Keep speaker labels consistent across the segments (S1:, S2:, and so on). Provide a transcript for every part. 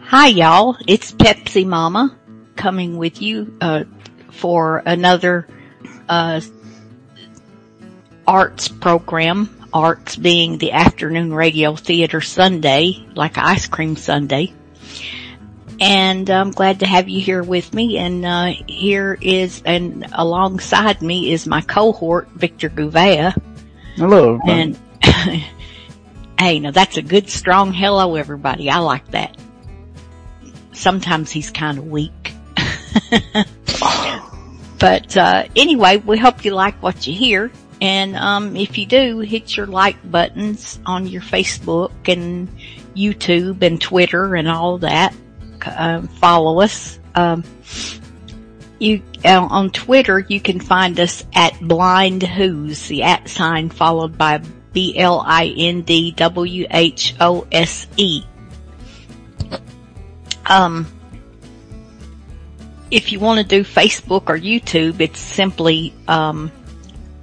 S1: Hi, y'all. It's Pepsi Mama coming with you uh, for another uh, arts program. Arts being the afternoon radio theater Sunday, like ice cream Sunday. And I'm glad to have you here with me. And uh, here is, and alongside me is my cohort, Victor Gouveia.
S2: Hello.
S1: And hey, now that's a good strong hello, everybody. I like that. Sometimes he's kind of weak. but uh, anyway, we hope you like what you hear. And um, if you do, hit your like buttons on your Facebook and YouTube and Twitter and all that. C- Um, follow us. Um, you uh, on Twitter, you can find us at Blind Who's the at sign followed by B L I N D W H O S E. Um, if you want to do Facebook or YouTube, it's simply um,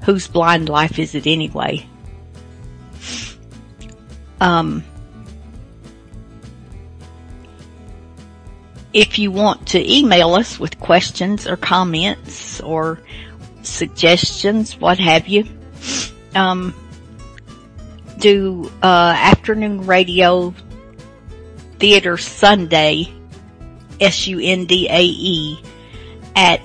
S1: whose blind life is it anyway? Um, if you want to email us with questions or comments or suggestions, what have you, um, do uh, afternoon radio theater Sunday, S U N D A E, at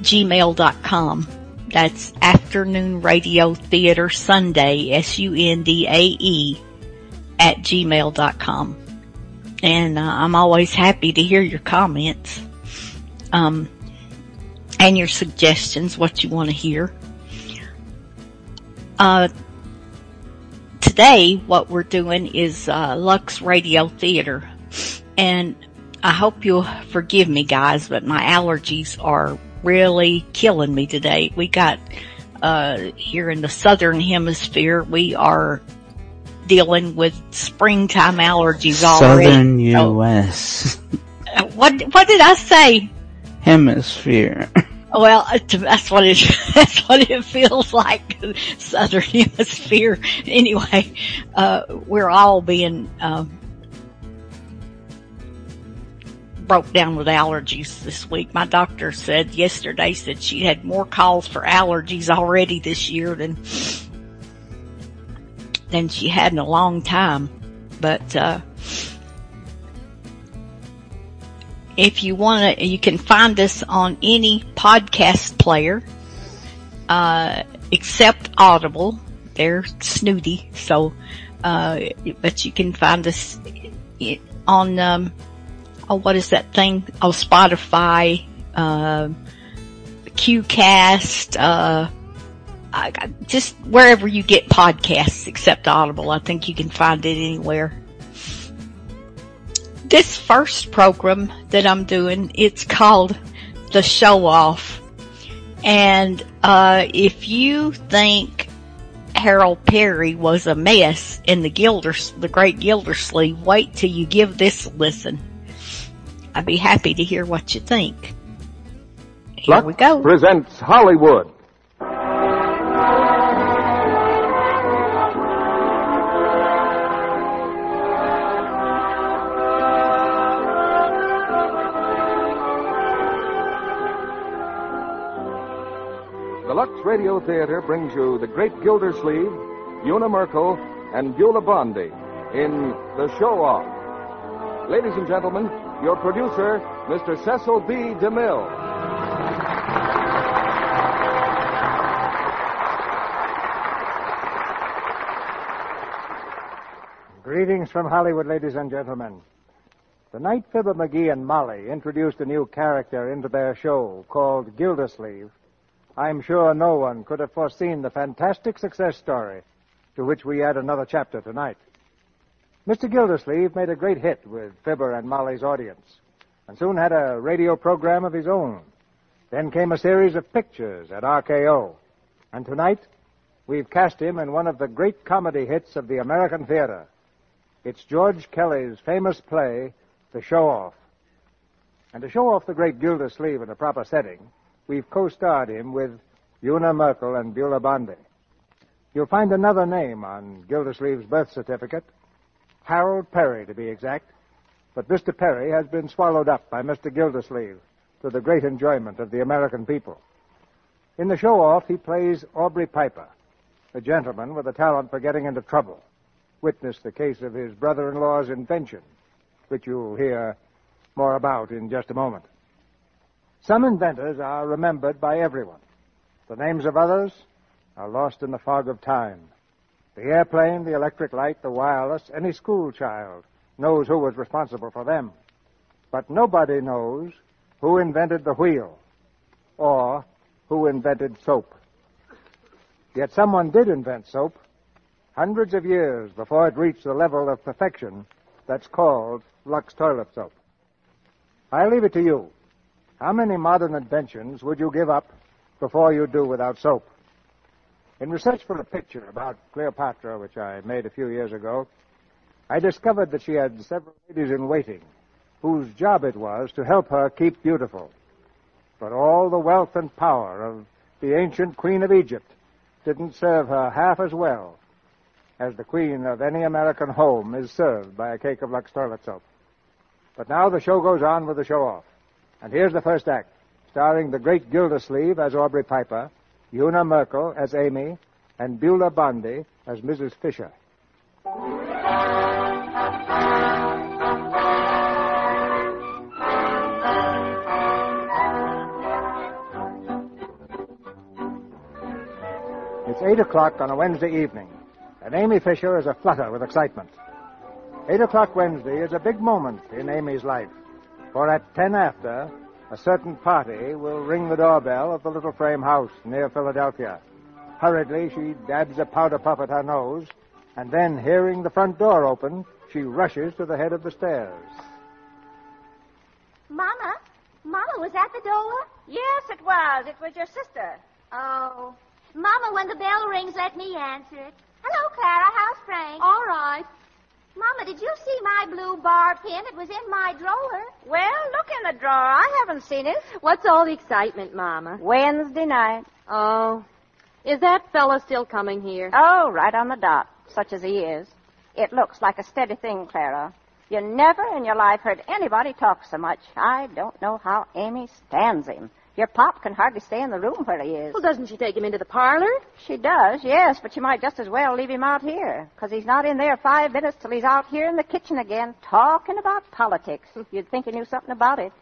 S1: gmail.com. That's afternoon radio theater Sunday, S U N D A E, at gmail.com and uh, I'm always happy to hear your comments, um, and your suggestions, what you want to hear. Uh, today, what we're doing is uh, Lux Radio Theater, and I hope you'll forgive me, guys, but my allergies are really killing me today. We got uh, here in the southern hemisphere, we are dealing with springtime allergies already.
S2: Southern
S1: So-
S2: U.S.
S1: Uh, what what did I say?
S2: Hemisphere.
S1: Well, uh, to- that's what it that's what it feels like, Southern Hemisphere. Anyway, uh, we're all being um, broke down with allergies this week. My doctor said yesterday said she had more calls for allergies already this year than than she had in a long time. But uh, if you want to, you can find us on any podcast player, uh, except Audible. They're snooty, so, uh, but you can find us i- on, um, oh, what is that thing? Oh, Spotify, uh, Qcast, uh, I, I- just wherever you get podcasts except Audible. I think you can find it anywhere this first program that I'm doing, it's called The Show Off. And, uh, if you think Harold Perry was a mess in the Gilders, the great Gildersleeve, wait till you give this a listen. I'd be happy to hear what you think. Here
S3: Lux
S1: we go.
S3: presents Hollywood. The Lux Radio Theater brings you the great Gildersleeve, Una Merkel, and Beulah Bondi in The Show Off. Ladies and gentlemen, your producer, Mr. Cecil B. DeMille.
S4: Greetings from Hollywood, ladies and gentlemen. The night Fibber McGee and Molly introduced a new character into their show called Gildersleeve, I'm sure no one could have foreseen the fantastic success story to which we add another chapter tonight. Mr. Gildersleeve made a great hit with Fibber and Molly's audience, and soon had a radio program of his own. Then came a series of pictures at RKO. And tonight, we've cast him in one of the great comedy hits of the American theater. It's George Kelly's famous play, The Show Off. And to show off the great Gildersleeve in a proper setting, we've co-starred him with Una Merkel and Beulah Bondi. You'll find another name on Gildersleeve's birth certificate. Harold Perry, to be exact. But Mr. Perry has been swallowed up by Mr. Gildersleeve to the great enjoyment of the American people. In the show off, he plays Aubrey Piper, a gentleman with a talent for getting into trouble. Witness the case of his brother in law's invention, which you'll hear more about in just a moment. Some inventors are remembered by everyone. The names of others are lost in the fog of time. The airplane, the electric light, the wireless, any schoolchild knows who was responsible for them. But nobody knows who invented the wheel or who invented soap. Yet someone did invent soap hundreds of years before it reached the level of perfection that's called Lux toilet soap. I leave it to you. How many modern inventions would you give up before you do without soap? In research for a picture about Cleopatra, which I made a few years ago, I discovered that she had several ladies in waiting whose job it was to help her keep beautiful. But all the wealth and power of the ancient Queen of Egypt didn't serve her half as well as the Queen of any American home is served by a cake of Lux toilet soap. But now the show goes on with the show off. And here's the first act, starring the great Gildersleeve as Aubrey Piper, Una Merkel as Amy, and Beulah Bondi as Mrs. Fisher. It's 8 o'clock on a Wednesday evening, and Amy Fisher is aflutter with excitement. 8 o'clock Wednesday is a big moment in Amy's life, for at 10 after, a certain party will ring the doorbell of the little frame house near Philadelphia. Hurriedly, she dabs a powder puff at her nose, and then, hearing the front door open, she rushes to the head of the stairs.
S5: Mama? Mama was at the door?
S6: Yes, it was. It was your sister.
S5: Oh. Mama, when the bell rings, let me answer it. Hello, Clara. How's Frank?
S6: All right.
S5: Mama, did you see my blue bar pin? It was in my drawer.
S6: Well, look in the drawer. I haven't seen it.
S7: What's all the excitement, Mama?
S6: Wednesday night.
S7: Oh. Is that fella still coming here?
S6: Oh, right on the dot, such as he is. It looks like a steady thing, Clara. You never in your life heard anybody talk so much. I don't know how Amy stands him. Your pop can hardly stay in the room where he is.
S7: Well, doesn't she take him into the parlor?
S6: She does, yes, but she might just as well leave him out here, 'cause he's not in there five minutes till he's out here in the kitchen again talking about politics. You'd think he knew something about it.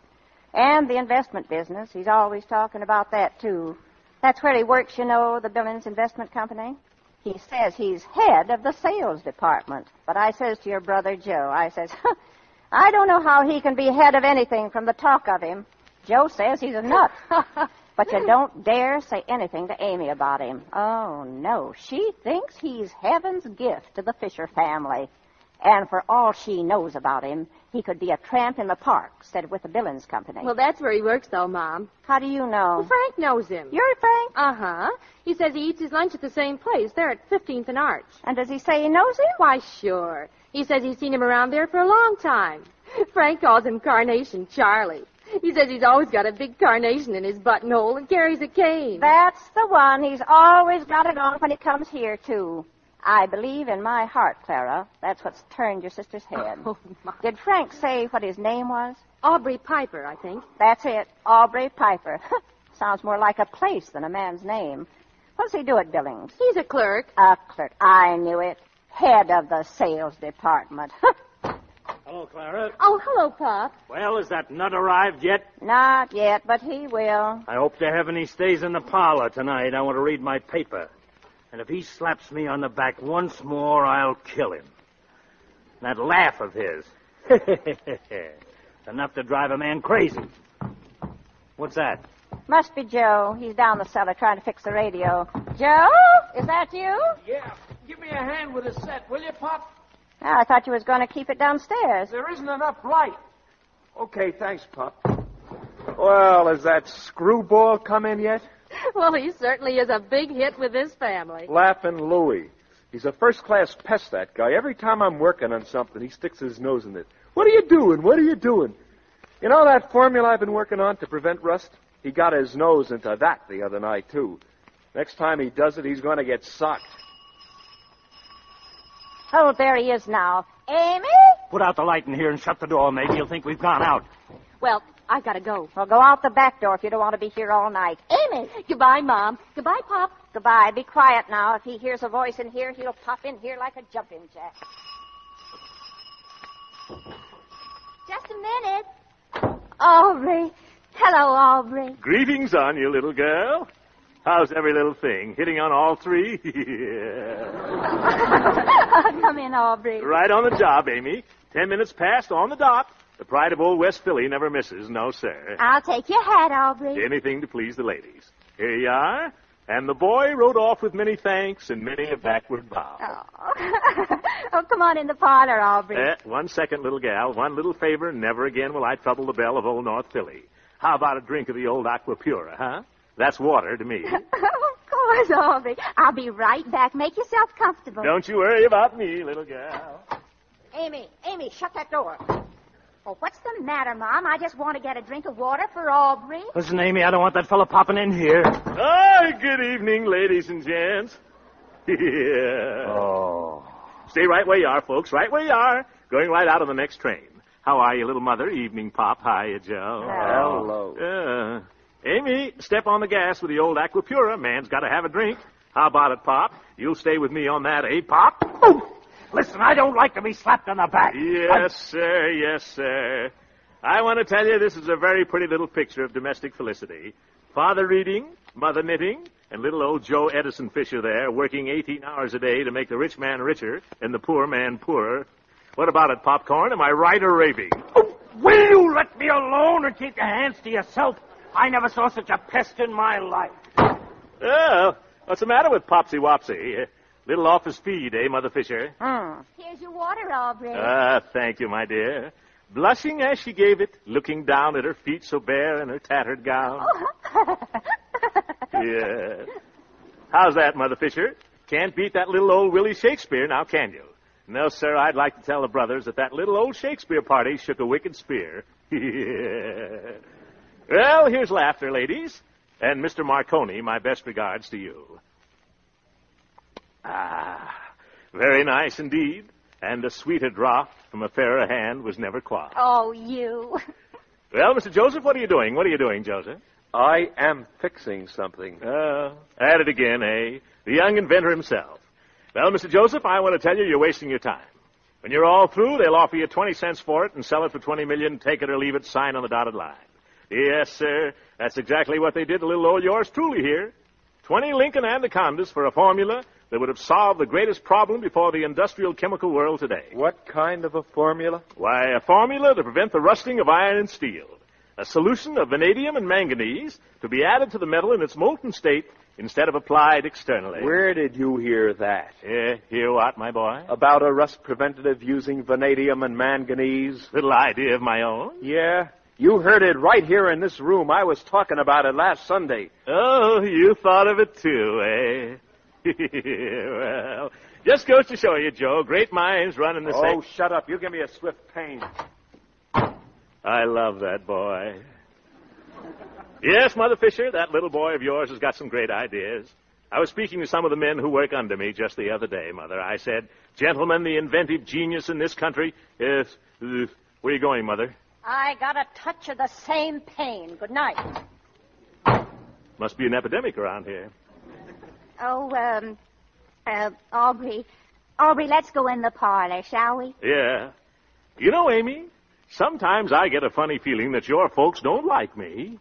S6: And the investment business. He's always talking about that, too. That's where he works, you know, the Billings Investment Company. He says he's head of the sales department. But I says to your brother Joe, I says, I don't know how he can be head of anything from the talk of him. Joe says he's a nut. but you don't dare say anything to Amy about him. Oh, no. She thinks he's heaven's gift to the Fisher family. And for all she knows about him, he could be a tramp in the park instead of with the Billings Company.
S7: Well, that's where he works, though, Mom.
S6: How do you know?
S7: Well, Frank knows him.
S6: You're Frank?
S7: Uh huh. He says he eats his lunch at the same place, there at 15th and Arch.
S6: And does he say he knows him?
S7: Why, sure. He says he's seen him around there for a long time. Frank calls him Carnation Charlie. He says he's always got a big carnation in his buttonhole and carries a cane.
S6: That's the one. He's always got it on when he comes here, too. I believe in my heart, Clara. That's what's turned your sister's head.
S7: Oh, my.
S6: Did Frank say what his name was?
S7: Aubrey Piper, I think.
S6: That's it. Aubrey Piper. Sounds more like a place than a man's name. What does he do at Billings?
S7: He's a clerk.
S6: A clerk. I knew it. Head of the sales department.
S8: Hello, Clara.
S7: Oh, hello, Pop.
S8: Well, has that nut arrived yet?
S6: Not yet, but he will.
S8: I hope to heaven he stays in the parlor tonight. I want to read my paper. And if he slaps me on the back once more, I'll kill him. That laugh of his. Enough to drive a man crazy. What's that?
S6: Must be Joe. He's down the cellar trying to fix the radio. Joe? Is that you?
S9: Yeah. Give me a hand with a set, will you, Pop?
S6: Ah, I thought you was going to keep it downstairs.
S9: There isn't enough light. Okay, thanks, Pop. Well, has that screwball come in yet?
S7: Well, he certainly is a big hit with his family.
S9: Laughing Louie. He's a first class pest, that guy. Every time I'm working on something, he sticks his nose in it. What are you doing? What are you doing? You know that formula I've been working on to prevent rust? He got his nose into that the other night, too. Next time he does it, he's going to get socked.
S6: Oh, there he is now. Amy?
S8: Put out the light in here and shut the door, maybe. He'll think we've gone out.
S7: Well, I gotta go.
S6: Well, go out the back door if you don't want to be here all night. Amy!
S7: Goodbye, Mom. Goodbye, Pop.
S6: Goodbye. Be quiet now. If he hears a voice in here, he'll pop in here like a jumping jack.
S5: Just a minute. Aubrey. Hello, Aubrey.
S10: Greetings on you, little girl. How's every little thing? Hitting on all three? yeah.
S6: Come in, Aubrey.
S10: Right on the job, Amy. Ten minutes past on the dot. The pride of old West Philly never misses, no, sir.
S5: I'll take your hat, Aubrey.
S10: Anything to please the ladies. Here you are. And the boy rode off with many thanks and many a backward bow.
S6: Oh. oh, come on in the parlor, Aubrey.
S10: Eh, one second, little gal. One little favor, and never again will I trouble the bell of old North Philly. How about a drink of the old aqua pura, huh? That's water to me.
S5: Of course, Aubrey. I'll be right back. Make yourself comfortable.
S10: Don't you worry about me, little gal.
S6: Amy, Amy, shut that door.
S5: Oh, what's the matter, Mom? I just want to get a drink of water for Aubrey.
S8: Listen, Amy, I don't want that fella popping in here.
S10: Ah, good evening, ladies and gents. yeah.
S8: Oh.
S10: Stay right where you are, folks. Right where you are. Going right out on the next train. How are you, little mother? Evening, Pop. Hiya, Joe.
S8: Hello.
S10: Yeah. Amy, step on the gas with the old Aqua Pura. Man's got to have a drink. How about it, Pop? You'll stay with me on that, eh, Pop?
S8: Listen, I don't like to be slapped on the back.
S10: Yes, sir. Yes, sir. I want to tell you this is a very pretty little picture of domestic felicity. Father reading, mother knitting, and little old Joe Edison Fisher there working 18 hours a day to make the rich man richer and the poor man poorer. What about it, Popcorn? Am I right or raving?
S8: Oh, will you let me alone and keep your hands to yourself? I never saw such a pest in my life.
S10: Oh, what's the matter with Popsy Wopsy? Uh, Little off his feed, eh, Mother Fisher?
S6: Hmm.
S5: Here's your water, Aubrey.
S10: Ah, thank you, my dear. Blushing as she gave it, looking down at her feet so bare in her tattered gown. yes. How's that, Mother Fisher? Can't beat that little old Willie Shakespeare now, can you? No, sir, I'd like to tell the brothers that that little old Shakespeare party shook a wicked spear. yeah. Well, here's laughter, ladies. And Mr. Marconi, my best regards to you. Ah, very nice indeed. And a sweeter draught from a fairer hand was never quaffed.
S5: Oh, you.
S10: Well, Mr. Joseph, what are you doing? What are you doing, Joseph?
S9: I am fixing something.
S10: Uh, at it again, eh? The young inventor himself. Well, Mr. Joseph, I want to tell you you're wasting your time. When you're all through, they'll offer you 20 cents for it and sell it for 20 million, take it or leave it, sign on the dotted line. Yes, sir. That's exactly what they did to little old yours truly here. 20 Lincoln Anacondas for a formula that would have solved the greatest problem before the industrial chemical world today.
S9: What kind of a formula?
S10: Why, a formula to prevent the rusting of iron and steel. A solution of vanadium and manganese to be added to the metal in its molten state instead of applied externally.
S9: Where did you hear that?
S10: Eh, hear what, my boy? A
S9: About a rust preventative using vanadium and manganese?
S10: little idea of my own.
S9: Yeah. You heard it right here in this room. I was talking about it last Sunday.
S10: Oh, you thought of it too, eh? well, just goes to show you, Joe, great minds run in the same.
S9: Oh, shut up. You give me a swift pain.
S10: I love that boy. Yes, Mother Fisher, that little boy of yours has got some great ideas. I was speaking to some of the men who work under me just the other day, Mother. I said, Gentlemen, the inventive genius in this country is. is- Where are you going, Mother?
S6: I got a touch of the same pain. Good night.
S10: Must be an epidemic around here.
S5: Oh, um, uh, Aubrey. Aubrey, let's go in the parlor, shall we?
S10: Yeah. You know, Amy, sometimes I get a funny feeling that your folks don't like me.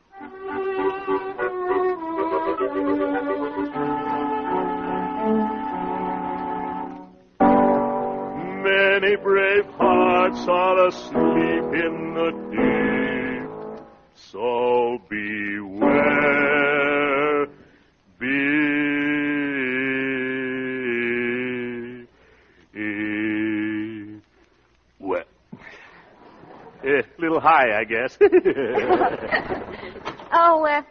S10: Many brave hearts are asleep in the deep, so beware, be. A eh, little high, I guess.
S5: Oh, uh,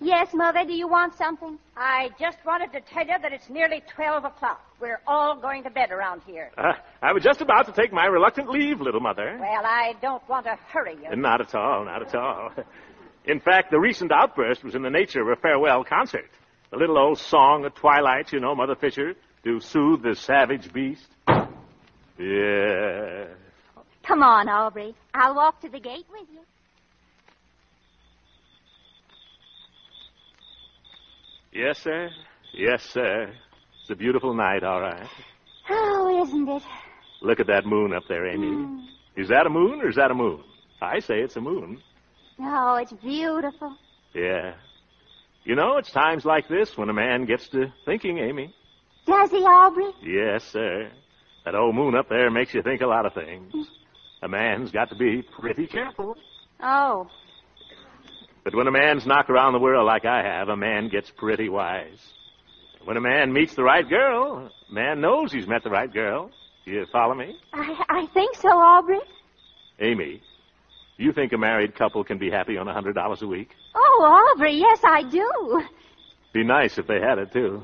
S5: yes, Mother, do you want something?
S6: I just wanted to tell you that it's nearly 12 o'clock. We're all going to bed around here.
S10: Uh, I was just about to take my reluctant leave, little mother.
S6: Well, I don't want to hurry you.
S10: Not at all, not at all. In fact, the recent outburst was in the nature of a farewell concert. The little old song at twilight, you know, Mother Fisher, to soothe the savage beast. Yeah.
S5: Come on, Aubrey. I'll walk to the gate with you.
S10: Yes, sir. Yes, sir. It's a beautiful night, all right.
S5: Oh, isn't it?
S10: Look at that moon up there, Amy. Is that a moon or is that a moon? I say it's a moon.
S5: Oh, it's beautiful.
S10: Yeah. You know, it's times like this when a man gets to thinking, Amy.
S5: Does he, Aubrey?
S10: Yes, sir. That old moon up there makes you think a lot of things. A man's got to be pretty careful.
S6: Oh,
S10: But when a man's knocked around the world like I have, a man gets pretty wise. When a man meets the right girl, a man knows he's met the right girl. You follow me?
S5: I, I think so, Aubrey.
S10: Amy, do you think a married couple can be happy on a $100 a week?
S5: Oh, Aubrey, yes, I do.
S10: Be nice if they had it, too.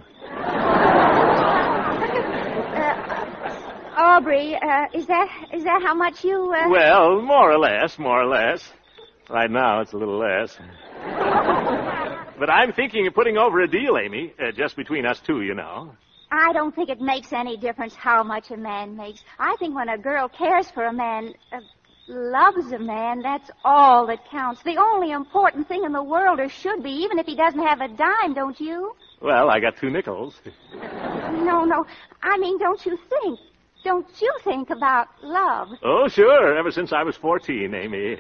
S5: Aubrey, uh, is that is that how much you? Uh...
S10: Well, more or less, more or less. Right now, it's a little less. but I'm thinking of putting over a deal, Amy, uh, just between us two, you know.
S5: I don't think it makes any difference how much a man makes. I think when a girl cares for a man, uh, loves a man, that's all that counts. The only important thing in the world, or should be, even if he doesn't have a dime, don't you?
S10: Well, I got two nickels.
S5: No, no. I mean, don't you think? Don't you think about love?
S10: Oh, sure, ever since I was 14, Amy.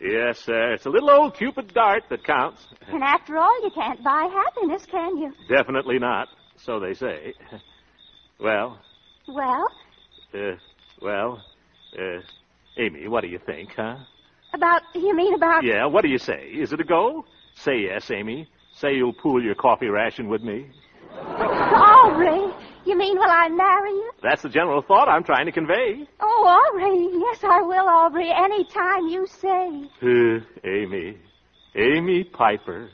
S10: Yes, sir. It's a little old Cupid dart that counts.
S5: And after all, you can't buy happiness, can you?
S10: Definitely not, so they say. Well,
S5: Well,
S10: uh, well, uh, Amy, what do you think, huh?
S5: about you mean about
S10: Yeah, what do you say? Is it a go? Say yes, Amy. Say you'll pool your coffee ration with me.
S5: Aubrey? You mean will I marry you?
S10: That's the general thought I'm trying to convey.
S5: Oh, Aubrey, yes, I will, Aubrey. Any time you say.
S10: Uh, Amy. Amy Piper.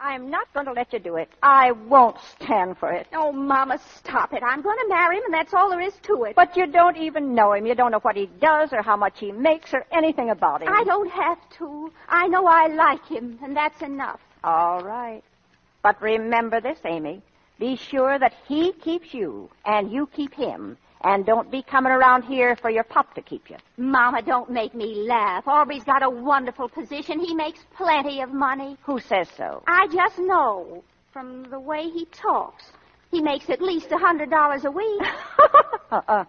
S6: I'm not going to let you do it. I won't stand for it.
S5: Oh, Mama, stop it. I'm going to marry him, and that's all there is to it.
S6: But you don't even know him. You don't know what he does or how much he makes or anything about him.
S5: I don't have to. I know I like him, and that's enough.
S6: All right. But remember this, Amy. Be sure that he keeps you and you keep him. And don't be coming around here for your pop to keep you.
S5: Mama, don't make me laugh. Aubrey's got a wonderful position. He makes plenty of money.
S6: Who says so?
S5: I just know from the way he talks. He makes at least a hundred dollars a week.
S6: Uh-uh.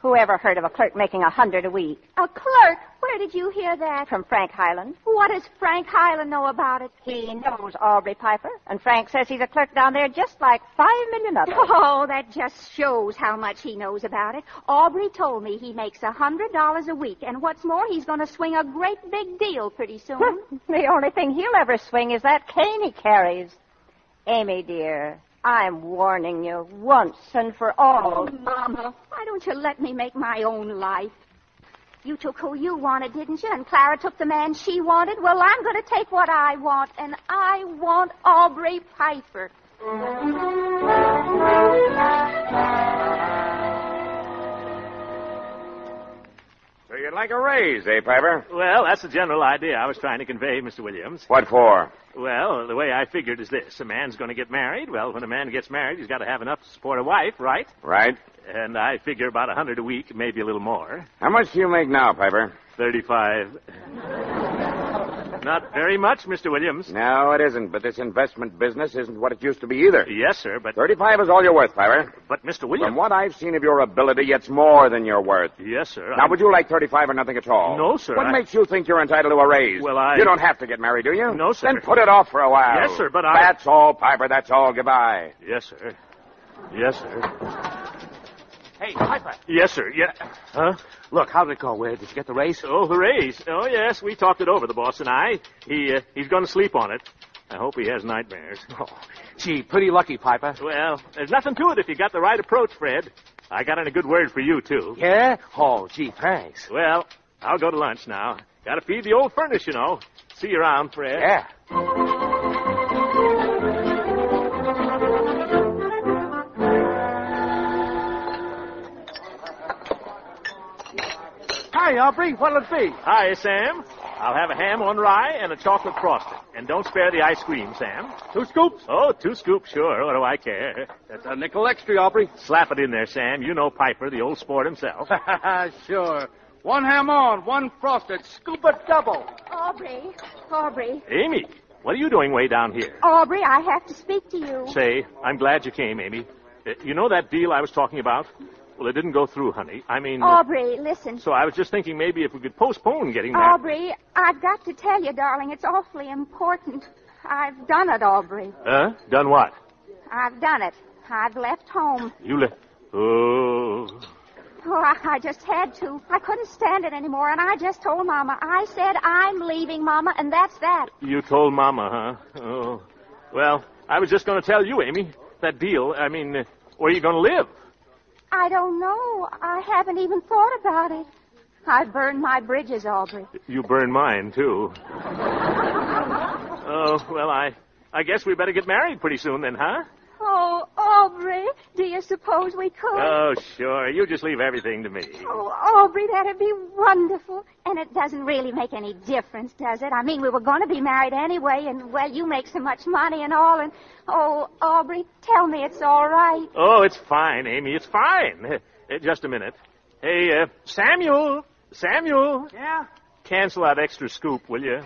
S6: Whoever heard of a clerk making a hundred a week?
S5: a clerk? Where did you hear that?
S6: From Frank Highland.
S5: What does Frank Hyland know about it?
S6: He knows Aubrey Piper, and Frank says he's a clerk down there just like five million others.
S5: Oh, that just shows how much he knows about it. Aubrey told me he makes a hundred dollars a week, and what's more, he's going to swing a great big deal pretty soon.
S6: the only thing he'll ever swing is that cane he carries. Amy, dear, I'm warning you once and for all.
S5: oh, Mama, why don't you let me make my own life? You took who you wanted, didn't you? And Clara took the man she wanted. Well, I'm going to take what I want, and I want Aubrey Piper.
S11: So you'd like a raise, eh, Piper?
S10: Well, that's the general idea I was trying to convey, Mr. Williams.
S11: What for?
S10: Well, the way I figured is this. A man's going to get married. Well, when a man gets married, he's got to have enough to support a wife, right?
S11: Right?
S10: And I figure about a hundred a week, maybe a little more.
S11: How much do you make now, Piper?
S10: Thirty-five. Not very much, Mr. Williams.
S11: No, it isn't, but this investment business isn't what it used to be either.
S10: Yes, sir, but...
S11: 35 is all you're worth, Piper.
S10: But, Mr.
S11: From
S10: Williams...
S11: what I've seen of your ability, it's more than you're worth.
S10: Yes, sir.
S11: Now,
S10: I'm-
S11: would you like 35 or nothing at all?
S10: No, sir,
S11: What
S10: I-
S11: makes you think you're entitled to a raise?
S10: Well, I-
S11: You don't have to get married, do you?
S10: No, sir.
S11: Then put it off for a while.
S10: Yes, sir, but I-
S11: That's all, Piper. That's all. Goodbye.
S10: Yes, sir. Yes, sir.
S12: Hey, Piper.
S10: Yes, sir. Yeah. Huh?
S12: Look, how'd it go? Uh, did you get the race?
S10: Oh, the raise. Oh, yes, we talked it over, the boss and I. He, uh, he's going to sleep on it. I hope he has nightmares.
S12: Oh, Gee, pretty lucky, Piper.
S10: Well, there's nothing to it if you got the right approach, Fred. I got in a good word for you, too.
S12: Yeah? Oh, gee, thanks.
S10: Well, I'll go to lunch now. Gotta feed the old furnace, you know. See you around, Fred.
S12: Yeah.
S9: Hi, Aubrey. What'll it be?
S10: Hi, Sam. I'll have a ham on rye and a chocolate frosted. And don't spare the ice cream, Sam.
S9: Two scoops?
S10: Oh, two scoops, sure. What do I care?
S9: That's a nickel extra, Aubrey.
S10: Slap it in there, Sam. You know Piper, the old sport himself.
S9: sure. One ham on, one frosted, scoop a double.
S5: Aubrey, Aubrey,
S10: Amy, what are you doing way down here?
S5: Aubrey, I have to speak to you.
S10: Say, I'm glad you came, Amy. Uh, You know that deal I was talking about? Well, it didn't go through, honey. I mean, uh,
S5: Aubrey, listen.
S10: so I was just thinking maybe if we could postpone getting married.
S5: Aubrey, I've got to tell you, darling, it's awfully important. I've done it, Aubrey.
S10: Huh? Done what?
S5: I've done it. I've left home.
S10: You left. Oh.
S5: Oh, I, I just had to. I couldn't stand it anymore, and I just told Mama. I said, I'm leaving, Mama, and that's that.
S10: You told Mama, huh? Oh. Well, I was just going to tell you, Amy, that deal. I mean, uh, where are you going to live?
S5: I don't know. I haven't even thought about it. I burned my bridges, Aubrey.
S10: You burned mine, too. oh, well, I, I guess we better get married pretty soon then, huh?
S5: Oh, Aubrey, do you suppose we could?
S10: Oh, sure. You just leave everything to me.
S5: Oh, Aubrey, that'd be wonderful. And it doesn't really make any difference, does it? I mean, we were going to be married anyway, and, well, you make so much money and all, and, oh, Aubrey, tell me it's all right.
S10: Oh, it's fine, Amy. It's fine. Eh, Just a minute. Hey, uh, Samuel. Samuel.
S9: Yeah?
S10: Cancel that extra scoop, will you?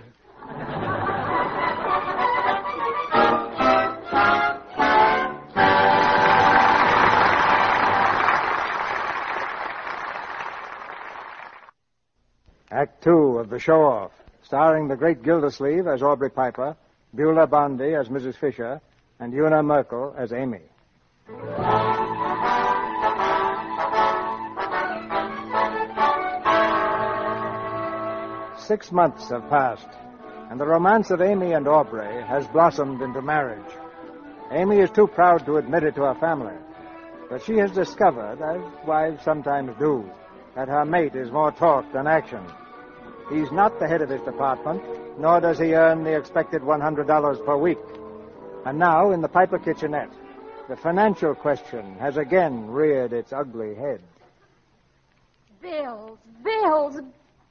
S4: Act two of The Show Off, starring the great Gildersleeve as Aubrey Piper, Beulah Bondi as Mrs. Fisher, and Una Merkel as Amy. Six months have passed, and the romance of Amy and Aubrey has blossomed into marriage. Amy is too proud to admit it to her family, but she has discovered, as wives sometimes do, that her mate is more talk than action. He's not the head of his department, nor does he earn the expected $100 per week. And now, in the Piper kitchenette, the financial question has again reared its ugly head.
S5: Bills, bills,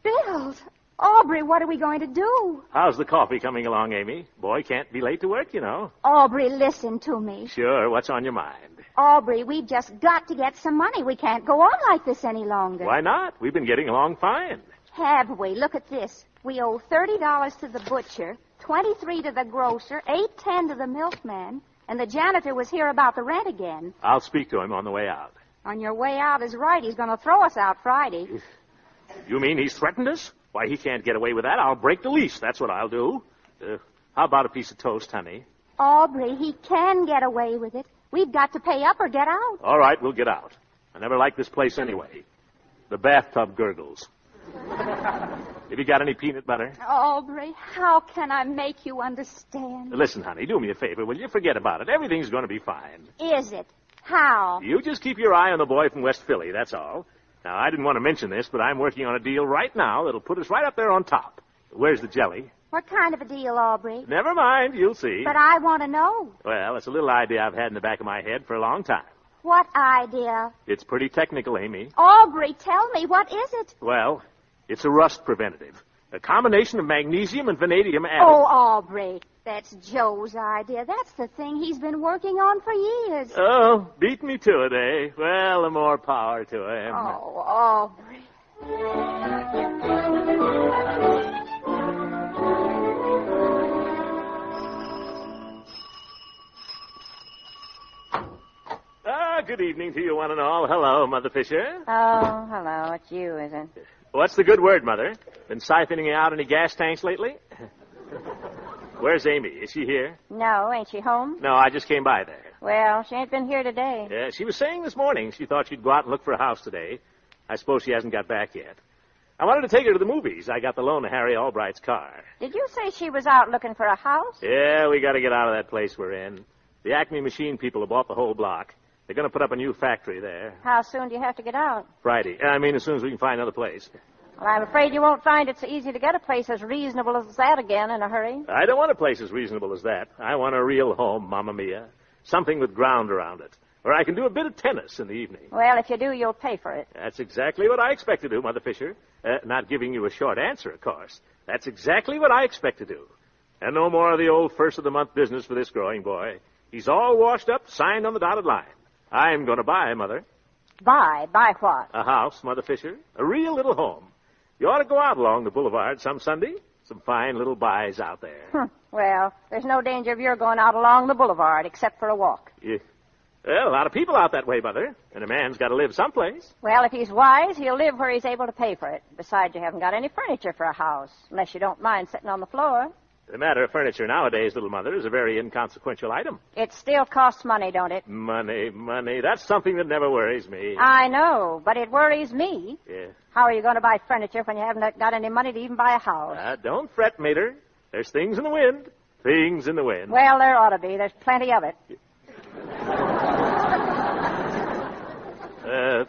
S5: bills. Aubrey, what are we going to do?
S10: How's the coffee coming along, Amy? Boy can't be late to work, you know.
S5: Aubrey, listen to me.
S10: Sure. What's on your mind?
S5: Aubrey, we've just got to get some money. We can't go on like this any longer.
S10: Why not? We've been getting along fine.
S5: Have we? Look at this. We owe thirty dollars to the butcher, twenty-three to the grocer, eight ten to the milkman, and the janitor was here about the rent again.
S10: I'll speak to him on the way out.
S5: On your way out is right. He's going to throw us out Friday.
S10: You mean he's threatened us? Why, he can't get away with that. I'll break the lease. That's what I'll do. Uh, how about a piece of toast, honey?
S5: Aubrey, he can get away with it. We've got to pay up or get out.
S10: All right, we'll get out. I never liked this place anyway. The bathtub gurgles. Have you got any peanut butter?
S5: Aubrey, how can I make you understand?
S10: Listen, honey, do me a favor, will you? Forget about it. Everything's going to be fine.
S5: Is it? How?
S10: You just keep your eye on the boy from West Philly, that's all. Now, I didn't want to mention this, but I'm working on a deal right now that'll put us right up there on top. Where's the jelly?
S5: What kind of a deal, Aubrey?
S10: Never mind, you'll see.
S5: But I want to know.
S10: Well, it's a little idea I've had in the back of my head for a long time.
S5: What idea?
S10: It's pretty technical, Amy.
S5: Aubrey, tell me, what is it?
S10: Well, it's a rust preventative. A combination of magnesium and vanadium added.
S5: Oh, Aubrey, that's Joe's idea. That's the thing he's been working on for years.
S10: Oh, beat me to it, eh? Well, the more power to him.
S5: Oh, Aubrey.
S10: Ah, good evening to you one and all. Hello, Mother Fisher.
S6: Oh, hello. It's you, is it?
S10: What's the good word, Mother? Been siphoning out any gas tanks lately? Where's Amy? Is she here?
S6: No, ain't she home?
S10: No, I just came by there.
S6: Well, she ain't been here today.
S10: Uh, she was saying this morning she thought she'd go out and look for a house today. I suppose she hasn't got back yet. I wanted to take her to the movies. I got the loan of Harry Albright's car.
S6: Did you say she was out looking for a house?
S10: Yeah, we got to get out of that place we're in. The Acme Machine people have bought the whole block. They're going to put up a new factory there.
S6: How soon do you have to get out?
S10: Friday. I mean, as soon as we can find another place.
S6: Well, I'm afraid you won't find it so easy to get a place as reasonable as that again in a hurry.
S10: I don't want a place as reasonable as that. I want a real home, Mamma Mia. Something with ground around it, where I can do a bit of tennis in the evening.
S6: Well, if you do, you'll pay for it.
S10: That's exactly what I expect to do, Mother Fisher. Uh, not giving you a short answer, of course. That's exactly what I expect to do. And no more of the old first of the month business for this growing boy. He's all washed up, signed on the dotted line. I'm going to buy, Mother.
S6: Buy, buy what?
S10: A house, Mother Fisher. A real little home. You ought to go out along the boulevard some Sunday. Some fine little buys out there.
S6: Hmm. Well, there's no danger of your going out along the boulevard except for a walk.
S10: Yeah. Well, a lot of people out that way, Mother. And a man's got to live someplace.
S6: Well, if he's wise, he'll live where he's able to pay for it. Besides, you haven't got any furniture for a house, unless you don't mind sitting on the floor.
S10: The matter of furniture nowadays, little Mother, is a very inconsequential item.
S6: It still costs money, don't it?
S10: Money, money. That's something that never worries me.
S6: I know, but it worries me.
S10: Yeah.
S6: How are you going to buy furniture when you haven't got any money to even buy a house?
S10: Ah, don't fret, Mater. There's things in the wind. Things in the wind.
S6: Well, there ought to be. There's plenty of it.
S10: Uh,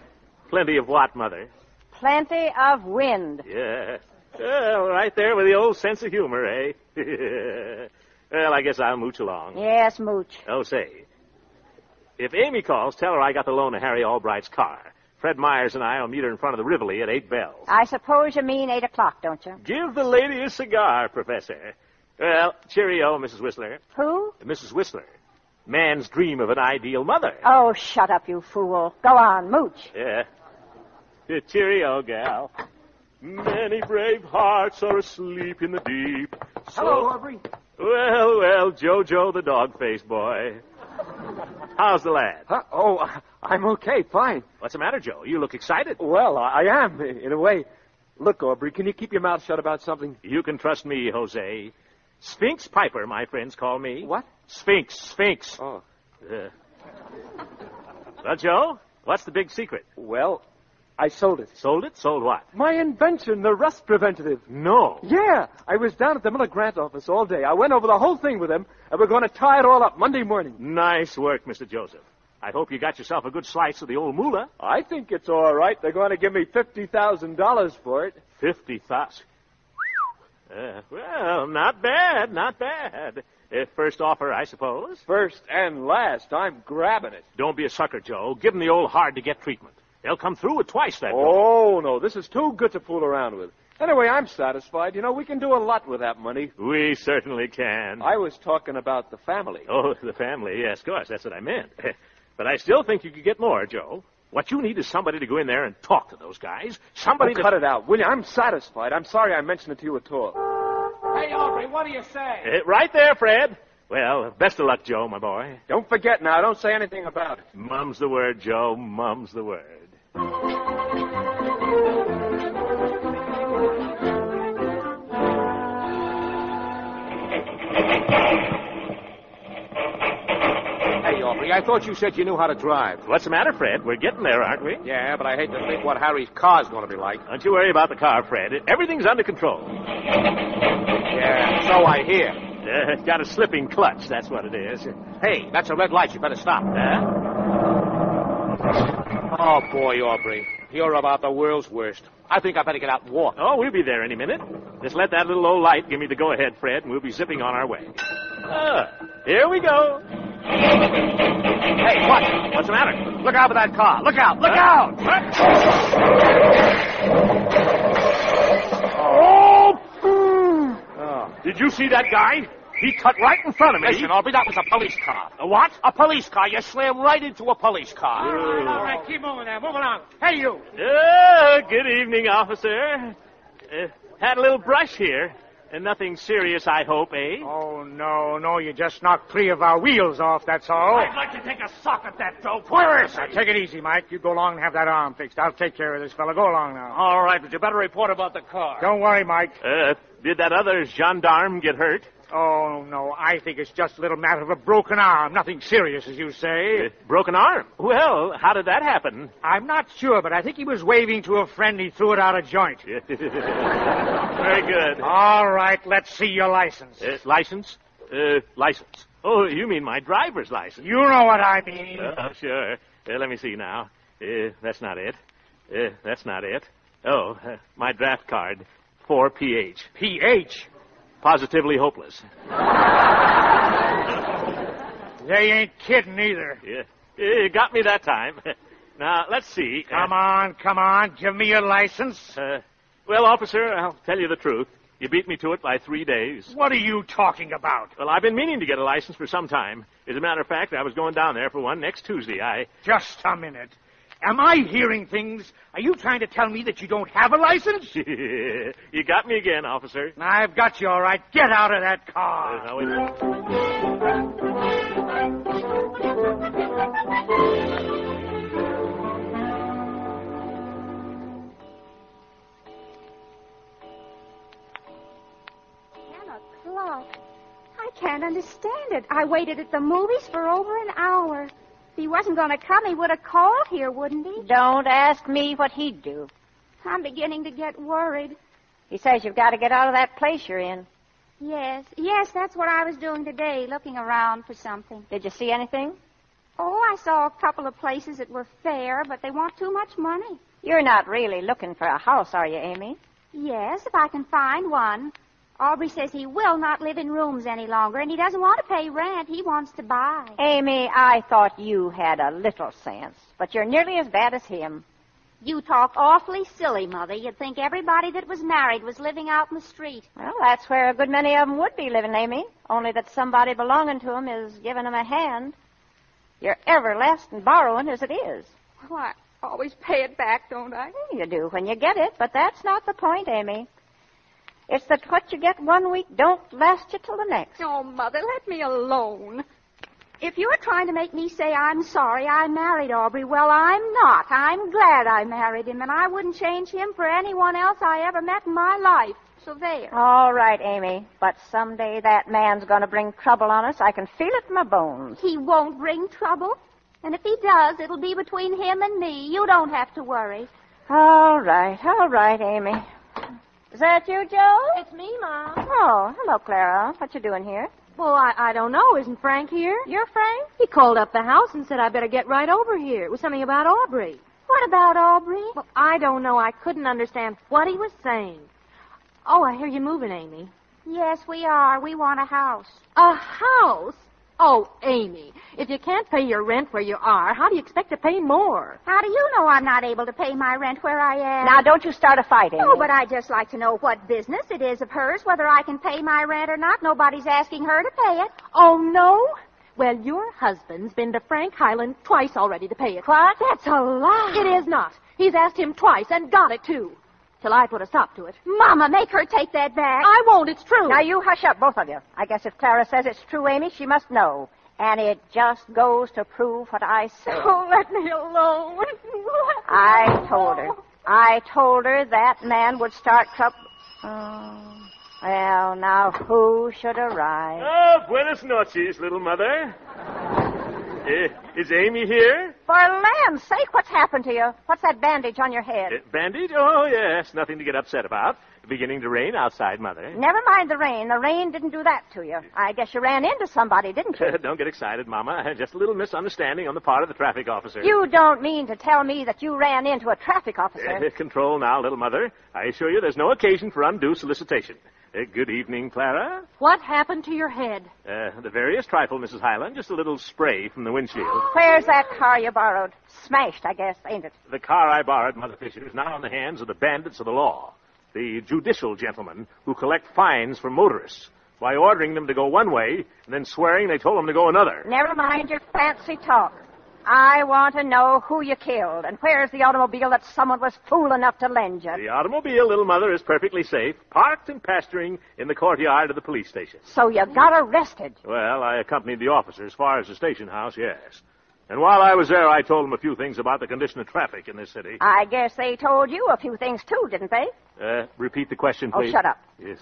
S10: plenty of what, Mother?
S6: Plenty of wind.
S10: Yeah. Well, right there with the old sense of humor, eh? well, I guess I'll mooch along.
S6: Yes, Mooch.
S10: Oh, say, if Amy calls, tell her I got the loan of Harry Albright's car. Fred Myers and I will meet her in front of the Rivoli at eight bells.
S6: I suppose you mean eight o'clock, don't you?
S10: Give the lady a cigar, Professor. Well, cheerio, Mrs. Whistler.
S6: Who?
S10: Mrs. Whistler. Man's dream of an ideal mother.
S6: Oh, shut up, you fool. Go on, Mooch.
S10: Yeah. Yeah, Cheerio, gal. Many brave hearts are asleep in the deep. so-
S13: Hello, Aubrey.
S10: Well, well, Jojo the dog-faced boy. How's the lad?
S9: oh, I'm okay, fine.
S10: What's the matter, Joe? You look excited.
S9: Well, I I am, in a way. Look, Aubrey, can you keep your mouth shut about something?
S10: You can trust me, Jose. Sphinx Piper, my friends call me.
S9: What?
S10: Sphinx, Sphinx.
S9: Oh.
S10: Uh. Well, Joe, what's the big secret?
S9: Well, I sold it.
S10: Sold it? Sold what?
S9: My invention, the rust preventative.
S10: No.
S9: Yeah, I was down at the Miller Grant office all day. I went over the whole thing with them, and we're going to tie it all up Monday morning.
S10: Nice work, Mr. Joseph. I hope you got yourself a good slice of the old moolah.
S9: I think it's all right. They're going to give me $50,000 for it.
S10: Fifty thousand. Uh, well, not bad, not bad. Uh, first offer, I suppose.
S9: First and last, I'm grabbing it.
S10: Don't be a sucker, Joe. Give 'em the old hard-to-get treatment. They'll come through with twice that. dough.
S9: Oh, no, this is too good to fool around with. Oh, Anyway, I'm satisfied. You know, we can do a lot with that money.
S10: We certainly can.
S9: I was talking about the family.
S10: Oh, the family. Yes, of course. That's what I meant. but I still think you could get more, Joe. What you need is somebody to go in there and talk to those guys. Somebody
S9: Oh,
S10: to...
S9: cut it out, will you? I'm satisfied. I'm sorry I mentioned it to you at all.
S13: Hey, Aubrey, what do you say?
S10: Eh, right there, Fred. Well, best of luck, Joe, my boy.
S9: Don't forget now. Don't say anything about it.
S10: Mum's the word, Joe. Mum's the word.
S12: Hey, Aubrey, I thought you said you knew how to drive.
S10: What's the matter, Fred? We're getting there, aren't we?
S12: Yeah, but I hate to think what Harry's car's going to be like.
S10: Don't you worry about the car, Fred. Everything's under control.
S12: Yeah, so I hear.
S10: Uh, got a slipping clutch, that's what it is.
S12: Hey, that's a red light. You better stop.
S10: Huh?
S12: Oh, boy, Aubrey. You're about the world's worst. I think I better get out and walk.
S10: Oh, we'll be there any minute. Just let that little old light give me the go-ahead, Fred, and we'll be zipping on our way. Ah, here we go.
S12: Hey, what?
S10: What's the matter?
S12: Look out for that car. Look out. Look out.
S10: Oh. Did you see that guy? He cut right in front of me.
S12: Listen, Aubrey, that was a police car.
S10: A what?
S12: A police car. You slammed right into a police
S13: All
S12: car.
S13: right, all right, keep moving there. Move along. Hey, you.
S10: Uh, good evening, officer. Uh, had a little brush here. And nothing serious, I hope, eh?
S13: Oh, no, no, you just knocked three of our wheels off, that's all.
S8: I'd like to take a sock at that dope. Where is
S13: Now,
S8: he?
S13: take it easy, Mike. You go along and have that arm fixed. I'll take care of this fella. Go along now.
S8: All right, but you better report about the car.
S13: Don't worry, Mike.
S10: Uh, did that other gendarme get hurt?
S13: Oh, no, I think it's just a little matter of a broken arm. Nothing serious, as you say.
S10: broken arm? Well, how did that happen?
S13: I'm not sure, but I think he was waving to a friend. He threw it out of joint.
S10: Very good.
S13: All right, let's see your license.
S10: Uh, license? Uh, license. Oh, you mean my driver's license.
S13: You know what I mean.
S9: Uh-huh.
S10: Oh, sure. Uh, let me see now. Uh, that's not it. Uh, that's not it. Oh, uh, my draft card. 4PH.
S13: PH?
S10: Positively hopeless.
S13: They ain't kidding either.
S10: Yeah. You Uh, got me that time. now, let's see.
S13: Come on, come on. Give me your license.
S10: Uh, well, officer, I'll tell you the truth. You beat me to it by three days.
S13: What are you talking about?
S10: Well, I've been meaning to get a license for some time. As a matter of fact, I was going down there for one next Tuesday. I.
S13: Just a minute. Am I hearing things? Are you trying to tell me that you don't have a license?
S10: you got me again, officer.
S13: I've got you all right. Get out of that car.
S10: Uh, now, wait-
S5: Ten o'clock. I can't understand it. I waited at the movies for over an hour. If he wasn't going to come, he would have called here, wouldn't he?
S6: Don't ask me what he'd do.
S5: I'm beginning to get worried.
S6: He says you've got to get out of that place you're in.
S5: Yes, yes, that's what I was doing today, looking around for something.
S6: Did you see anything?
S5: Oh, I saw a couple of places that were fair, but they want too much money.
S6: You're not really looking for a house, are you, Amy?
S5: Yes, if I can find one. Aubrey says he will not live in rooms any longer, and he doesn't want to pay rent. He wants to buy.
S6: Amy, I thought you had a little sense, but you're nearly as bad as him.
S5: You talk awfully silly, Mother. You'd think everybody that was married was living out in the street.
S6: Well, that's where a good many of 'em would be living, Amy. Only that somebody belonging to 'em is giving 'em a hand. You're everlasting borrowing as it is.
S7: Oh, I always pay it back, don't I?
S6: You do when you get it, but that's not the point, Amy. It's that what you get one week don't last you till the next.
S7: Oh, Mother, let me alone.
S5: If you're trying to make me say I'm sorry I married Aubrey, well, I'm not. I'm glad I married him, and I wouldn't change him for anyone else I ever met in my life. So there.
S6: All right, Amy, but someday that man's going to bring trouble on us. I can feel it in my bones.
S5: He won't bring trouble. And if he does, it'll be between him and me. You don't have to worry.
S6: All right, all right, Amy. Is that you, Joe?
S7: It's me, Mom.
S6: Oh, hello, Clara. What you doing here?
S7: Well, I, I don't know. Isn't Frank here?
S6: You're Frank?
S7: He called up the house and said I better get right over here. It was something about Aubrey.
S5: What about Aubrey?
S7: Well, I don't know. I couldn't understand what he was saying. Oh, I hear you moving, Amy.
S5: Yes, we are. We want a house.
S7: A house? Oh, Amy, if you can't pay your rent where you are, how do you expect to pay more?
S5: How do you know I'm not able to pay my rent where I am?
S6: Now, don't you start a fight, Amy.
S5: No, Oh, but I'd just like to know what business it is of hers, whether I can pay my rent or not. Nobody's asking her to pay it.
S7: Oh, no? Well, your husband's been to Frank Highland twice already to pay it.
S5: What?
S7: That's a lie. It is not. He's asked him twice and got it, too. Till I put a stop to it.
S5: Mama, make her take that back.
S7: I won't. It's true.
S6: Now, you hush up, both of you. I guess if Clara says it's true, Amy, she must know. And it just goes to prove what I say.
S7: Oh, let me alone.
S6: I told her. I told her that man would start trouble. Oh, well, now who should arrive?
S10: Oh, buenas noches, little mother. Eh, is Amy here?
S6: For land's sake, what's happened to you? What's that bandage on your head?
S10: Uh, bandage? Oh, yes, nothing to get upset about. Beginning to rain outside, mother.
S6: Never mind the rain. The rain didn't do that to you. I guess you ran into somebody, didn't you?
S10: Don't get excited, Mama. Just a little misunderstanding on the part of the traffic officer.
S6: You don't mean to tell me that you ran into a traffic
S10: Uh,
S6: officer.
S10: control now, little mother. I assure you there's no occasion for undue solicitation. Uh, good evening, Clara.
S7: What happened to your head?
S10: Uh, the veriest trifle, Mrs. Highland. Just a little spray from the windshield.
S6: Where's that car you borrowed? Smashed, I guess, ain't it?
S10: The car I borrowed, Mother Fisher, is now in the hands of the bandits of the law, the judicial gentlemen who collect fines from motorists by ordering them to go one way and then swearing they told them to go another.
S6: Never mind your fancy talk. I want to know who you killed and where's the automobile that someone was fool enough to lend you.
S10: The automobile, little mother, is perfectly safe, parked and pasturing in the courtyard of the police station.
S6: So you got arrested.
S10: Well, I accompanied the officer as far as the station house, yes. And while I was there, I told him a few things about the condition of traffic in this city.
S6: I guess they told you a few things, too, didn't they?
S10: Uh, repeat the question,
S6: Oh,
S10: please.
S6: shut up.
S10: Yes.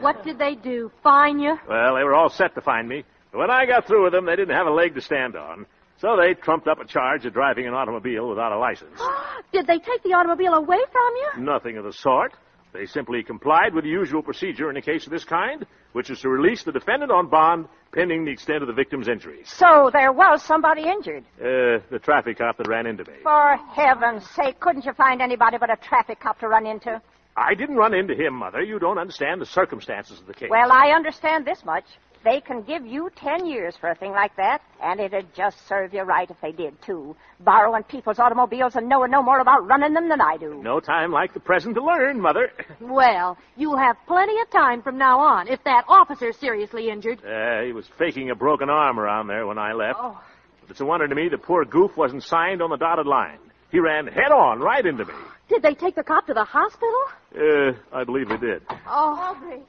S7: What did they do? Fine you?
S10: Well, they were all set to find me. But when I got through with them, they didn't have a leg to stand on. So they trumped up a charge of driving an automobile without a license.
S7: Did they take the automobile away from you?
S10: Nothing of the sort. They simply complied with the usual procedure in a case of this kind, which is to release the defendant on bond pending the extent of the victim's injuries.
S6: So there was somebody injured.
S10: Uh, the traffic cop that ran into me.
S6: For heaven's sake, couldn't you find anybody but a traffic cop to run into?
S10: I didn't run into him, Mother. You don't understand the circumstances of the case.
S6: Well, I understand this much. They can give you ten years for a thing like that, and it'd just serve you right if they did, too. Borrowing people's automobiles and knowing no more about running them than I do.
S10: No time like the present to learn, Mother.
S7: Well, you'll have plenty of time from now on if that officer's seriously injured.
S10: Uh, he was faking a broken arm around there when I left.
S7: Oh.
S10: It's a wonder to me the poor goof wasn't signed on the dotted line. He ran head on right into me.
S7: Did they take the cop to the hospital?
S10: Uh, I believe they did.
S7: Oh. Aubrey.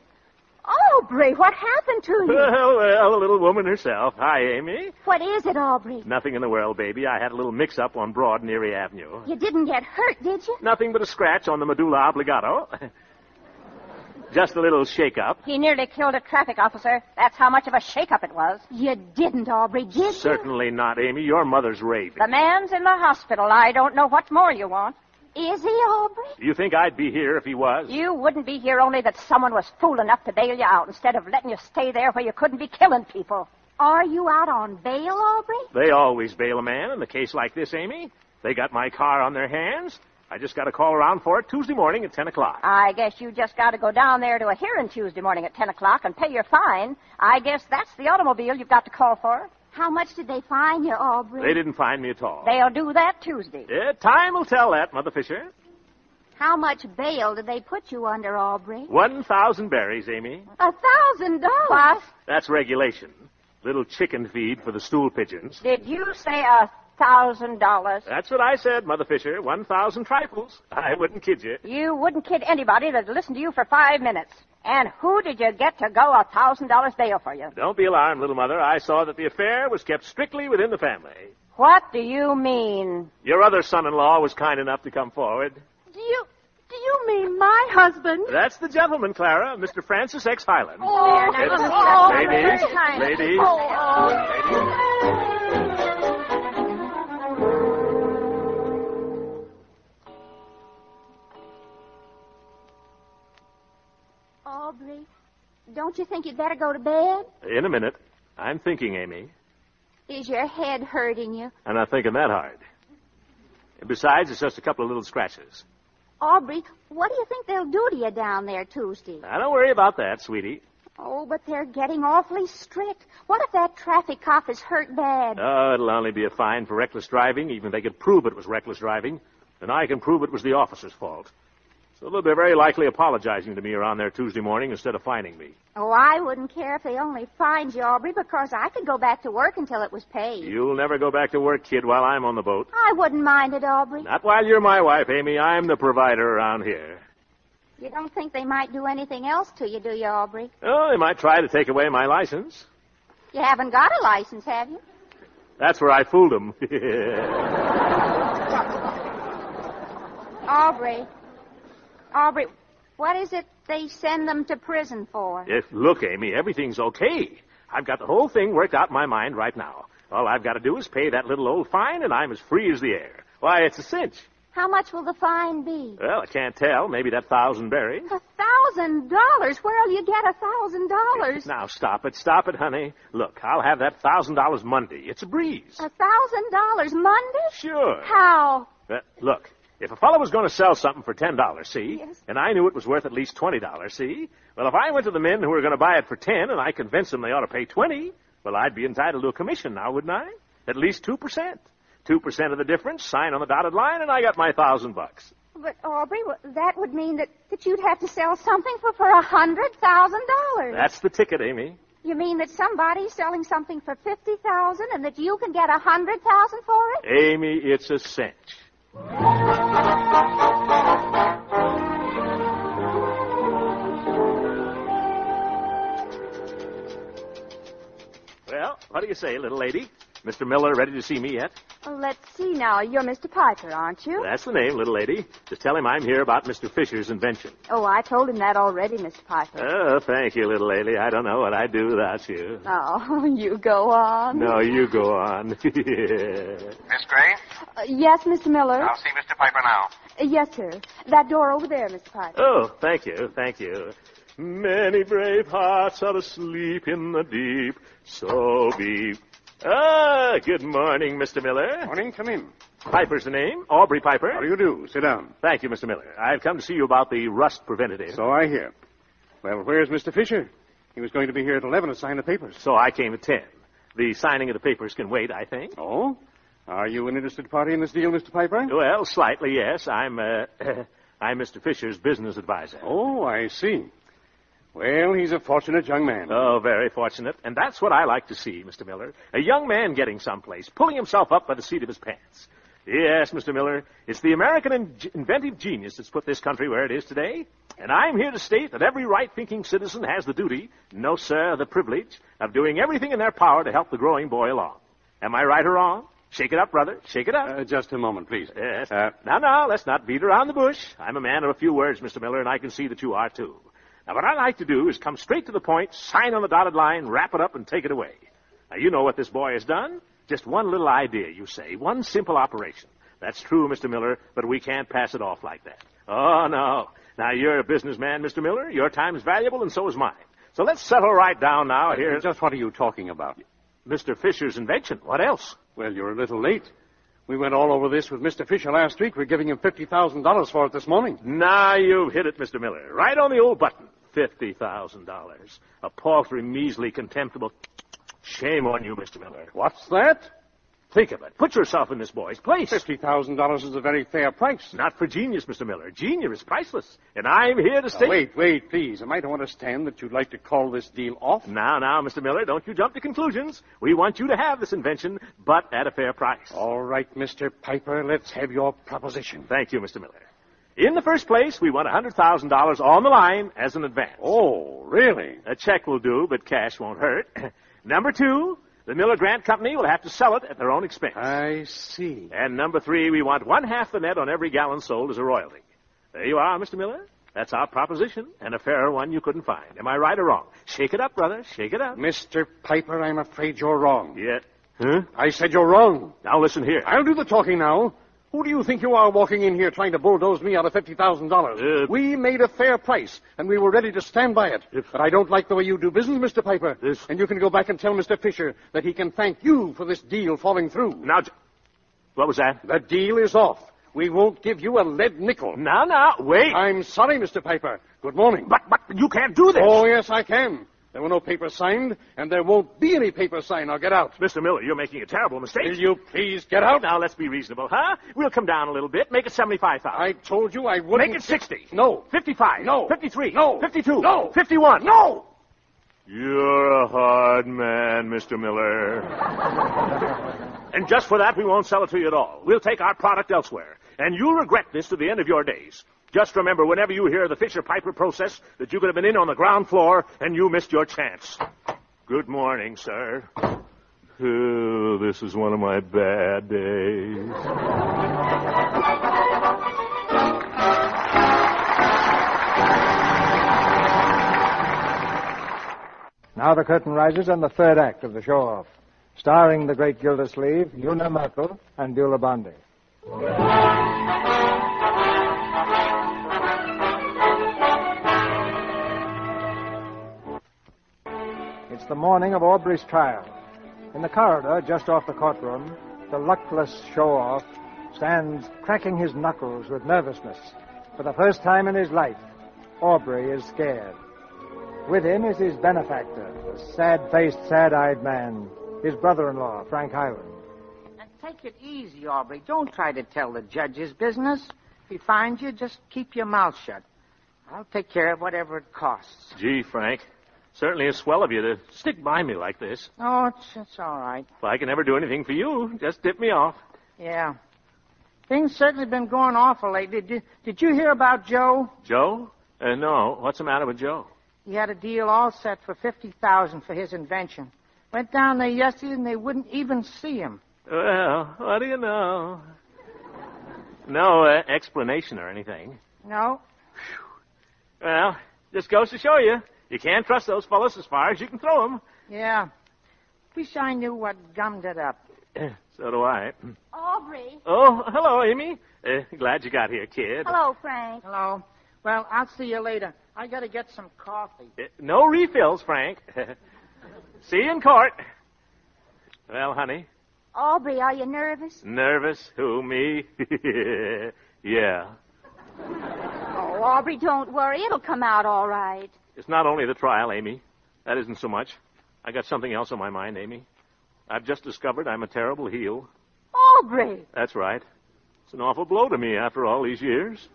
S7: Aubrey, what happened to you?
S10: Well, well, a little woman herself. Hi, Amy.
S5: What is it, Aubrey?
S10: Nothing in the world, baby. I had a little mix up on Broad and Erie Avenue.
S5: You didn't get hurt, did you?
S10: Nothing but a scratch on the medulla oblongata. Just a little shake up.
S6: He nearly killed a traffic officer. That's how much of a shakeup it was.
S5: You didn't, Aubrey, did you?
S10: Certainly not, Amy. Your mother's raving.
S6: The man's in the hospital. I don't know what more you want.
S5: Is he, Aubrey?
S10: Do you think I'd be here if he was?
S6: You wouldn't be here only that someone was fool enough to bail you out instead of letting you stay there where you couldn't be killing people.
S5: Are you out on bail, Aubrey?
S10: They always bail a man in a case like this, Amy. They got my car on their hands. I just got to call around for it Tuesday morning at 10 o'clock.
S6: I guess you just got to go down there to a hearing Tuesday morning at 10 o'clock and pay your fine. I guess that's the automobile you've got to call for.
S5: How much did they fine you, Aubrey?
S10: They didn't find me at all.
S6: They'll do that Tuesday.
S10: Yeah, time will tell that, Mother Fisher.
S5: How much bail did they put you under, Aubrey?
S10: 1,000 berries, Amy.
S5: A thousand dollars.
S10: That's regulation. Little chicken feed for the stool pigeons.
S6: Did you say a thousand dollars?
S10: That's what I said, Mother Fisher. 1,000 trifles. I wouldn't kid you.
S6: You wouldn't kid anybody that'd listen to you for five minutes. And who did you get to go a thousand dollars bail for you?
S10: Don't be alarmed, little mother. I saw that the affair was kept strictly within the family.
S6: What do you mean?
S10: Your other son-in-law was kind enough to come forward.
S7: Do you do you mean my husband?
S10: That's the gentleman, Clara, Mr. Francis X. Highland.
S7: Oh,
S10: Yes.
S7: oh,
S10: ladies,
S7: oh,
S10: ladies,
S5: Aubrey, don't you think you'd better go to bed?
S10: In a minute. I'm thinking, Amy,
S5: Is your head hurting you?
S10: I'm not thinking that hard. Besides, it's just a couple of little scratches.
S5: Aubrey, what do you think they'll do to you down there Tuesday?
S10: Now, don't worry about that, sweetie.
S5: Oh, but they're getting awfully strict. What if that traffic cop is hurt bad?
S10: Oh, it'll only be a fine for reckless driving, even if they could prove it was reckless driving. And I can prove it was the officer's fault. So they'll be very likely apologizing to me around there Tuesday morning instead of fining me.
S5: Oh, I wouldn't care if they only fined you, Aubrey, because I could go back to work until it was paid.
S10: You'll never go back to work, kid, while I'm on the boat.
S5: I wouldn't mind it, Aubrey.
S10: Not while you're my wife, Amy. I'm the provider around here.
S5: You don't think they might do anything else to you, do you, Aubrey?
S10: Oh, they might try to take away my license.
S5: You haven't got a license, have you?
S10: That's where I fooled them.
S5: Aubrey. Aubrey, what is it they send them to prison for?
S10: if, look, Amy, everything's okay. I've got the whole thing worked out in my mind right now. All I've got to do is pay that little old fine, and I'm as free as the air. Why, it's a cinch.
S5: How much will the fine be?
S10: Well, I can't tell. Maybe that thousand berries.
S5: A thousand dollars? Where'll you get a thousand dollars?
S10: Now, stop it. Stop it, honey. Look, I'll have that thousand dollars Monday. It's a breeze.
S5: A thousand dollars Monday?
S10: Sure.
S5: How?
S10: Uh, look, if a fellow was going to sell something for ten dollars, see,
S5: Yes.
S10: and I knew it was worth at least twenty dollars, see, well, if I went to the men who were going to buy it for ten and I convinced them they ought to pay twenty, well, I'd be entitled to a commission now, wouldn't I? At least two percent. Two percent of the difference, sign on the dotted line, and I got my thousand bucks.
S5: But Aubrey, wh- that would mean that, that you'd have to sell something for for a hundred thousand dollars.
S10: That's the ticket, Amy.
S5: You mean that somebody's selling something for fifty thousand and that you can get a hundred thousand for it?
S10: Amy, it's a cinch. Well, what do you say, little lady? Mr. Miller, ready to see me yet?
S5: Well, let's see now. You're Mr. Piper, aren't you?
S10: That's the name, little lady. Just tell him I'm here about Mr. Fisher's invention.
S5: Oh, I told him that already, Mr. Piper.
S10: Oh, thank you, little lady. I don't know what I'd do without you.
S5: Oh, you go on.
S10: No, you go on. yeah.
S14: Miss Gray,
S5: Uh, yes, Mr. Miller.
S14: I'll see Mr. Piper now.
S5: Uh, yes, sir. That door over there, Mr. Piper.
S10: Oh, thank you, thank you. Many brave hearts are asleep in the deep, so be. Ah, good morning, Mr. Miller. Morning, come in. Piper's the name, Aubrey Piper. How do you do? Sit down. Thank you, Mr. Miller. I've come to see you about the rust preventative.
S8: So I hear. Well, where's Mr. Fisher? He was going to be here at 11 to sign the papers.
S10: So I came at 10. The signing of the papers can wait, I think.
S8: Oh? Are you an interested party in this deal, Mr. Piper?
S10: Well, slightly, yes. I'm, uh, I'm Mr. Fisher's business advisor.
S8: Oh, I see. Well, he's a fortunate young man.
S10: Oh, very fortunate. And that's what I like to see, Mr. Miller. A young man getting someplace, pulling himself up by the seat of his pants. Yes, Mr. Miller, it's the American in- inventive genius that's put this country where it is today. And I'm here to state that every right thinking citizen has the duty, no, sir, the privilege, of doing everything in their power to help the growing boy along. Am I right or wrong? Shake it up, brother. Shake it up.
S8: Uh, just a moment, please. Uh,
S10: Yes. now, now, let's not beat around the bush. I'm a man of a few words, Mr. Miller, and I can see that you are too. Now, what I like to do is come straight to the point, sign on the dotted line, wrap it up, and take it away. Now, you know what this boy has done. Just one little idea, you say. One simple operation. That's true, Mr. Miller, but we can't pass it off like that. Oh, no. Now, you're a businessman, Mr. Miller. Your time's valuable, and so is mine. So let's settle right down now here.
S8: Uh, Just what are you talking about?
S10: Mr. Fisher's invention. What else?
S8: Well, you're a little late. We went all over this with Mr. Fisher last week. We're giving him $50,000 for it this morning.
S10: Now you've hit it, Mr. Miller. Right on the old button. Fifty thousand dollars. A paltry, measly, contemptible. Shame on you, Mr. Miller.
S8: What's that?
S10: Think of it. Put yourself in this boy's place.
S8: Fifty thousand dollars is a very fair price.
S10: Not for genius, Mr. Miller. Genius is priceless, and I'm here to
S8: Now,
S10: stay.
S8: wait, wait, please. Am I to understand that you'd like to call this deal off?
S10: Now, now, Mr. Miller, don't you jump to conclusions. We want you to have this invention, but at a fair price.
S8: All right, Mr. Piper, let's have your proposition.
S10: Thank you, Mr. Miller. In the first place, we want $100,000 on the line as an advance.
S8: Oh, really?
S10: A check will do, but cash won't hurt. number two, the Miller Grant Company will have to sell it at their own expense.
S8: I see.
S10: And number three, we want one half the net on every gallon sold as a royalty. There you are, Mr. Miller. That's our proposition, and a fairer one you couldn't find. Am I right or wrong? Shake it up, brother. Shake it up.
S8: Mr. Piper, I'm afraid you're wrong.
S10: Yeah. Huh?
S8: I said you're wrong.
S10: Now listen here.
S8: I'll do the talking now. Who do you think you are walking in here trying to bulldoze me out of
S10: Uh,
S8: $50,000? we made a fair price, and we were ready to stand by it. but I don't like the way you do business, Mr. Piper. and you can go back and tell Mr. Fisher that he can thank you for this deal falling through.
S10: Now, what was that?
S8: The deal is off. We won't give you a lead nickel.
S10: Now, now, wait.
S8: I'm sorry, Mr. Piper. Good morning.
S10: But, but you can't do this.
S8: Oh, yes, I can. There were no papers signed, and there won't be any papers signed. Now get out.
S10: Mr. Miller, you're making a terrible mistake.
S8: Will you please get out?
S10: Now let's be reasonable, huh? We'll come down a little bit. Make it seventy-five thousand.
S8: I told you I wouldn't.
S10: Make it sixty.
S8: No.
S10: Fifty-five.
S8: No.
S10: Fifty-three.
S8: No.
S10: Fifty-two.
S8: No.
S10: Fifty-one.
S8: No!
S10: You're a hard man, Mr. Miller. and just for that, we won't sell it to you at all. We'll take our product elsewhere. And you'll regret this to the end of your days. Just remember, whenever you hear the Fisher Piper process, that you could have been in on the ground floor and you missed your chance. Good morning, sir. Oh, this is one of my bad days.
S4: Now the curtain rises on the third act of the show off, starring the great Gildersleeve, Una Merkel, and Beulah Bondi. It's the morning of Aubrey's trial. In the corridor just off the courtroom, the luckless show off stands cracking his knuckles with nervousness. For the first time in his life, Aubrey is scared. With him is his benefactor, the sad faced, sad eyed man, his brother in law, Frank Highland.
S13: And take it easy, Aubrey. Don't try to tell the judge his business. If he finds you, just keep your mouth shut. I'll take care of whatever it costs.
S10: Gee, Frank, certainly is swell of you to stick by me like this.
S13: Oh, it's, it's all right.
S10: If I can ever do anything for you, just dip me off.
S13: Yeah. Things certainly been going awful lately. Did, did you hear about Joe?
S10: Joe? Uh, no. What's the matter with Joe?
S13: He had a deal all set for 50000 for his invention.
S15: Went down there yesterday and they wouldn't even see him.
S10: Well, what do you know? No uh, explanation or anything.
S15: No?
S10: Well, just goes to show you, you can't trust those fellas as far as you can throw them.
S15: Yeah. Wish I knew what gummed it up.
S10: So do I.
S5: Aubrey.
S10: Oh, hello, Amy. Uh, glad you got here, kid.
S5: Hello, Frank.
S15: Hello. Well, I'll see you later. I gotta get some coffee.
S10: Uh, no refills, Frank. See you in court. Well, honey,
S5: Aubrey, are you nervous?
S10: nervous? Who, me? yeah.
S5: Oh, Aubrey, don't worry. It'll come out all right.
S10: It's not only the trial, Amy. That isn't so much. I got something else on my mind, Amy. I've just discovered I'm a terrible heel.
S5: Aubrey,
S10: That's right. It's an awful blow to me after all these years.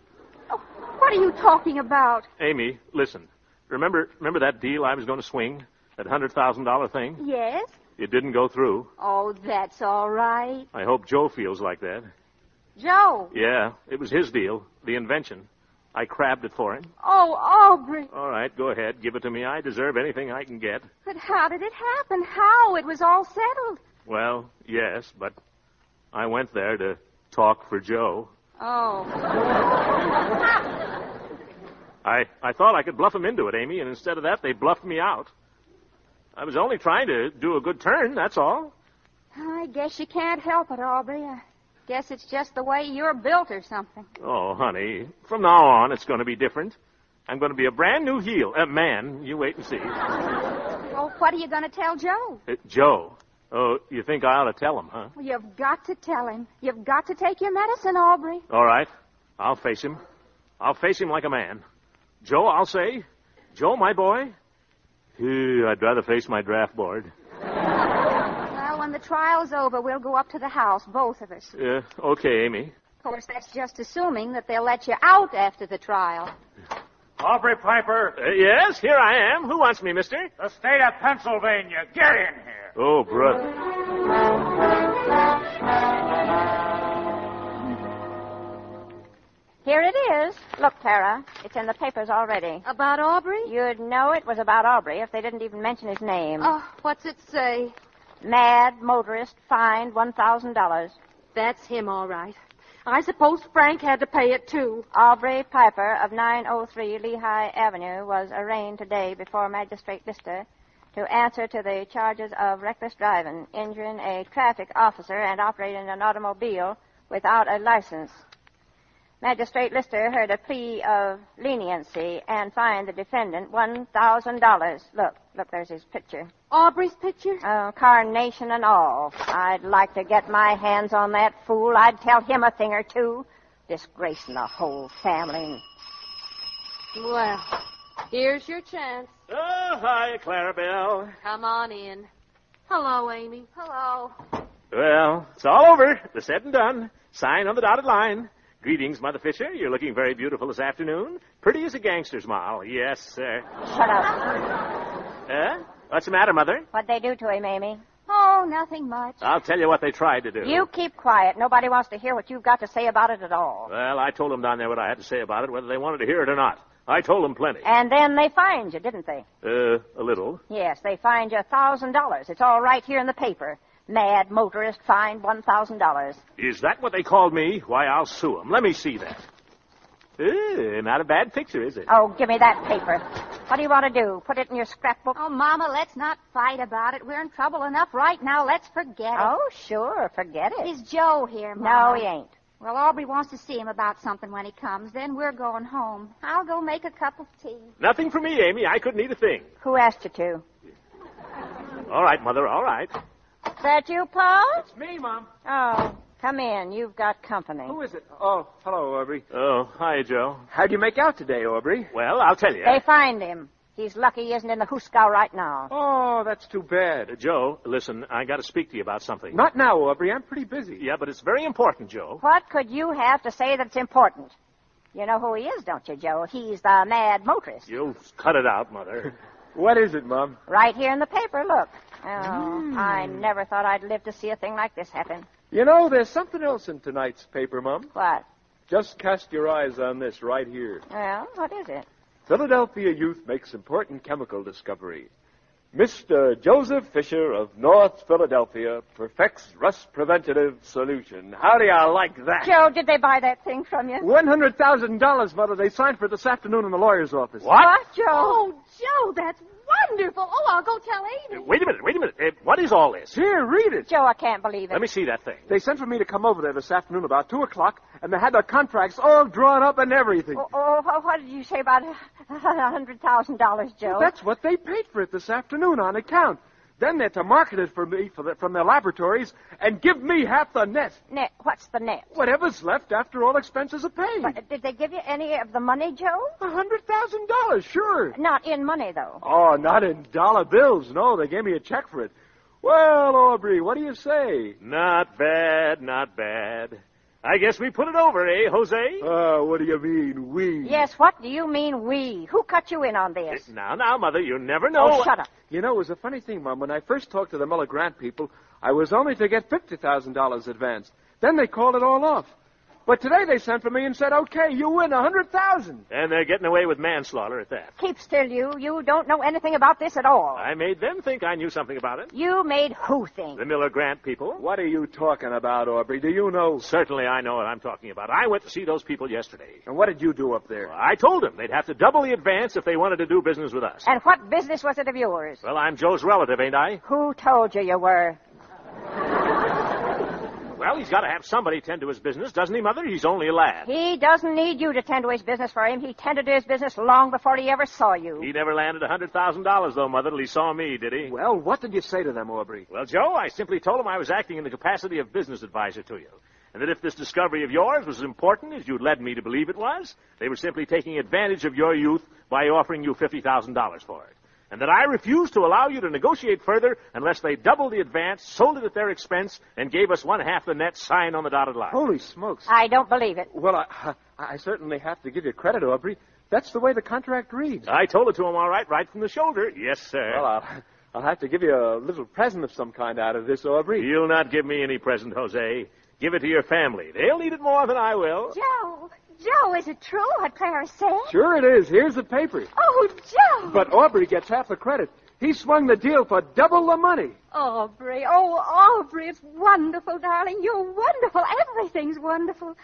S5: what are you talking about?
S10: Amy, listen. Remember, remember that deal I was going to swing? That hundred thousand dollar thing?
S5: Yes?
S10: It didn't go through.
S5: Oh, that's all right.
S10: I hope Joe feels like that.
S5: Joe.
S10: Yeah, it was his deal, the invention. I crabbed it for him.
S5: Oh, Aubrey.
S10: All right, go ahead, give it to me. I deserve anything I can get.
S5: But how did it happen? How? It was all settled.
S10: Well, yes, but I went there to talk for Joe.
S5: Oh.
S10: I I thought I could bluff him into it, Amy, and instead of that, they bluffed me out. I was only trying to do a good turn, that's all.
S5: I guess you can't help it, Aubrey. I guess it's just the way you're built or something.
S10: Oh, honey, from now on it's going to be different. I'm going to be a brand new heel. Uh, man, you wait and see.
S5: Well, what are you going to tell Joe?
S10: Uh, Joe. Oh, you think I ought to tell him, huh?
S5: Well, You've got to tell him. You've got to take your medicine, Aubrey.
S10: All right. I'll face him. I'll face him like a man. Joe, I'll say. Joe, my boy. Phew, I'd rather face my draft board.
S5: Well, when the trial's over, we'll go up to the house, both of us.
S10: Uh, okay, Amy.
S5: Of course, that's just assuming that they'll let you out after the trial.
S13: Aubrey Piper.
S10: Uh, yes, here I am. Who wants me, mister?
S13: The state of Pennsylvania. Get in here.
S10: Oh, brother.
S6: Here it is. Look, Clara, it's in the papers already. About Aubrey? You'd know it was about Aubrey if they didn't even mention his name.
S7: Oh, what's it say?
S6: Mad motorist fined $1,000.
S7: That's him, all right. I suppose Frank had to pay it, too.
S6: Aubrey Piper of 903 Lehigh Avenue was arraigned today before Magistrate Lister to answer to the charges of reckless driving, injuring a traffic officer, and operating an automobile without a license. Magistrate Lister heard a plea of leniency and fined the defendant $1,000. Look, look, there's his picture.
S7: Aubrey's picture?
S6: Oh, carnation and all. I'd like to get my hands on that fool. I'd tell him a thing or two. Disgracing the whole family.
S7: Well, here's your chance.
S10: Oh, hi, Clarabelle.
S7: Come on in. Hello, Amy. Hello.
S10: Well, it's all over. The said and done. Sign on the dotted line. Greetings, Mother Fisher. You're looking very beautiful this afternoon. Pretty as a gangster's moll. Yes, sir.
S6: Shut up.
S10: Eh? What's the matter, Mother?
S6: What'd they do to him, Amy?
S5: Oh, nothing much.
S10: I'll tell you what they tried to do.
S6: You keep quiet. Nobody wants to hear what you've got to say about it at all.
S10: Well, I told them down there what I had to say about it, whether they wanted to hear it or not. I told them plenty.
S6: And then they fined you, didn't they?
S10: Uh, a little.
S6: Yes, they fined you a thousand dollars. It's all right here in the paper. Mad motorist fined one thousand dollars.
S10: Is that what they called me? Why, I'll sue them. Let me see that. Eh, not a bad picture, is it?
S6: Oh, give me that paper. What do you want to do? Put it in your scrapbook?
S5: Oh, Mama, let's not fight about it. We're in trouble enough right now. Let's forget it.
S6: Oh, sure, forget it.
S5: Is Joe here,
S6: No,
S5: Mama?
S6: he ain't.
S5: Well, Aubrey wants to see him about something when he comes. Then we're going home. I'll go make a cup of tea.
S10: Nothing for me, Amy. I couldn't eat a thing.
S6: Who asked you to?
S10: All right, Mother, all right.
S6: That you, Paul?
S16: It's me, Mom.
S6: Oh, come in. You've got company.
S16: Who is it? Oh, hello, Aubrey.
S10: Oh, hi, Joe.
S9: How'd you make out today, Aubrey?
S10: Well, I'll tell you.
S6: They fined him. He's lucky he isn't in the Huskow right now.
S9: Oh, that's too bad.
S10: Uh, Joe, listen, I got to speak to you about something.
S9: Not now, Aubrey. I'm pretty busy.
S10: Yeah, but it's very important, Joe.
S6: What could you have to say that's important? You know who he is, don't you, Joe? He's the mad motorist.
S10: You'll cut it out, Mother.
S9: What is it, Mom?
S6: Right here in the paper, look. Oh, I
S9: Hmm.
S6: never thought I'd live to see a thing like this happen.
S9: You know, there's something else in tonight's paper, Mom.
S6: What?
S9: Just cast your eyes on this right here.
S6: Well, what is it?
S9: Philadelphia youth makes important chemical discovery. Mr. Joseph Fisher of North Philadelphia perfects rust preventative solution. How do you like that?
S6: Joe, did they buy that thing from you?
S9: $100,000, Mother. They signed for it this afternoon in the lawyer's office.
S6: Joe?
S7: Oh, Joe, that's wonderful. Oh, I'll go tell Amy.
S10: Wait a minute, wait a minute. Eh, what is all this?
S9: Here, read it.
S6: Joe, I can't believe it.
S10: Let me see that thing.
S9: They sent for me to come over there this afternoon about 2 o'clock, and they had their contracts all drawn up and everything.
S6: Oh, oh, oh, what did you say about a hundred thousand dollars, Joe?
S9: That's what they paid for it this afternoon on account. Then they're to market it for me for the, from their laboratories and give me half the net.
S6: net. What's the net?
S9: Whatever's left after all expenses are paid.
S6: But did they give you any of the money, Joe?
S9: A hundred thousand dollars, sure.
S6: Not in money, though.
S9: Oh, not in dollar bills. No, they gave me a check for it. Well, Aubrey, what do you say?
S10: Not bad, not bad. I guess we put it over, eh, Jose?
S9: Uh, what do you mean, we?
S6: Yes, what do you mean we? Who cut you in on this?
S10: Now, now, Mother, you never know.
S6: Oh, shut up.
S9: You know, it was a funny thing, Mom. When I first talked to the Muller Grant people, I was only to get $50,000 advance. Then they called it all off. But today they sent for me and said, okay, you win a 100000
S10: And they're getting away with manslaughter at that.
S6: Keep still, you. You don't know anything about this at
S9: Oh.
S6: all.
S10: I made them think I knew something about it.
S6: You made who think?
S10: The Miller Grant people.
S9: What are you talking about, Aubrey? Do you know?
S10: Certainly I know what I'm talking about. I went to see those people yesterday.
S9: And what did you do up there?
S10: I told them they'd have to double the advance if they wanted to do business with us.
S6: And what business was it of yours?
S10: Well, I'm Joe's relative, ain't I?
S6: Who told you you were?
S10: Well, he's got to have somebody tend to his business, doesn't he, Mother? He's only a lad.
S6: He doesn't need you to tend to his business for him. He tended to his business long before he ever saw you.
S10: He never landed a $100,000, though, Mother, till he saw me, did he?
S9: Well, what did you say to them, Aubrey?
S10: Well, Joe, I simply told him I was acting in the capacity of business advisor to you. And that if this discovery of yours was as important as you led me to believe it was, they were simply taking advantage of your youth by offering you $50,000 for it. And that I refused to allow you to negotiate further unless they doubled the advance, sold it at their expense, and gave us one half the net sign on the dotted line.
S9: Holy smokes.
S6: I don't believe it.
S9: Oh, Well, I, I certainly have to give you credit, Aubrey. That's the way the contract reads.
S10: I told it to him all right, right from the shoulder. Yes, sir.
S9: Well, I'll, I'll have to give you a little present of some kind out of this, uh, Aubrey.
S10: You'll not give me any present, Jose. Give it to your family. They'll need it more than I will.
S5: Joe, Joe, is it true what Clara said?
S9: Sure it is. Here's the paper.
S5: Oh, Joe!
S9: But Aubrey gets half the credit. He swung the deal for double the money.
S7: Aubrey, oh, Aubrey, it's wonderful, darling. You're wonderful. Everything's wonderful.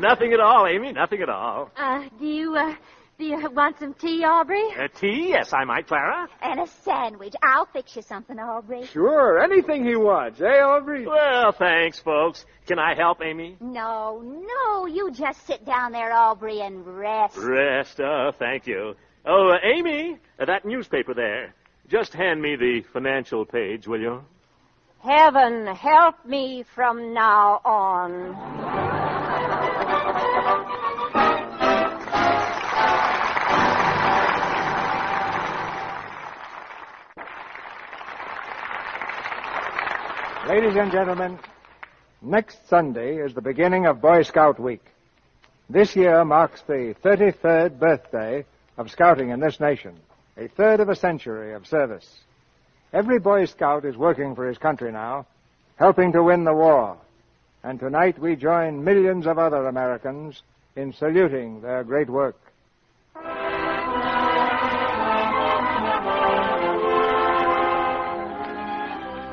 S10: Nothing at all, Amy. Nothing at all.
S7: Uh, do you, uh, do you want some tea, Aubrey?
S10: Uh, tea? Yes, I might, Clara.
S5: And a sandwich. I'll fix you something, Aubrey.
S9: Sure, anything he wants, eh, Aubrey?
S10: Well, thanks, folks. Can I help, Amy?
S5: No, no, you just sit down there, Aubrey, and rest.
S10: Rest. Oh, thank you. Oh, uh, Amy, uh, that newspaper there. Just hand me the financial page, will you?
S6: Heaven help me from now on.
S4: Ladies and gentlemen, next Sunday is the beginning of Boy Scout Week. This year marks the 33rd birthday of scouting in this nation, a third of a century of service. Every Boy Scout is working for his country now, helping to win the war. And tonight we join millions of other Americans in saluting their great work.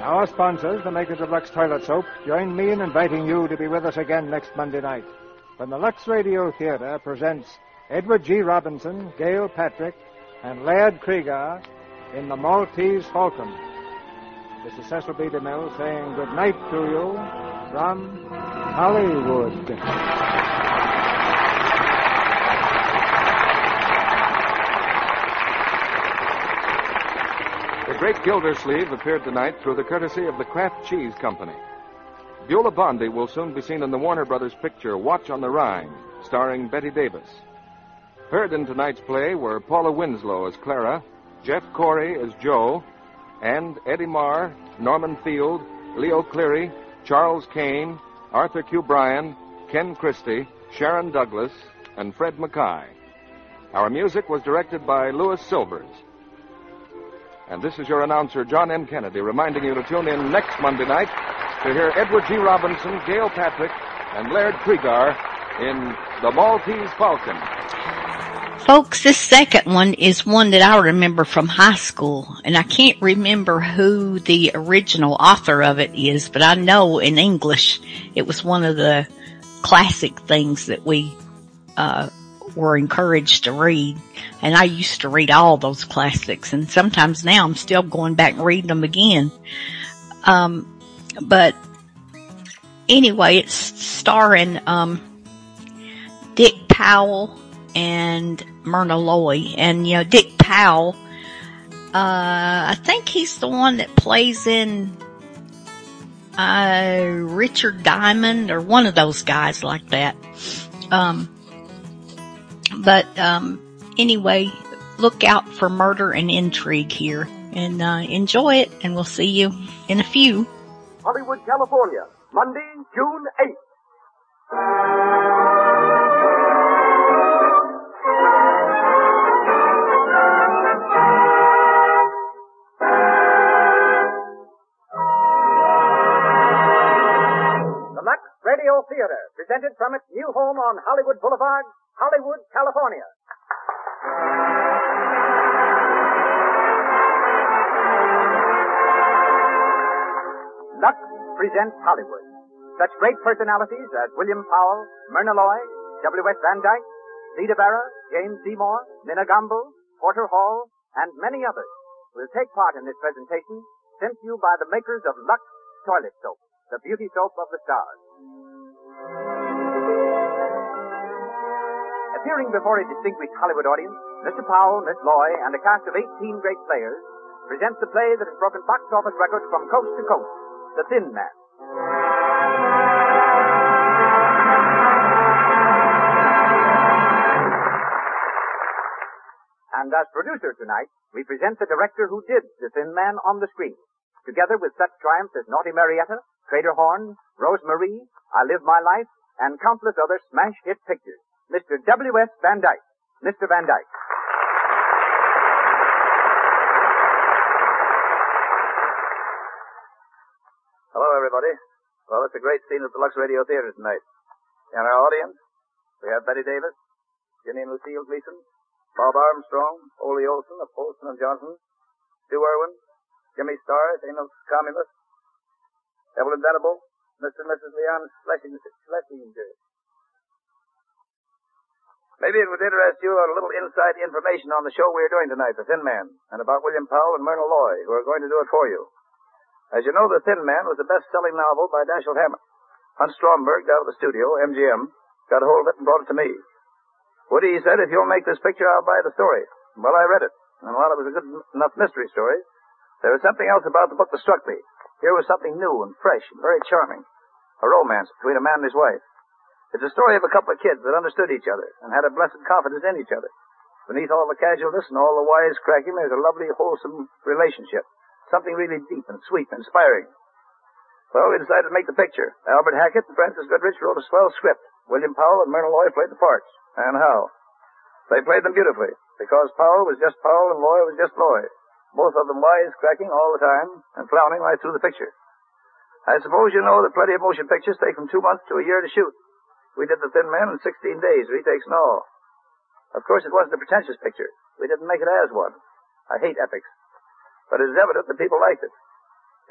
S4: Our sponsors, the makers of Lux Toilet Soap, join me in inviting you to be with us again next Monday night when the Lux Radio Theater presents Edward G. Robinson, Gail Patrick, and Laird Krieger in The Maltese Falcon. This is Cecil B. DeMille saying good night to you from Hollywood.
S17: The Great Gildersleeve appeared tonight through the courtesy of the Kraft Cheese Company. Beulah Bondi will soon be seen in the Warner Brothers picture Watch on the Rhine, starring Betty Davis. Heard in tonight's play were Paula Winslow as Clara, Jeff Corey as Joe, and Eddie Marr, Norman Field, Leo Cleary, Charles Kane, Arthur Q. Bryan, Ken Christie, Sharon Douglas, and Fred Mackay. Our music was directed by Louis Silvers. And this is your announcer, John M. Kennedy, reminding you to tune in next Monday night to hear Edward G. Robinson, Gail Patrick, and Laird Kriegar in The Maltese Falcon.
S1: Folks, this second one is one that I remember from high school, and I can't remember who the original author of it is, but I know in English it was one of the classic things that we uh, were encouraged to read. And I used to read all those classics, and sometimes now I'm still going back and reading them again. Um, but anyway, it's starring um, Dick Powell and Myrna Loy. And, you know, Dick Powell, uh, I think he's the one that plays in, uh, Richard Diamond or one of those guys like that. Um, but, um, anyway, look out for murder and intrigue here and, uh, enjoy it and we'll see you in a few.
S18: Hollywood, California, Monday, June 8th.
S19: The Lux Radio Theater, presented from its new home on Hollywood Boulevard, Hollywood, California. Lux presents Hollywood. Such great personalities as William Powell, Myrna Loy, W.S. Van Dyke, Lita Barra, James Seymour, Minna Gumbel, Porter Hall, and many others will take part in this presentation sent to you by the makers of Lux Toilet Soap, the beauty soap of the stars. Appearing before a distinguished Hollywood audience, Mr. Powell, Miss Loy, and a cast of 18 great players presents the play that has broken box office records from coast to coast, The Thin Man. And as producer tonight, we present the director who did The Thin Man on the screen, together with such triumphs as Naughty Marietta, Trader Horn, Rose Marie, I Live My Life, and countless other smash hit pictures. Mr. W.S. Van Dyke. Mr. Van Dyke.
S20: Hello, everybody. Well, it's a great scene at the Lux Radio Theater tonight. In our audience, we have Betty Davis, Jimmy and Lucille Gleason, Bob Armstrong, Ole Olson of Olson and Johnson, Stu Irwin, Jimmy Starr, famous communist, Evelyn Venable, Mr. and Mrs. Leon Schlesing- Schlesinger. Maybe it would interest you on a little inside information on the show we're doing tonight, The Thin Man, and about William Powell and Myrna Loy, who are going to do it for you. As you know, The Thin Man was the best-selling novel by Dashiell Hammett. Hunt Stromberg, down at the studio, MGM, got a hold of it and brought it to me. Woody, he said, if you'll make this picture, I'll buy the story. Well, I read it, and while it was a good enough mystery story, there was something else about the book that struck me. Here was something new and fresh and very charming. A romance between a man and his wife. It's a story of a couple of kids that understood each other and had a blessed confidence in each other. Beneath all the casualness and all the wisecracking, there's a lovely, wholesome relationship. Something really deep and sweet and inspiring. Well, we decided to make the picture. Albert Hackett and Francis Goodrich wrote a swell script. William Powell and Myrna Loy played the parts. And how? They played them beautifully, because Powell was just Powell and Loy was just Loy. Both of them wisecracking all the time and clowning right through the picture. I suppose you know that plenty of motion pictures take from two months to a year to shoot. We did The Thin Man in 16 days, retakes and all. Of course, it wasn't a pretentious picture. We didn't make it as one. I hate epics. But it is evident that people liked it.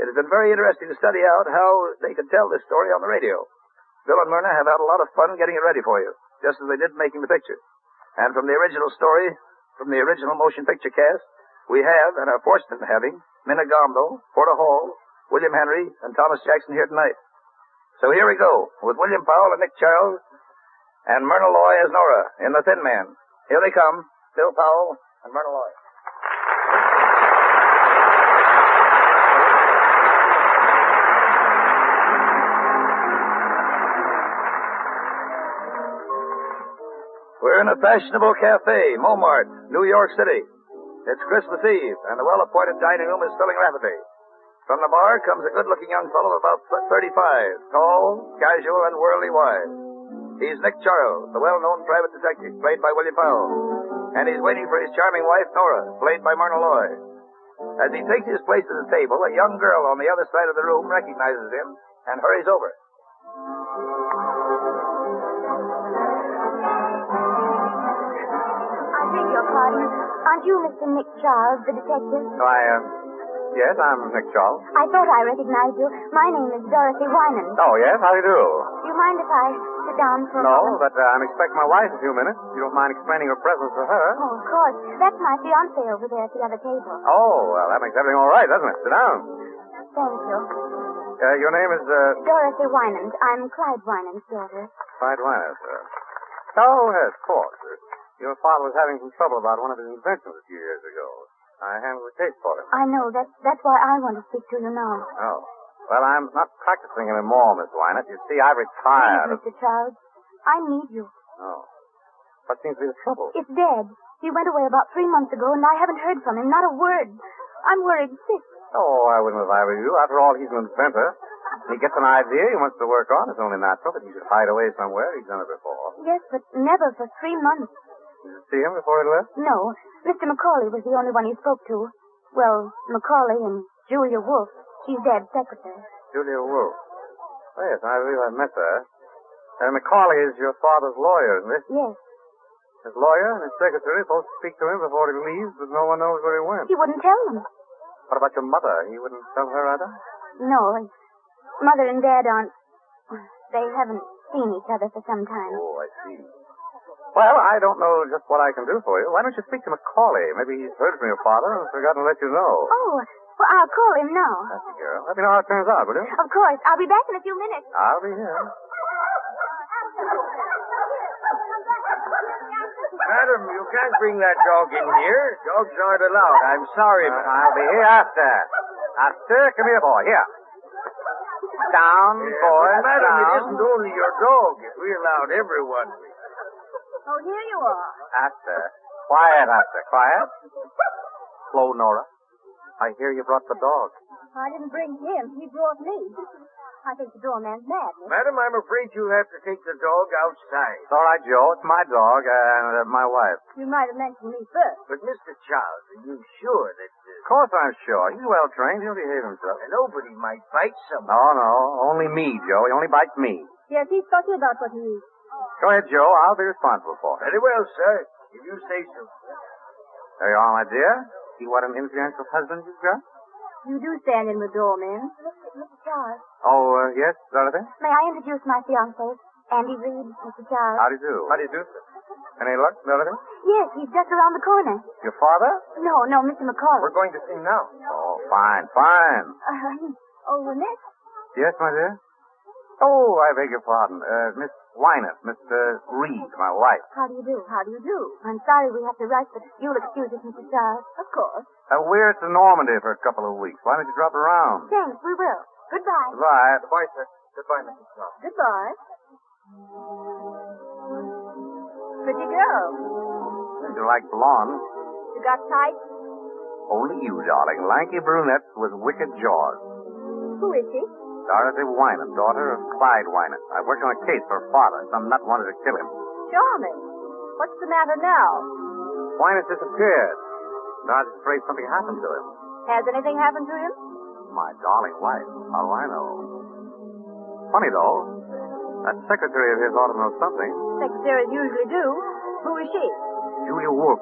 S20: It has been very interesting to study out how they could tell this story on the radio. Bill and Myrna have had a lot of fun getting it ready for you, just as they did making the picture. And from the original story, from the original motion picture cast, we have, and are fortunate in having, Minna Gombo, Porter Hall, William Henry, and Thomas Jackson here tonight. So here we go, with William Powell and Nick Charles, and Myrna Loy as Nora in The Thin Man. Here they come, Bill Powell and Myrna Loy. We're in a fashionable cafe, Momart, New York City. It's Christmas Eve, and the well-appointed dining room is filling rapidly. From the bar comes a good-looking young fellow of about 35, tall, casual, and worldly wise. He's Nick Charles, the well-known private detective, played by William Powell. And he's waiting for his charming wife, Nora, played by Myrna Loy. As he takes his place at the table, a young girl on the other side of the room recognizes him and hurries over.
S5: I
S21: Aren't you Mr. Nick Charles, the detective?
S22: I, uh, yes, I'm Nick Charles.
S21: I thought I recognized you. My name is Dorothy Wyman.
S22: Oh, yes, how do you do?
S21: Do you mind if I sit down for a
S22: No,
S21: moment?
S22: but uh, I'm expecting my wife in a few minutes. If you don't mind explaining your presence to her.
S21: Oh, of course. That's my fiance over there at the other table.
S22: Oh, well, that makes everything all right, doesn't it? Sit down.
S21: Thank you.
S22: Uh, your name is, uh,
S21: Dorothy Winans. I'm Clyde Winans' daughter.
S22: Clyde Weiner, sir. Oh, yes, of course. Uh, Your father was having some trouble about one of his inventions a few years ago. I handled the case for him.
S21: I know. That's, that's why I want to speak to you now.
S22: Oh. Well, I'm not practicing anymore, Miss Wynette. You see, I retired.
S21: Please, Mr. Charles, I need you.
S22: Oh. What seems to be the trouble?
S21: It's Dad. He went away about three months ago, and I haven't heard from him. Not a word. I'm worried sick.
S22: Oh, I wouldn't if I were you. After all, he's an inventor. He gets an idea he wants to work on. It's only natural that he should hide away somewhere. He's done it before.
S21: Yes, but never for three months.
S22: Did you see him before he left?
S21: No, Mr. Macaulay was the only one he spoke to. Well, Macaulay and Julia Wolf. She's Dad's secretary.
S22: Julia Wolf. Oh, yes, I believe I met her. And Macaulay is your father's lawyer, isn't it?
S21: Yes.
S22: His lawyer and his secretary both speak to him before he leaves, but no one knows where he went.
S21: He wouldn't tell them.
S22: What about your mother? He wouldn't tell her either?
S21: No, and Mother and Dad aren't. They haven't seen each other for some time.
S22: Oh, I see. Well, I don't know just what I can do for you. Why don't you speak to Macaulay? Maybe he's heard from your father and forgotten to let you know.
S21: Oh, well, I'll call him now.
S22: That's the girl. Let me know how it turns out, will you?
S21: Of course. I'll be back in a few minutes.
S22: I'll be here.
S23: Madam, you can't bring that dog in here. Dogs aren't allowed. I'm sorry, but
S22: I'll be here after. After? Come here, boy. Here. Down,
S23: Yes,
S22: boy.
S23: but Madam,
S22: down.
S23: it isn't only your dog. If we allowed everyone.
S21: Oh, here you are.
S22: After. Quiet, After. Quiet. Slow, Nora. I hear you brought the dog.
S21: I didn't bring him. He brought me. I think the doorman's mad.
S23: Madam, I'm afraid you'll have to take the dog outside.
S22: It's all right, Joe. It's my dog and uh, my wife.
S21: You might have mentioned me first.
S23: But, Mr. Charles, are you sure that uh,
S22: Of course I'm sure. He's well trained. He'll behave himself.
S23: nobody might bite someone?
S22: No, no. Only me, Joe. He only bites me.
S21: Yes, he's talking about what he is.
S22: Go ahead, Joe. I'll be responsible for it.
S23: Very well, sir. If you say so.
S22: There you are, my dear. See what an influential husband you've got?
S21: You do stand in the doorman. Mr. Charles.
S22: Oh, uh, yes, Dorothy?
S21: May I introduce my fiancé, Andy Reed, Mr. Charles?
S22: How do you do? How do you do, sir? Any luck, Dorothy?
S21: Yes, he's just around the corner.
S22: Your father?
S21: No, no, Mr. McCall.
S22: We're going to see him now. Oh, fine, fine.
S21: Uh, oh, Lynette?
S22: Yes, my dear? Oh, I beg your pardon. Uh, Miss Wynant, Mr. Reed, my wife.
S21: How do you do? How do you do? I'm sorry we have to rush, but you'll excuse us, Mr. Charles. Of course.
S22: Uh, we're at the Normandy for a couple of weeks. Why don't you drop around?
S21: Thanks, we will. Goodbye.
S22: Oh. Goodbye. Goodbye, sir. Goodbye, Mrs. Charles.
S24: Goodbye. Pretty girl.
S22: You like blonde?
S24: You got tight?
S22: Only you, darling. Lanky brunettes with wicked jaws.
S24: Who is she?
S22: Dorothy Wyman, daughter of Clyde Wyman. I worked on a case for her father. Some nut wanted to kill him.
S24: Charming. What's the matter now?
S22: Wyman disappeared. Dorothy's afraid something happened to him.
S24: Has anything happened to him?
S22: My darling wife. How do I know? Funny, though. That secretary of his ought to know something.
S24: Secretaries usually do. Who is she?
S22: Julia Wolf.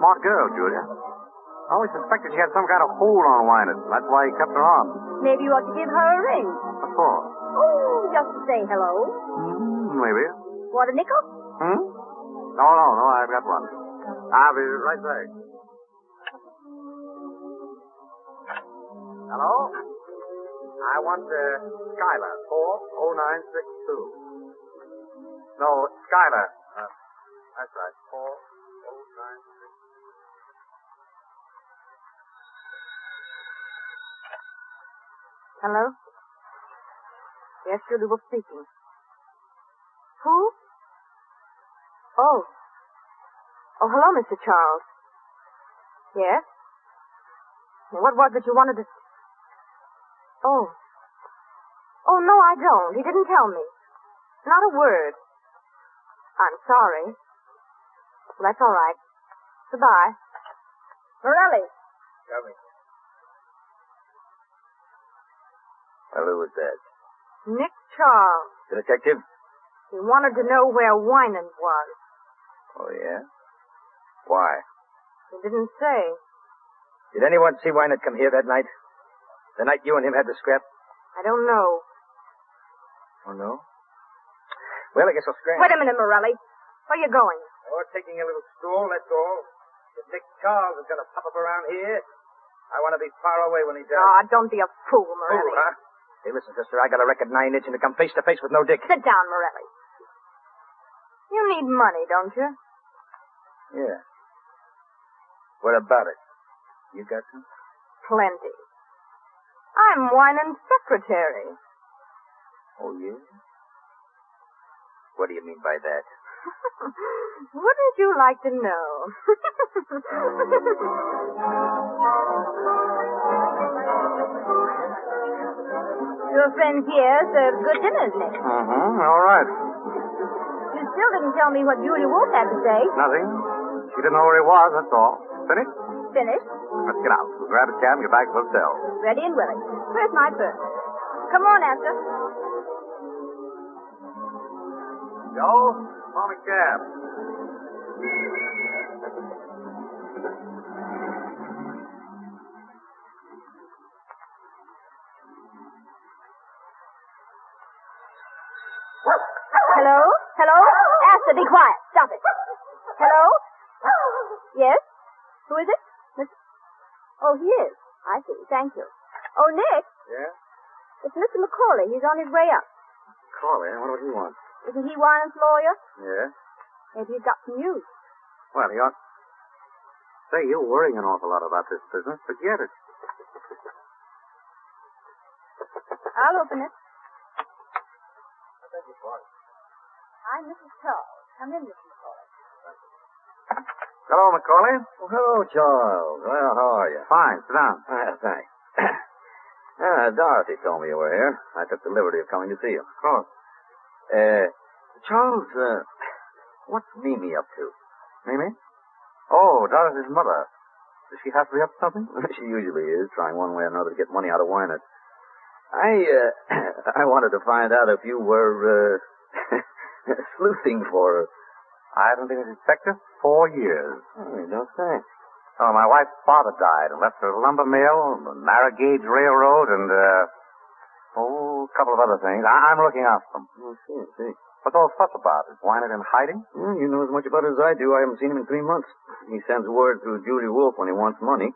S22: Smart girl, Julia. I always suspected she had some kind of hold on Wyman. That's why he kept her on.
S24: Maybe you ought to give her a ring.
S22: Of course.
S24: Oh, just to say hello.
S22: Hmm, Maybe.
S24: Want a nickel?
S22: Hmm? No, no, no. I've got one. I'll be right back. Hello? I want uh, Skyler, 40962. No, Skyler. Uh, that's right, 40962.
S24: Hello? Yes, Julie Wolf speaking. Who? Oh. Oh, hello, Mr. Charles. Yes? What was it you wanted to... Oh. Oh, no, I don't. He didn't tell me. Not a word. I'm sorry. Well, that's all right. Goodbye. Morelli.
S23: Coming. Well, who was that?
S24: Nick Charles.
S23: The detective?
S24: He wanted to know where Winans was.
S23: Oh, yeah? Why?
S21: He didn't say.
S22: Did anyone see Wynette come here that night? The night you and him had the scrap?
S21: I don't know.
S22: Oh, no? Well, I guess I'll scram.
S21: Wait a minute, Morelli. Where you going?
S19: Oh, taking a little stroll, that's all. If Nick Charles is going to pop up around here, I want to be far away when he does.
S21: Ah, don't be a fool, Morelli.
S22: Oh, huh? Hey, listen, sister, I got a record nine inch and to come face to face with no dick.
S21: Sit down, Morelli. You need money, don't you?
S22: Yeah. What about it? You got some?
S21: Plenty. I'm Winan's secretary.
S22: Oh, yeah? What do you mean by that?
S21: Wouldn't you like to know? Your friend Pierre serves good dinners, Nick.
S22: Uh-huh. All right.
S21: You still didn't tell me what Julia Wolf had to say.
S22: Nothing. She didn't know where he was, that's all. Finished?
S21: Finished.
S22: Let's get out. We'll grab a cab and get back to the hotel.
S21: Ready and willing. Where's my purse? Come on, Esther.
S19: Joe, form a cab.
S21: Hello? Hello? Esther, be quiet. Stop it. Hello? Yes? Who is it? Miss... Oh, he is. I see. Thank you. Oh, Nick,
S22: Yeah?
S21: it's Mr. McCauley. He's on his way up.
S22: Call him. What do you want?
S21: Isn't he Wyman's lawyer?
S22: Yeah?
S21: Maybe he's got some news.
S22: Well, he ought... Say, you're worrying an awful lot about this business. Forget it.
S21: I'll open it.
S22: Thank you,
S21: I'm Mrs. Charles. Come in, Mr. McCauley.
S22: Hello, Macaulay.
S24: Well, hello, Charles. Well, how are you?
S22: Fine. Sit down.
S24: Ah, thanks. ah, Dorothy told me you were here. I took the liberty of coming to see you. Of
S22: course.
S24: Uh, Charles, uh, what's Mimi up to?
S22: Mimi? Oh, Dorothy's mother. Does she have to be up to something?
S24: she usually is, trying one way or another to get money out of Wynette. I, uh, I wanted to find out if you were, uh, sleuthing for her.
S22: I haven't been a detective four years.
S24: Oh, you don't say.
S22: Oh, my wife's father died and left her a lumber mill, the narrow gauge railroad, and, uh, oh, a couple of other things. I- I'm looking out for them.
S24: Oh, see, I see.
S22: What's all the fuss about? Is Wynette in hiding?
S24: Well, you know as much about it as I do. I haven't seen him in three months. He sends word through Julie Wolf when he wants money.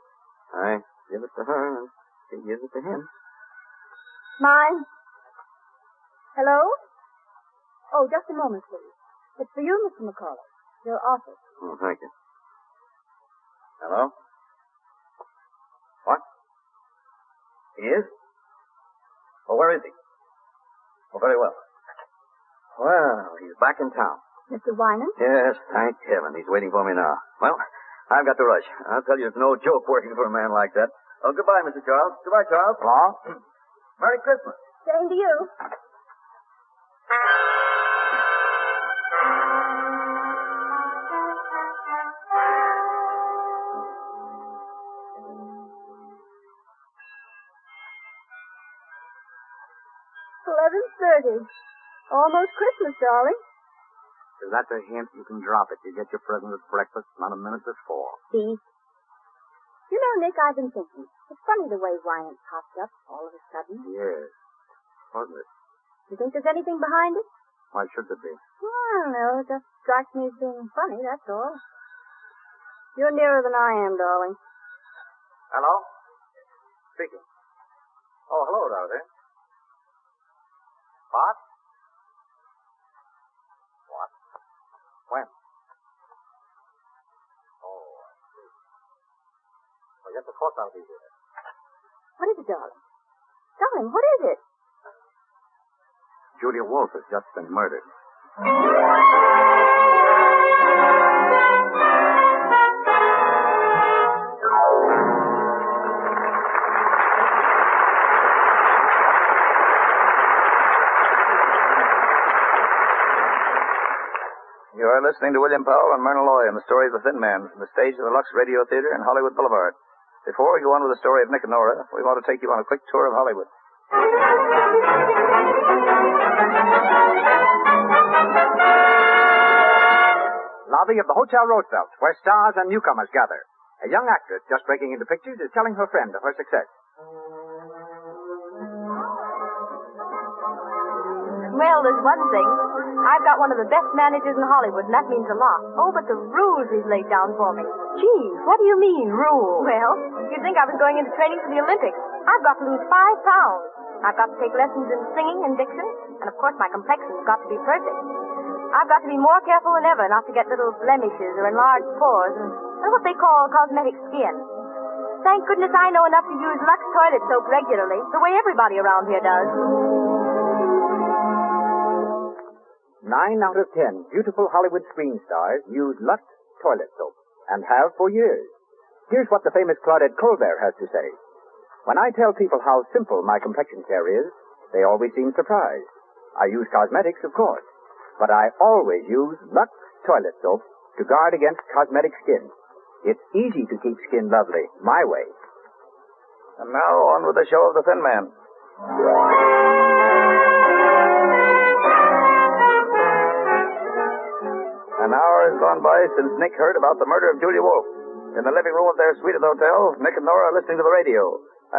S24: I give it to her, and she gives it to him.
S21: Mine? Hello? Oh, just a moment, please. It's for you, Mr. McCauley. Your office.
S24: Oh, thank you. Hello? What? He is? Oh, where is he? Oh, very well. Well, he's back in town.
S21: Mr. Wynan?
S24: Yes, thank heaven. He's waiting for me now. Well, I've got to rush. I'll tell you, it's no joke working for a man like that. Oh, goodbye, Mr. Charles. Goodbye, Charles. Hello? Merry Christmas.
S21: Same to you. Eleven thirty. Almost Christmas, darling.
S22: Is that the hint? You can drop it. You get your present at breakfast, not a minute before.
S21: Beef. You know, Nick, I've been thinking. It's funny the way Wyant popped up all of a sudden.
S22: Yes. Wasn't it?
S21: You think there's anything behind it?
S22: Why should there be?
S21: Well, I don't know. It just strikes me as being funny, that's all. You're nearer than I am, darling.
S22: Hello? Speaking. Oh, hello, Dorothy. What? What? When? Oh, I see. Well, yes, of course I'll be here.
S21: What is it, darling? Darling, what is it?
S22: Julia Wolf has just been murdered.
S20: You are listening to William Powell and Myrna Loy in the story of the Thin Man from the stage of the Lux Radio Theater in Hollywood Boulevard.
S22: Before we go on with the story of Nick and Nora, we want to take you on a quick tour of Hollywood. Lobby of the Hotel Roosevelt, where stars and newcomers gather.
S19: A young actress just breaking into pictures is telling her friend of her success.
S21: Well, there's one thing. I've got one of the best managers in Hollywood, and that means a lot. Oh, but the rules he's laid down for me. Gee, what do you mean, rules? Well, you'd think I was going into training for the Olympics. I've got to lose five pounds. I've got to take lessons in singing and diction, and of course my complexion's got to be perfect. I've got to be more careful than ever not to get little blemishes or enlarged pores and, and what they call cosmetic skin. Thank goodness I know enough to use Lux toilet soap regularly, the way everybody around here does.
S19: Nine out of ten beautiful Hollywood screen stars use Lux toilet soap and have for years. Here's what the famous Claudette Colbert has to say. When I tell people how simple my complexion care is, they always seem surprised. I use cosmetics, of course, but I always use Lux toilet soap to guard against cosmetic skin. It's easy to keep skin lovely my way.
S20: And now on with the show of the Thin Man. An hour has gone by since Nick heard about the murder of Julia Wolf. In the living room of their suite at the hotel, Nick and Nora are listening to the radio.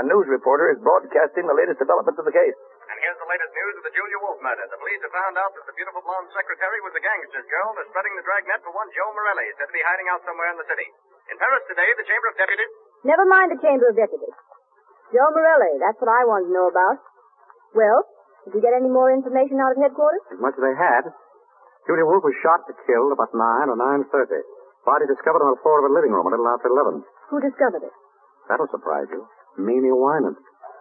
S20: A news reporter is broadcasting the latest developments of the case.
S25: And here's the latest news of the Julia Wolf matter. The police have found out that the beautiful blonde secretary was a gangster's girl and are spreading the dragnet for one Joe Morelli, said to be hiding out somewhere in the city. In Paris today, the Chamber of Deputies.
S21: Never mind the Chamber of Deputies. Joe Morelli, that's what I want to know about. Well, did you get any more information out of headquarters?
S22: As much as they had. Julia Wolf was shot and killed about 9 or 9.30. Body discovered on the floor of her living room a little after 11.
S21: Who discovered it?
S22: That'll surprise you. Mimi Wyman.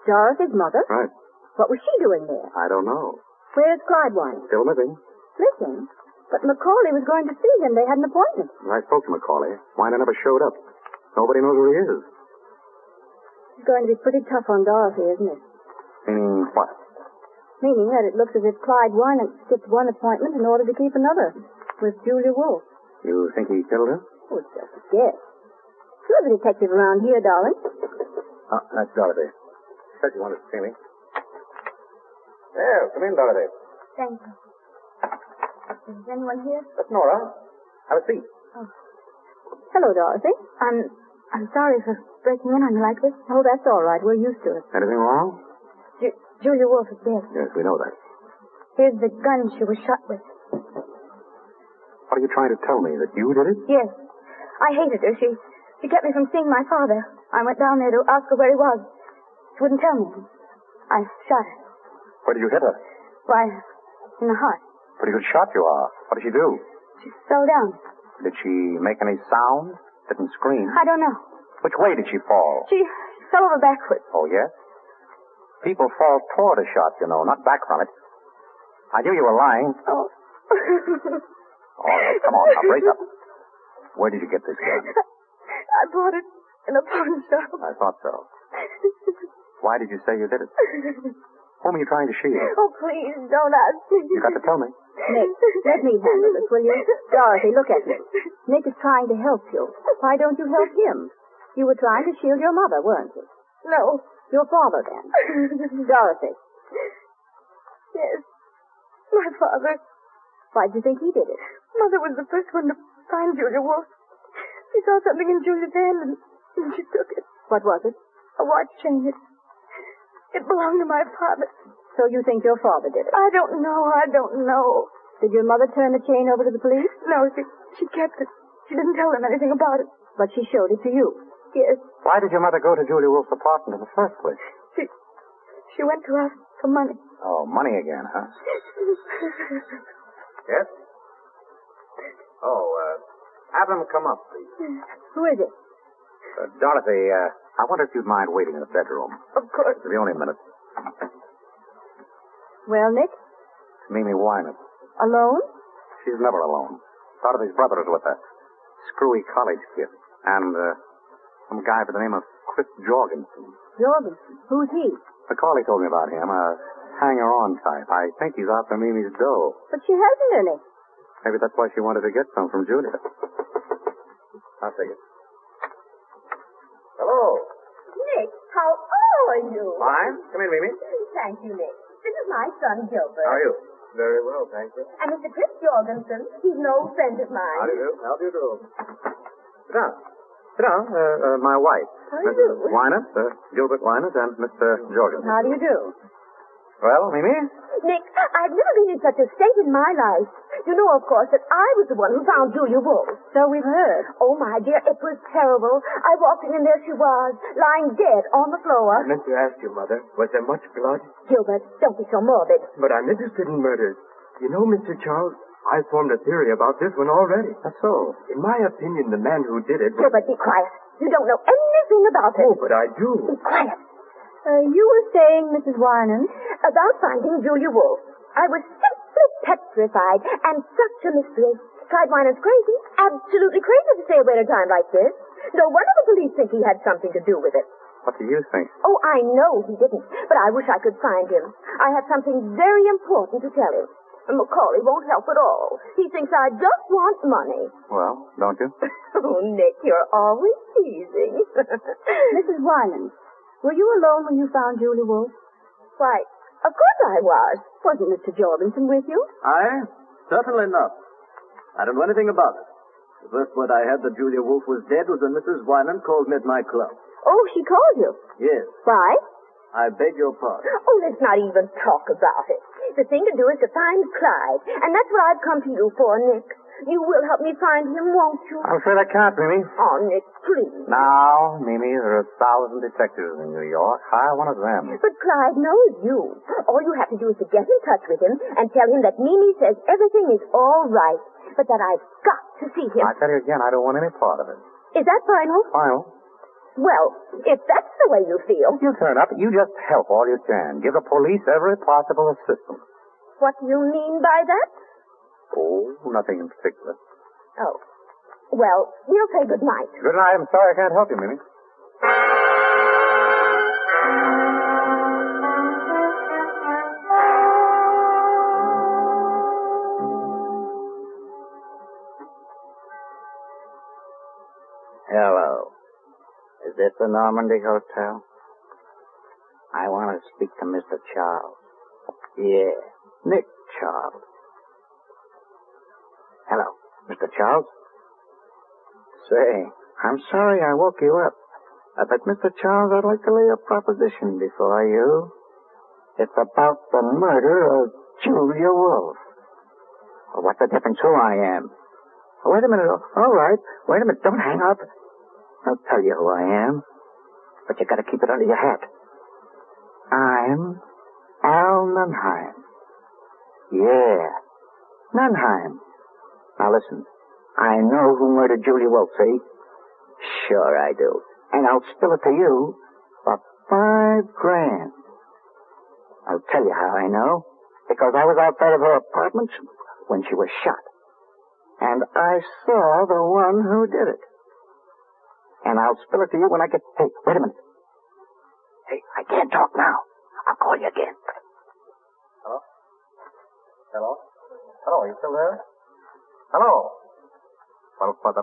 S21: Dorothy's mother?
S22: Right.
S21: What was she doing there?
S22: I don't know.
S21: Where's Clyde Wyman?
S22: Still living.
S21: Listen, but Macaulay was going to see him. They had an appointment.
S22: I spoke to Macaulay. Wyman never showed up. Nobody knows who he is.
S21: It's going to be pretty tough on Dorothy, isn't it?
S22: Meaning what?
S21: Meaning that it looks as if Clyde Wyman skipped one appointment in order to keep another with Julia Wolf.
S22: You think he killed her?
S21: Oh, it's just a guess. You're the detective around here, darling.
S22: Uh, that's Dorothy. Said you wanted to see me.
S20: There, come in, Dorothy.
S21: Thank you. Is anyone here?
S20: That's Nora. Have a seat.
S21: Hello, Dorothy. I'm I'm sorry for breaking in on you like this. Oh, that's all right. We're used to it.
S22: Anything wrong?
S21: Ju- Julia Wolf is dead.
S22: Yes, we know that.
S21: Here's the gun she was shot with.
S22: What are you trying to tell me? That you did it?
S21: Yes. I hated her. She she kept me from seeing my father. I went down there to ask her where he was. She wouldn't tell me. I shot her.
S22: Where did you hit her?
S21: Why, in the heart.
S22: Pretty good shot you are. What did she do?
S21: She fell down.
S22: Did she make any sound? Didn't scream?
S21: I don't know.
S22: Which way did she fall?
S21: She fell over backwards.
S22: Oh, yes? People fall toward a shot, you know, not back from it. I knew you were lying.
S21: Oh.
S22: All right, come on, now, brace up. Where did you get this gun?
S21: I bought it in a pawn shop.
S22: I thought so. Why did you say you did it? Whom are you trying to shield?
S21: Oh, please, don't ask me.
S22: You got to tell me.
S21: Nick, let me handle this, will you? Dorothy, look at me. Nick is trying to help you. Why don't you help him? You were trying to shield your mother, weren't you? No. Your father, then. Dorothy, Yes. My father. why'd you think he did it? Mother was the first one to find Julia Wolf. She saw something in Julia's hand and, and she took it.
S22: What was it?
S21: A watch chain. It, it belonged to my father. So you think your father did it? I don't know. I don't know. Did your mother turn the chain over to the police? No, she, she kept it. She didn't tell them anything about it.
S22: But she showed it to you.
S21: Yes.
S22: Why did your mother go to Julia Wolf's apartment in the first place?
S21: She went to ask for money.
S22: Oh, money again, huh?
S20: Yes? Oh, uh, have him come up, please.
S21: Who is it?
S22: Uh, Dorothy, uh, I wonder if you'd mind waiting in the bedroom.
S21: Of course.
S22: It'll be only a minute.
S21: Well, Nick,
S22: It's Mimi Wyman.
S21: alone?
S22: She's never alone. Dorothy's brother is with her. Screwy college kid. And, uh, some guy by the name of Chris Jorgensen.
S21: Jordan. Who's he?
S22: Macaulay told me about him, a hanger-on type. I think he's out for Mimi's dough.
S21: But she hasn't any.
S22: Maybe that's why she wanted to get some from Julia. I'll take it.
S21: Oh,
S20: Hello.
S26: Nick, how are you?
S20: Fine. Come in, Mimi.
S26: Thank you, Nick. This is my son, Gilbert.
S20: How are you? Very well, thank you.
S26: And Mr. Chris Jorgensen, he's an old friend of mine.
S20: How do you do? How do you do? Sit down.
S22: Sit down. Uh, uh, my wife.
S26: How do you
S22: Mrs.
S26: do?
S22: Wynant, uh, Gilbert Wynant, and Mr. Jorgensen.
S26: How do you do?
S22: Well, Mimi?
S26: Nick, I've never been in such a state in my life. You know, of course, that I was the one who found Julia Wolf. So we've heard. Oh, my dear, it was terrible. I walked in and there she was, lying dead on the
S3: I
S26: floor.
S3: meant to ask you, Mother, was there much blood?
S26: Gilbert, don't be so morbid.
S3: But I'm interested in murders. You know, Mr. Charles, I formed a theory about this one already. That's so. In my opinion, the man who did it was...
S26: Gilbert, be quiet. You don't know anything about it.
S3: Oh, but I do.
S26: Be quiet. Uh, you were saying, Mrs. Wynan? About finding Julia Wolf. I was simply petrified, and such a mystery. Clyde Wynan's crazy, absolutely crazy to stay away at a time like this. No wonder the police think he had something to do with it.
S22: What do you think?
S26: Oh, I know he didn't, but I wish I could find him. I have something very important to tell him. And Macaulay won't help at all. He thinks I just want money.
S22: Well, don't you?
S26: Oh, Nick, you're always teasing.
S21: Mrs. Wyland, were you alone when you found Julie Wolf?
S26: Why, of course I was. Wasn't Mr. Jorgensen with you?
S24: I? Certainly not. I don't know anything about it. The first word I had that Julia Wolf was dead was when Mrs. Wynan called me at my club.
S26: Oh, she called you.
S24: Yes,
S26: Why?
S24: I beg your pardon.
S26: Oh, let's not even talk about it. The thing to do is to find Clyde, and that's what I've come to you for, Nick. You will help me find him, won't you?
S22: I'm afraid I can't, Mimi.
S26: Oh, Nick, please.
S22: Now, Mimi, there are a thousand detectives in New York. Hire one of them.
S26: But Clyde knows you. All you have to do is to get in touch with him and tell him that Mimi says everything is all right, but that I've got to see him.
S22: I tell you again, I don't want any part of it.
S26: Is that final?
S22: Final.
S26: Well, if that's the way you feel,
S22: You turn up. You just help all you can. Give the police every possible assistance.
S26: what do you mean by that?
S22: Oh, nothing in particular.
S26: Oh. Well, we'll say good night.
S22: Good night. I'm sorry I can't help you, Mimi. Hello. Is this the Normandy Hotel? I want to speak to Mr. Charles. Yeah, Nick Charles. Hello, Mr. Charles. Say, I'm sorry I woke you up. Uh, but, Mr. Charles, I'd like to lay a proposition before you. It's about the murder of Julia Wolf. Well, what's the difference who I am? Oh, wait a minute. All right. Wait a minute. Don't hang up. I'll tell you who I am. But you gotta keep it under your hat. I'm Al Nunheim. Yeah. Nunheim. Now listen. I know who murdered Julia Wolf, see? Sure I do. And I'll spill it to you for five grand. I'll tell you how I know. Because I was outside of her apartment when she was shot. And I saw the one who did it. And I'll spill it to you when I get. Hey, wait a minute. Hey, I can't talk now. I'll call you again.
S24: Hello? Hello? Hello, are you still there? Hello?
S22: Well, for the.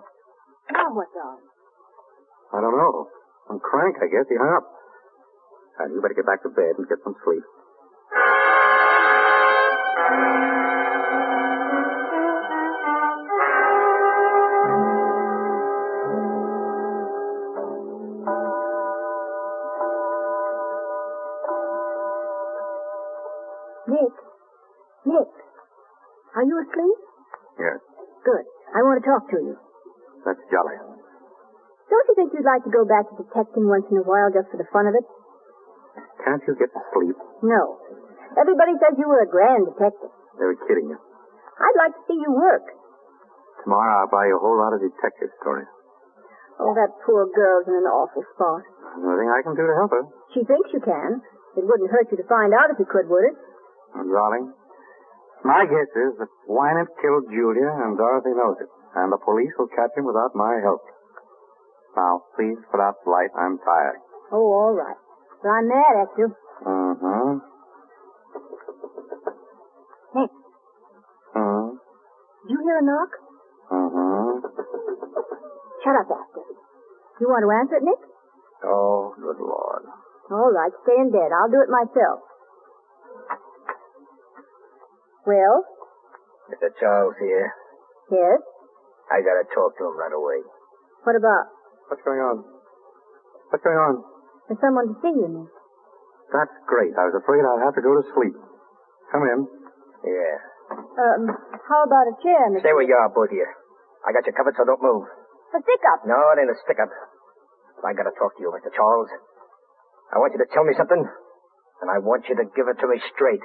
S26: Now what, darling?
S22: I don't know. I'm crank, I guess. He hung up. And you better get back to bed and get some sleep.
S26: Nick. Nick. Are you asleep?
S22: Yes,
S26: Good. I want to talk to you.
S22: that's jolly.
S21: Don't you think you'd like to go back to detecting once in a while just for the fun of it?
S22: Can't you get to sleep?
S21: No. Everybody says you were a grand detective.
S22: They were kidding you.
S21: I'd like to see you work.
S22: Tomorrow I'll buy you a whole lot of detective stories.
S21: Oh, that poor girl's in an awful spot.
S22: There's nothing I can do to help her.
S21: She thinks you can. It wouldn't hurt you to find out if you could, would it?
S22: Oh, darling, my guess is that Wynant killed Julia and Dorothy knows it. And the police will catch him without my help. Now, please put out the light. I'm tired.
S21: Oh, all right. But I'm mad at you.
S22: Mm-hmm.
S21: Nick,
S22: Mm-hmm.
S21: did you hear a knock?
S22: Mm-hmm.
S21: Shut up, Astor. You want to answer it, Nick?
S22: Oh, good Lord.
S21: All right, stay in bed. I'll do it myself. Well,
S24: Mr. Charles here.
S21: yes?
S24: I gotta talk to him right away.
S21: What about?
S22: What's going on? What's going on?
S21: There's someone to see you, Nick.
S22: That's great. I was afraid I'd have to go to sleep. Come in.
S24: Yeah.
S21: Um, how about a chair, Mr.
S24: Stay where you are, both of you. I got you covered, so don't move.
S21: A stick-up.
S24: No, it ain't a stick up. I gotta talk to you, Mr. Charles. I want you to tell me something, and I want you to give it to me straight.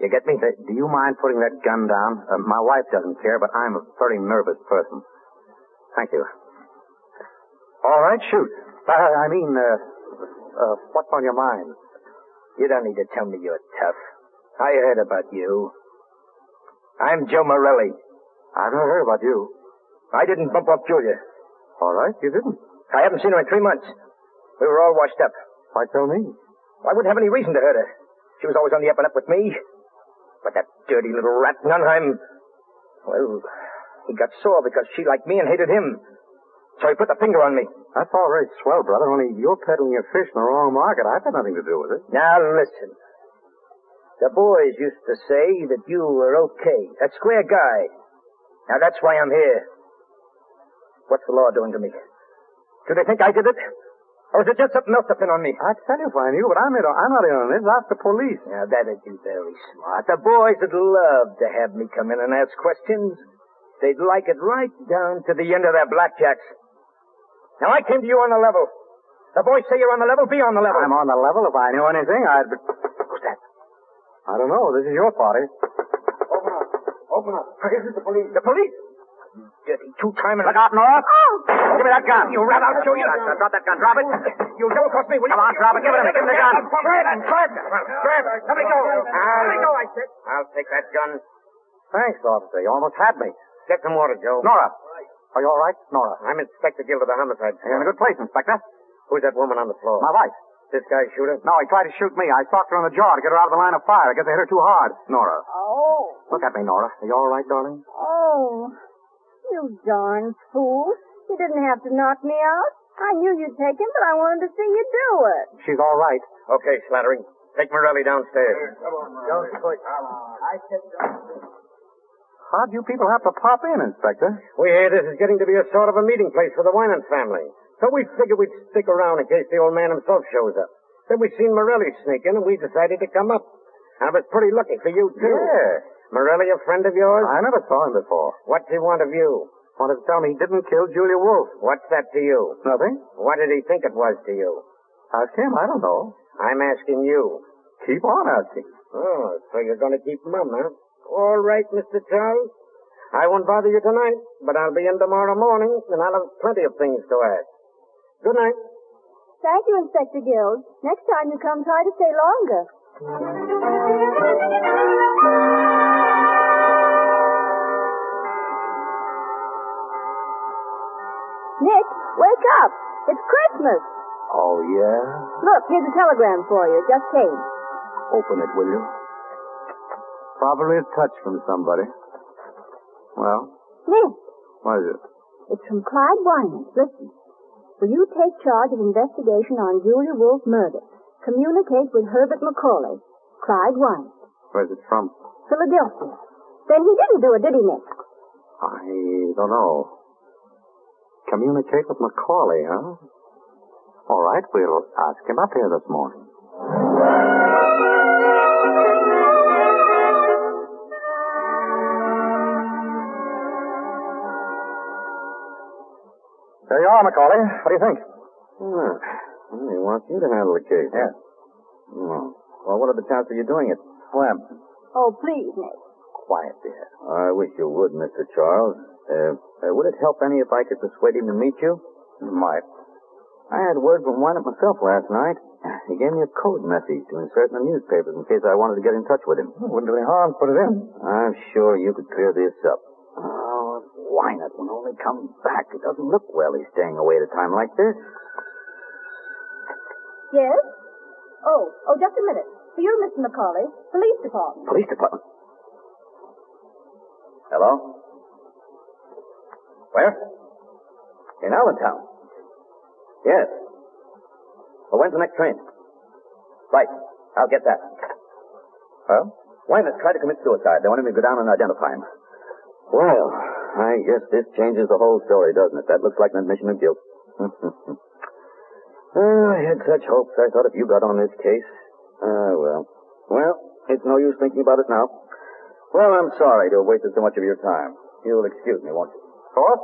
S24: You get me?
S22: Say, do you mind putting that gun down? Uh, my wife doesn't care, but I'm a very nervous person. Thank you. All right, shoot. Uh, I mean, uh, uh, what's on your mind?
S24: You don't need to tell me you're tough. I heard about you. I'm Joe Morelli.
S22: I've not heard about you.
S24: I didn't bump up Julia.
S22: All right, you didn't.
S24: I haven't seen her in three months. We were all washed up.
S22: Why tell me?
S24: I wouldn't have any reason to hurt her. She was always on the up and up with me. But that dirty little rat Nunheim, well, he got sore because she liked me and hated him. So he put the finger on me.
S22: That's all right, swell, brother, only you're peddling your fish in the wrong market. I've got nothing to do with it.
S24: Now listen. The boys used to say that you were okay, a square guy. Now that's why I'm here. What's the law doing to me? Do they think I did it? Or is it just something else to pin on me?
S22: I tell you if I knew, but I'm, in, I'm not in on this. Ask the police.
S24: Now, that'd be very smart. The boys would love to have me come in and ask questions. They'd like it right down to the end of their blackjacks. Now, I came to you on the level. The boys say you're on the level. Be on the level.
S22: I'm on the level. If I knew anything, I'd be... Who's that? I don't know. This is your party.
S24: Open up. Open up. This is the police. The police? dirty two-time and...
S22: Look out, Nora.
S24: Oh!
S22: Give me that gun.
S24: You rat, I'll show you.
S22: Now, drop that gun. Drop it.
S24: You double cross me, will you?
S22: Come on, drop it. Give it to me. Give me the gun.
S24: Grab it. Grab it. Grab it. Let me go. Let me go, I said. I'll take that gun.
S22: Thanks, officer. You almost had me.
S24: Get some water, Joe.
S22: Nora. Are you all right? Nora.
S24: I'm Inspector Gill of the homicide.
S22: You're in a good place, Inspector.
S24: Who's that woman on the floor?
S22: My wife.
S24: This guy shoot her?
S22: No, he tried to shoot me. I socked her on the jaw to get her out of the line of fire. I guess I hit her too hard. Nora.
S21: Oh.
S22: Look at me, Nora. Are you all right, darling?
S21: Oh. You darn fool. You didn't have to knock me out. I knew you'd take him, but I wanted to see you do it.
S22: She's all right.
S24: Okay, Slattering. Take Morelli downstairs.
S23: Come on, Don't push. Come on. I said don't.
S22: How'd you people have to pop in, Inspector?
S24: We hear this is getting to be a sort of a meeting place for the Winant family. So we figured we'd stick around in case the old man himself shows up. Then we seen Morelli sneak in, and we decided to come up. I was pretty lucky for you, too.
S22: Yeah.
S24: Morelli a friend of yours?
S22: I never saw him before.
S24: What's he want of you?
S22: Wanted to tell me he didn't kill Julia Wolf.
S24: What's that to you?
S22: Nothing.
S24: What did he think it was to you?
S22: Ask him. I don't know.
S24: I'm asking you.
S22: Keep on asking.
S24: Oh, so you're going to keep mum, huh? All right, Mr. Charles. I won't bother you tonight, but I'll be in tomorrow morning, and I'll have plenty of things to ask. Good night.
S21: Thank you, Inspector Guild. Next time you come, try to stay longer. Nick, wake up. It's Christmas.
S22: Oh, yeah?
S21: Look, here's a telegram for you. It just came.
S22: Open it, will you? Probably a touch from somebody. Well?
S21: Nick.
S22: What is it?
S21: It's from Clyde Winans. Listen. Will you take charge of investigation on Julia Wolf murder? Communicate with Herbert Macaulay, Clyde White.
S22: Where's it from?
S21: Philadelphia. Then he didn't do it, did he, Nick?
S22: I don't know. Communicate with Macaulay, huh? All right, we'll ask him up here this morning.
S24: There you are, Macaulay. What do you think?
S22: Hmm. Well, He wants you to handle the case.
S24: Yeah.
S22: Hmm. Well, what are the chances of you doing it? Slim.
S21: Oh, please, Nick.
S22: Quiet, dear. I wish you would, Mr. Charles. Uh, uh, would it help any if I could persuade him to meet you? Might. I had word from Wynant myself last night. He gave me a code message to insert in the newspapers in case I wanted to get in touch with him.
S24: Wouldn't do any harm. Put it in.
S22: I'm sure you could clear this up. Oh, why not? When only comes back, it doesn't look well he's staying away at a time like this.
S21: Yes? Oh, oh, just a minute. For you, Mr. Macaulay, police department.
S22: Police department. Hello?
S24: Where? In Allentown. Yes. Well, when's the next train? Right. I'll get that.
S22: Well?
S24: Wynant tried to commit suicide. They wanted me to go down and identify him.
S22: Well, I guess this changes the whole story, doesn't it? That looks like an admission of guilt. oh, I had such hopes. I thought if you got on this case. Ah, well. Well, it's no use thinking about it now. Well, I'm sorry to have wasted so much of your time. You'll excuse me, won't you?
S27: Fourth?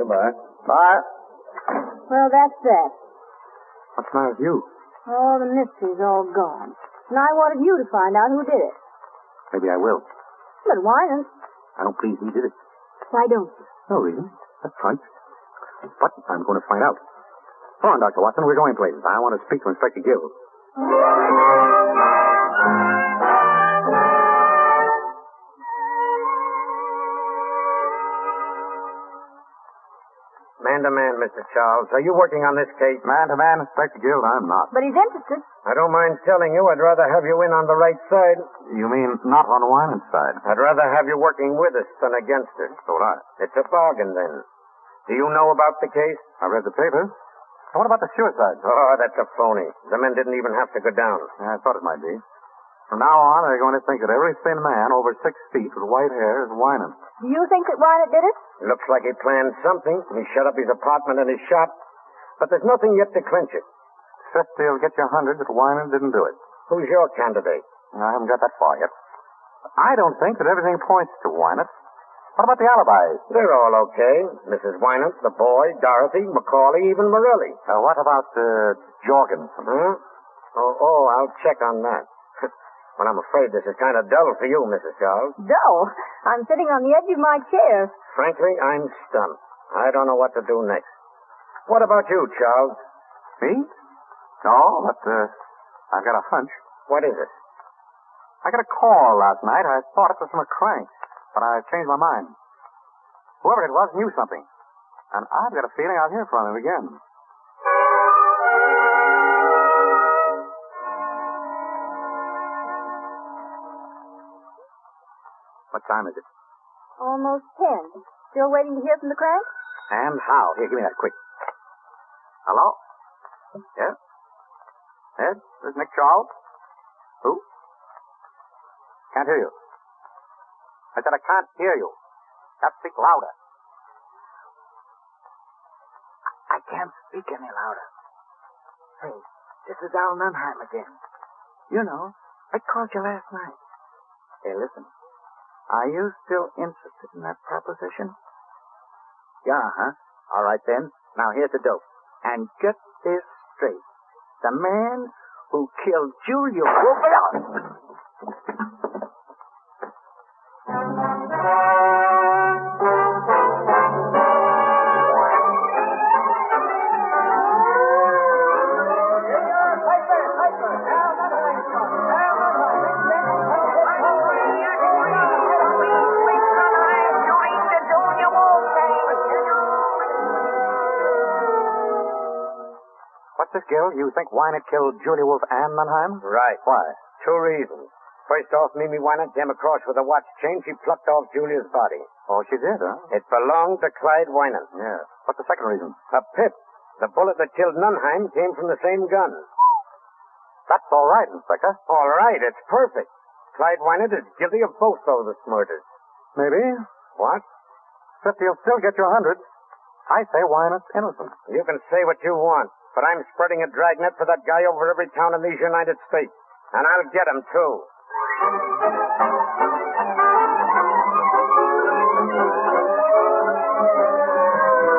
S22: Goodbye.
S27: Bye.
S21: Well, that's that.
S22: What's the matter with you?
S21: All Oh, the mystery's all gone. And I wanted you to find out who did it.
S22: Maybe I will.
S21: But why not?
S22: I don't please he did it.
S21: Why don't you?
S22: No reason. That's right. But I'm going to find out. Come on, Dr. Watson. We're going places. I want to speak to Inspector Gill.
S24: Man to man, Mr. Charles. Are you working on this case?
S22: Man to man, Inspector Guild, I'm not.
S21: But he's interested.
S24: I don't mind telling you, I'd rather have you in on the right side.
S22: You mean not on Wyman's side?
S24: I'd rather have you working with us than against us.
S22: So would I.
S24: It's a bargain, then. Do you know about the case?
S22: I read the paper. And What about the suicide?
S24: Oh, that's a phony. The men didn't even have to go down.
S22: Yeah, I thought it might be. From now on, they're going to think that every thin man over six feet with white hair is Wyman.
S21: Do you think that Wynant did it?
S24: Looks like he planned something. He shut up his apartment and his shop. But there's nothing yet to clinch it.
S22: Fifty will get you a hundred that Wyman didn't do it.
S24: Who's your candidate?
S22: And I haven't got that far yet. I don't think that everything points to Wyman. What about the alibis?
S24: They're all okay. Mrs. Wynant, the boy, Dorothy, Macaulay, even Morelli.
S22: Uh, what about uh, Jorgensen?
S24: Huh? Oh, oh, I'll check on that. well, I'm afraid this is kind of dull for you, Mrs. Charles.
S21: Dull. I'm sitting on the edge of my chair.
S24: Frankly, I'm stunned. I don't know what to do next. What about you, Charles?
S22: Me? No, but uh, I've got a hunch.
S24: What is it?
S22: I got a call last night. I thought it was from a crank, but I changed my mind. Whoever it was knew something, and I've got a feeling I'll hear from him again. What time is it?
S21: Almost ten. Still waiting to hear from the crank?
S22: And how? Here, give me that quick. Hello? Yeah? Ed? This is Nick Charles? Who? Can't hear you. I said I can't hear you. Got to speak louder.
S19: I can't speak any louder. Hey, this is Al Nunheim again. You know, I called you last night.
S22: Hey, listen. Are you still interested in that proposition?
S19: Yeah, huh? All right then. Now here's the dope. And get this straight. The man who killed Julio. Open up!
S22: What's this, Gil? You think Weiner killed Julie Wolf and Mannheim?
S24: Right.
S22: Why?
S24: Two reasons. First off, Mimi Wynant came across with a watch chain. She plucked off Julia's body.
S22: Oh, she did, huh?
S24: It belonged to Clyde Wynant.
S22: Yeah. What's the second reason?
S24: A pip. The bullet that killed Nunheim came from the same gun.
S22: That's all right, Inspector.
S24: All right, it's perfect. Clyde Wynant is guilty of both those murders.
S22: Maybe.
S24: What?
S22: Fifty will still get you a hundred. I say Wynant's innocent.
S24: You can say what you want, but I'm spreading a dragnet for that guy over every town in these United States. And I'll get him, too.
S20: Calling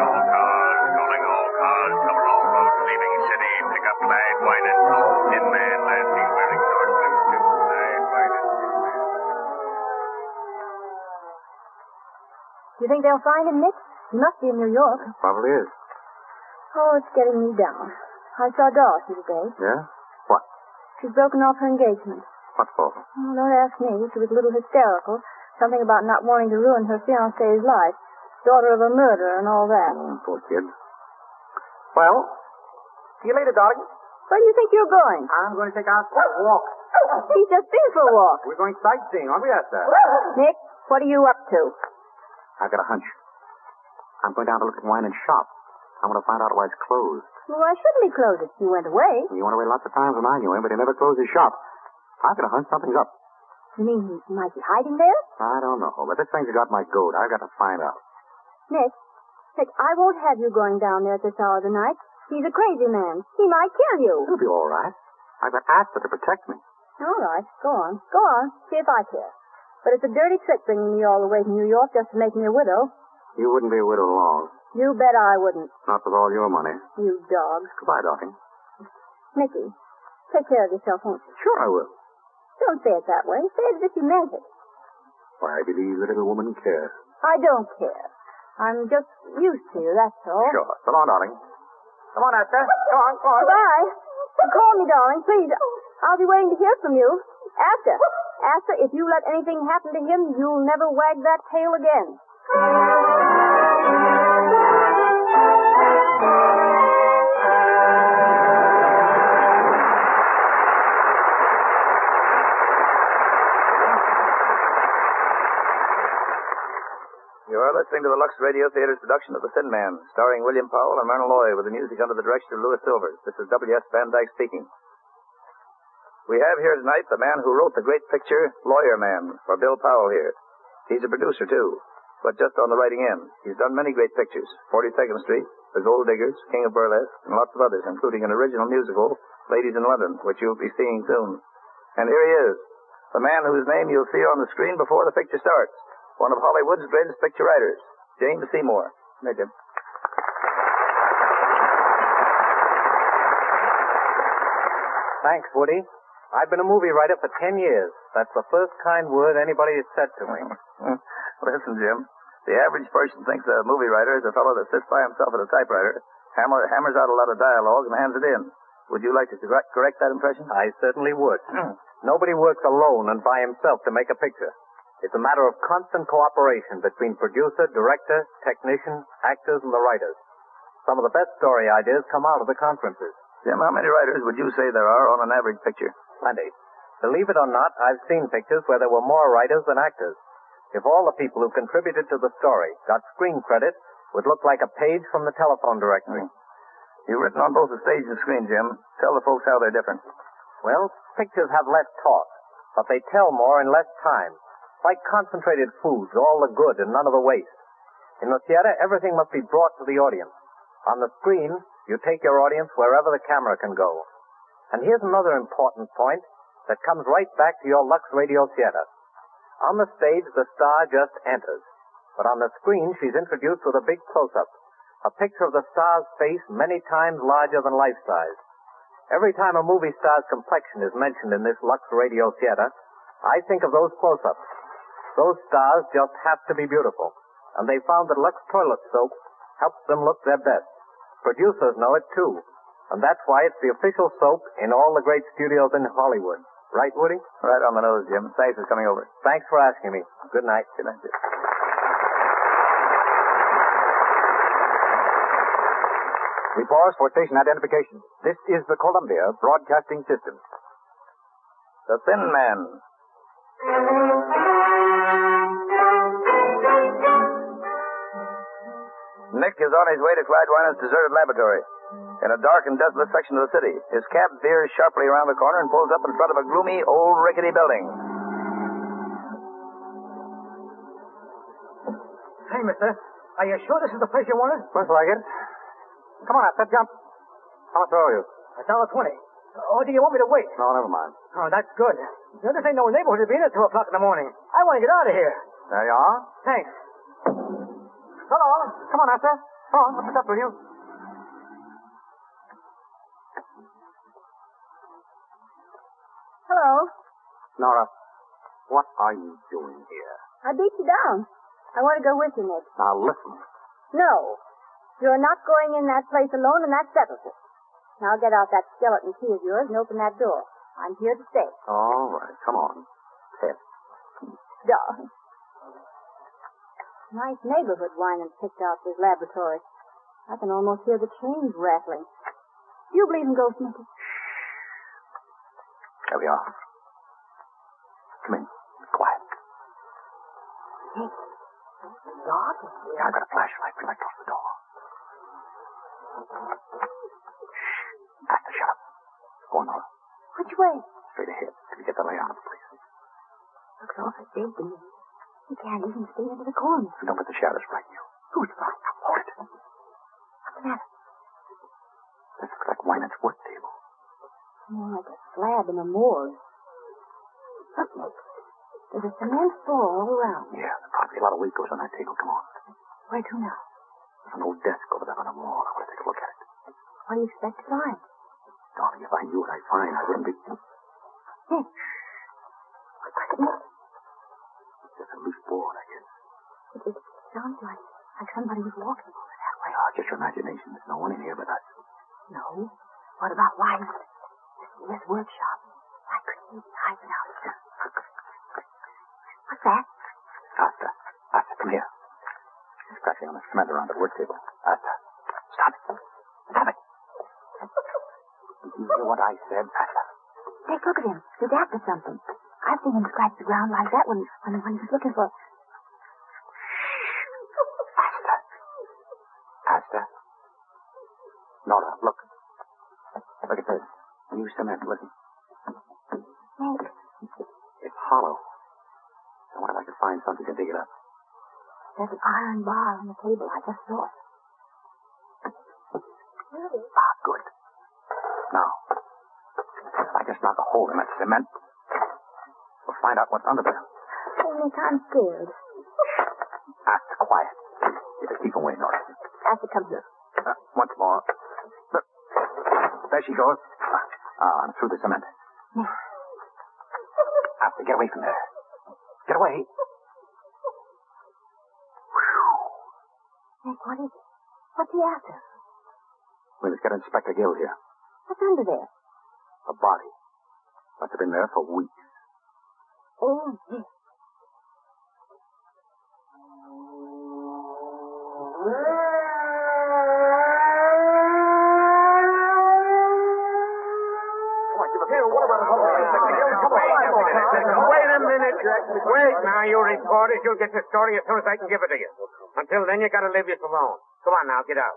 S20: all cars, calling all cars, cover all roads leaving city. Pick up flag, white and blue. In man, landing, wearing dark blue suit. Flag, white and blue.
S21: You think they'll find him, Nick? He must be in New York.
S22: Probably is.
S21: Oh, it's getting me down. I saw Dorothy today.
S22: Yeah?
S21: She's broken off her engagement.
S22: What for?
S21: Oh, don't ask me. She was a little hysterical. Something about not wanting to ruin her fiancé's life. Daughter of a murderer and all that.
S22: Mm, poor kid. Well, see you later, darling.
S21: Where do you think you're going?
S19: I'm going to take out for a walk.
S21: He's just been for a walk.
S19: We're going sightseeing, aren't we, Esther?
S21: Nick, what are you up to?
S22: I've got a hunch. I'm going down to look at Wynan's shop. I want to find out why it's closed.
S21: Well, why shouldn't he close it? He went away.
S22: He went away lots of times when I knew him, but he never closed his shop. I've got to hunt something up.
S21: You mean he might be hiding there?
S22: I don't know, but this thing's got my goat. I've got to find out.
S21: Nick, Nick, I won't have you going down there at this hour of the night. He's a crazy man. He might kill you.
S28: It'll be all right. I've got Asta to protect me.
S21: All right, go on. Go on. See if I care. But it's a dirty trick bringing me all the way to New York just to make me a widow.
S28: You wouldn't be a widow long.
S21: You bet I wouldn't,
S28: Not with all your money.
S21: you dog.
S28: Goodbye, darling.
S21: Nicky, take care of yourself, won't you?
S28: Sure I will.
S21: Don't say it that way. Say it as if you meant it.
S28: Why, I believe that every woman cares.
S21: I don't care. I'm just used to you, that's all.
S28: Sure. So long, darling.
S21: Come on, Esther. Go on, go on. Goodbye. Call me, darling, please. I'll be waiting to hear from you. Asta, Asta, if you let anything happen to him, you'll never wag that tail again.
S20: You are listening to the Lux Radio Theater's production of The Thin Man, starring William Powell and Myrna Loy, with the music under the direction of Louis Silvers. This is W.S. Van Dyke speaking. We have here tonight the man who wrote the great picture, Lawyer Man, for Bill Powell here. He's a producer, too, but just on the writing end. He's done many great pictures 42nd Street, The Gold Diggers, King of Burlesque, and lots of others, including an original musical, Ladies in London, which you'll be seeing soon. And here he is, the man whose name you'll see on the screen before the picture starts one of Hollywood's greatest picture writers, James Seymour. Come here, Jim.
S22: Thanks, Woody. I've been a movie writer for ten years. That's the first kind word anybody has said to me.
S20: Listen, Jim. The average person thinks a movie writer is a fellow that sits by himself at a typewriter, hammer, hammers out a lot of dialogue, and hands it in. Would you like to correct, correct that impression?
S22: I certainly would. Nobody works alone and by himself to make a picture. It's a matter of constant cooperation between producer, director, technician, actors, and the writers. Some of the best story ideas come out of the conferences.
S20: Jim, how many writers would you say there are on an average picture?
S22: Plenty. Believe it or not, I've seen pictures where there were more writers than actors. If all the people who contributed to the story got screen credit, it would look like a page from the telephone directory.
S20: Hmm. You've written on both the stage and screen, Jim. Tell the folks how they're different.
S22: Well, pictures have less talk, but they tell more in less time. Like concentrated foods, all the good and none of the waste. In the theater, everything must be brought to the audience. On the screen, you take your audience wherever the camera can go. And here's another important point that comes right back to your Lux Radio Theater. On the stage, the star just enters. But on the screen, she's introduced with a big close-up. A picture of the star's face many times larger than life size. Every time a movie star's complexion is mentioned in this Lux Radio Theater, I think of those close-ups. Those stars just have to be beautiful. And they found that Lux toilet soap helps them look their best. Producers know it too. And that's why it's the official soap in all the great studios in Hollywood. Right, Woody?
S20: Right on the nose, Jim. Thanks for coming over.
S22: Thanks for asking me. Good night.
S20: Good night, Jim.
S28: We pause for station identification. This is the Columbia Broadcasting System.
S20: The Thin Man. Nick is on his way to Clyde Winans' deserted laboratory. In a dark and desolate section of the city, his cab veers sharply around the corner and pulls up in front of a gloomy, old, rickety building.
S24: Hey, mister, are you sure this is the place you wanted?
S28: Looks like it. Come on, Esther, jump. How much owe you?
S24: A dollar twenty. Or do you want me to wait?
S28: No, never mind.
S24: Oh, that's good. You know, this ain't no neighborhood to be in at two o'clock in the morning. I want to get out of here.
S28: There you are.
S24: Thanks.
S28: Hello. Come on, Esther. Come on, what's up with you?
S21: Hello.
S28: Nora, what are you doing here?
S21: I beat you down. I want to go with you, Nick.
S28: Now listen.
S21: No. You're not going in that place alone, and that settles it. Now get out that skeleton key of yours and open that door. I'm here to stay.
S28: All right, come on. Pet.
S21: Darling. Nice neighborhood wine and picked out this laboratory. I can almost hear the chains rattling. Do you believe in ghosts, Nicky?
S28: There we are. Come in. Quiet.
S21: Dark in
S28: Yeah, I've got a flashlight. We might close the door. Shh. Asta, Ah, shut up. Go on, Nora.
S21: Which way?
S28: Straight ahead. Till you get the layout of the place.
S21: Looks awful big to me. You can't even see into the corner.
S28: And don't let the shadows frighten you. Who's frightened? Hold it.
S21: the matter?
S22: This looks like Wyman's work table.
S21: More like a slab in a morgue. Look, Nick. There's a cement floor all around.
S22: Yeah, there's probably a lot of weight goes on that table. Come on.
S21: Where to now?
S22: There's an old desk over there on the wall. I want to take a look at it.
S21: What do you expect to find?
S22: Darling, if I knew what I find, I wouldn't be.
S21: Nick. Look back at Nick.
S22: There's a loose board, I guess.
S21: It, it sounds like, like somebody was walking over that way.
S22: Oh, just your imagination. There's no one in here but us.
S21: No. What about Wyman? This is his workshop. I could be hiding out. What's that?
S22: Asta. Asta, come here. She's scratching on the cement around the work table. Asta, stop it. Stop it. Did you hear what I said, Asta?
S21: Nick, look at him. He's after something. I've seen him scratch the ground like that when, when, when he's looking for...
S22: Asta. Asta. Nora, look. Look at this. New cement, listen.
S21: Nick,
S22: It's hollow. I wonder if I can find something to dig it up.
S21: there's an iron bar on the table. I just saw it.
S22: Ah, good. Now, if I just knock a hole in that cement, we'll find out what's under there.
S21: Oh, Nick, I'm scared.
S22: Ah, quiet. You just keep away, Nora.
S21: After come here.
S22: Uh, once more. Look. There she goes. Ah, I'm through the cement. After, get away from there. Get away.
S21: Nick, what is it? What's he after?
S22: We must get Inspector Gill here.
S21: What's under there?
S22: A body. Must have been there for weeks.
S21: Oh, Nick.
S24: Ah. Wait a minute, Jack. Wait now, you reporters. You'll get the story as soon as I can give it to you. Until then, you gotta leave this alone. Come on now, get out.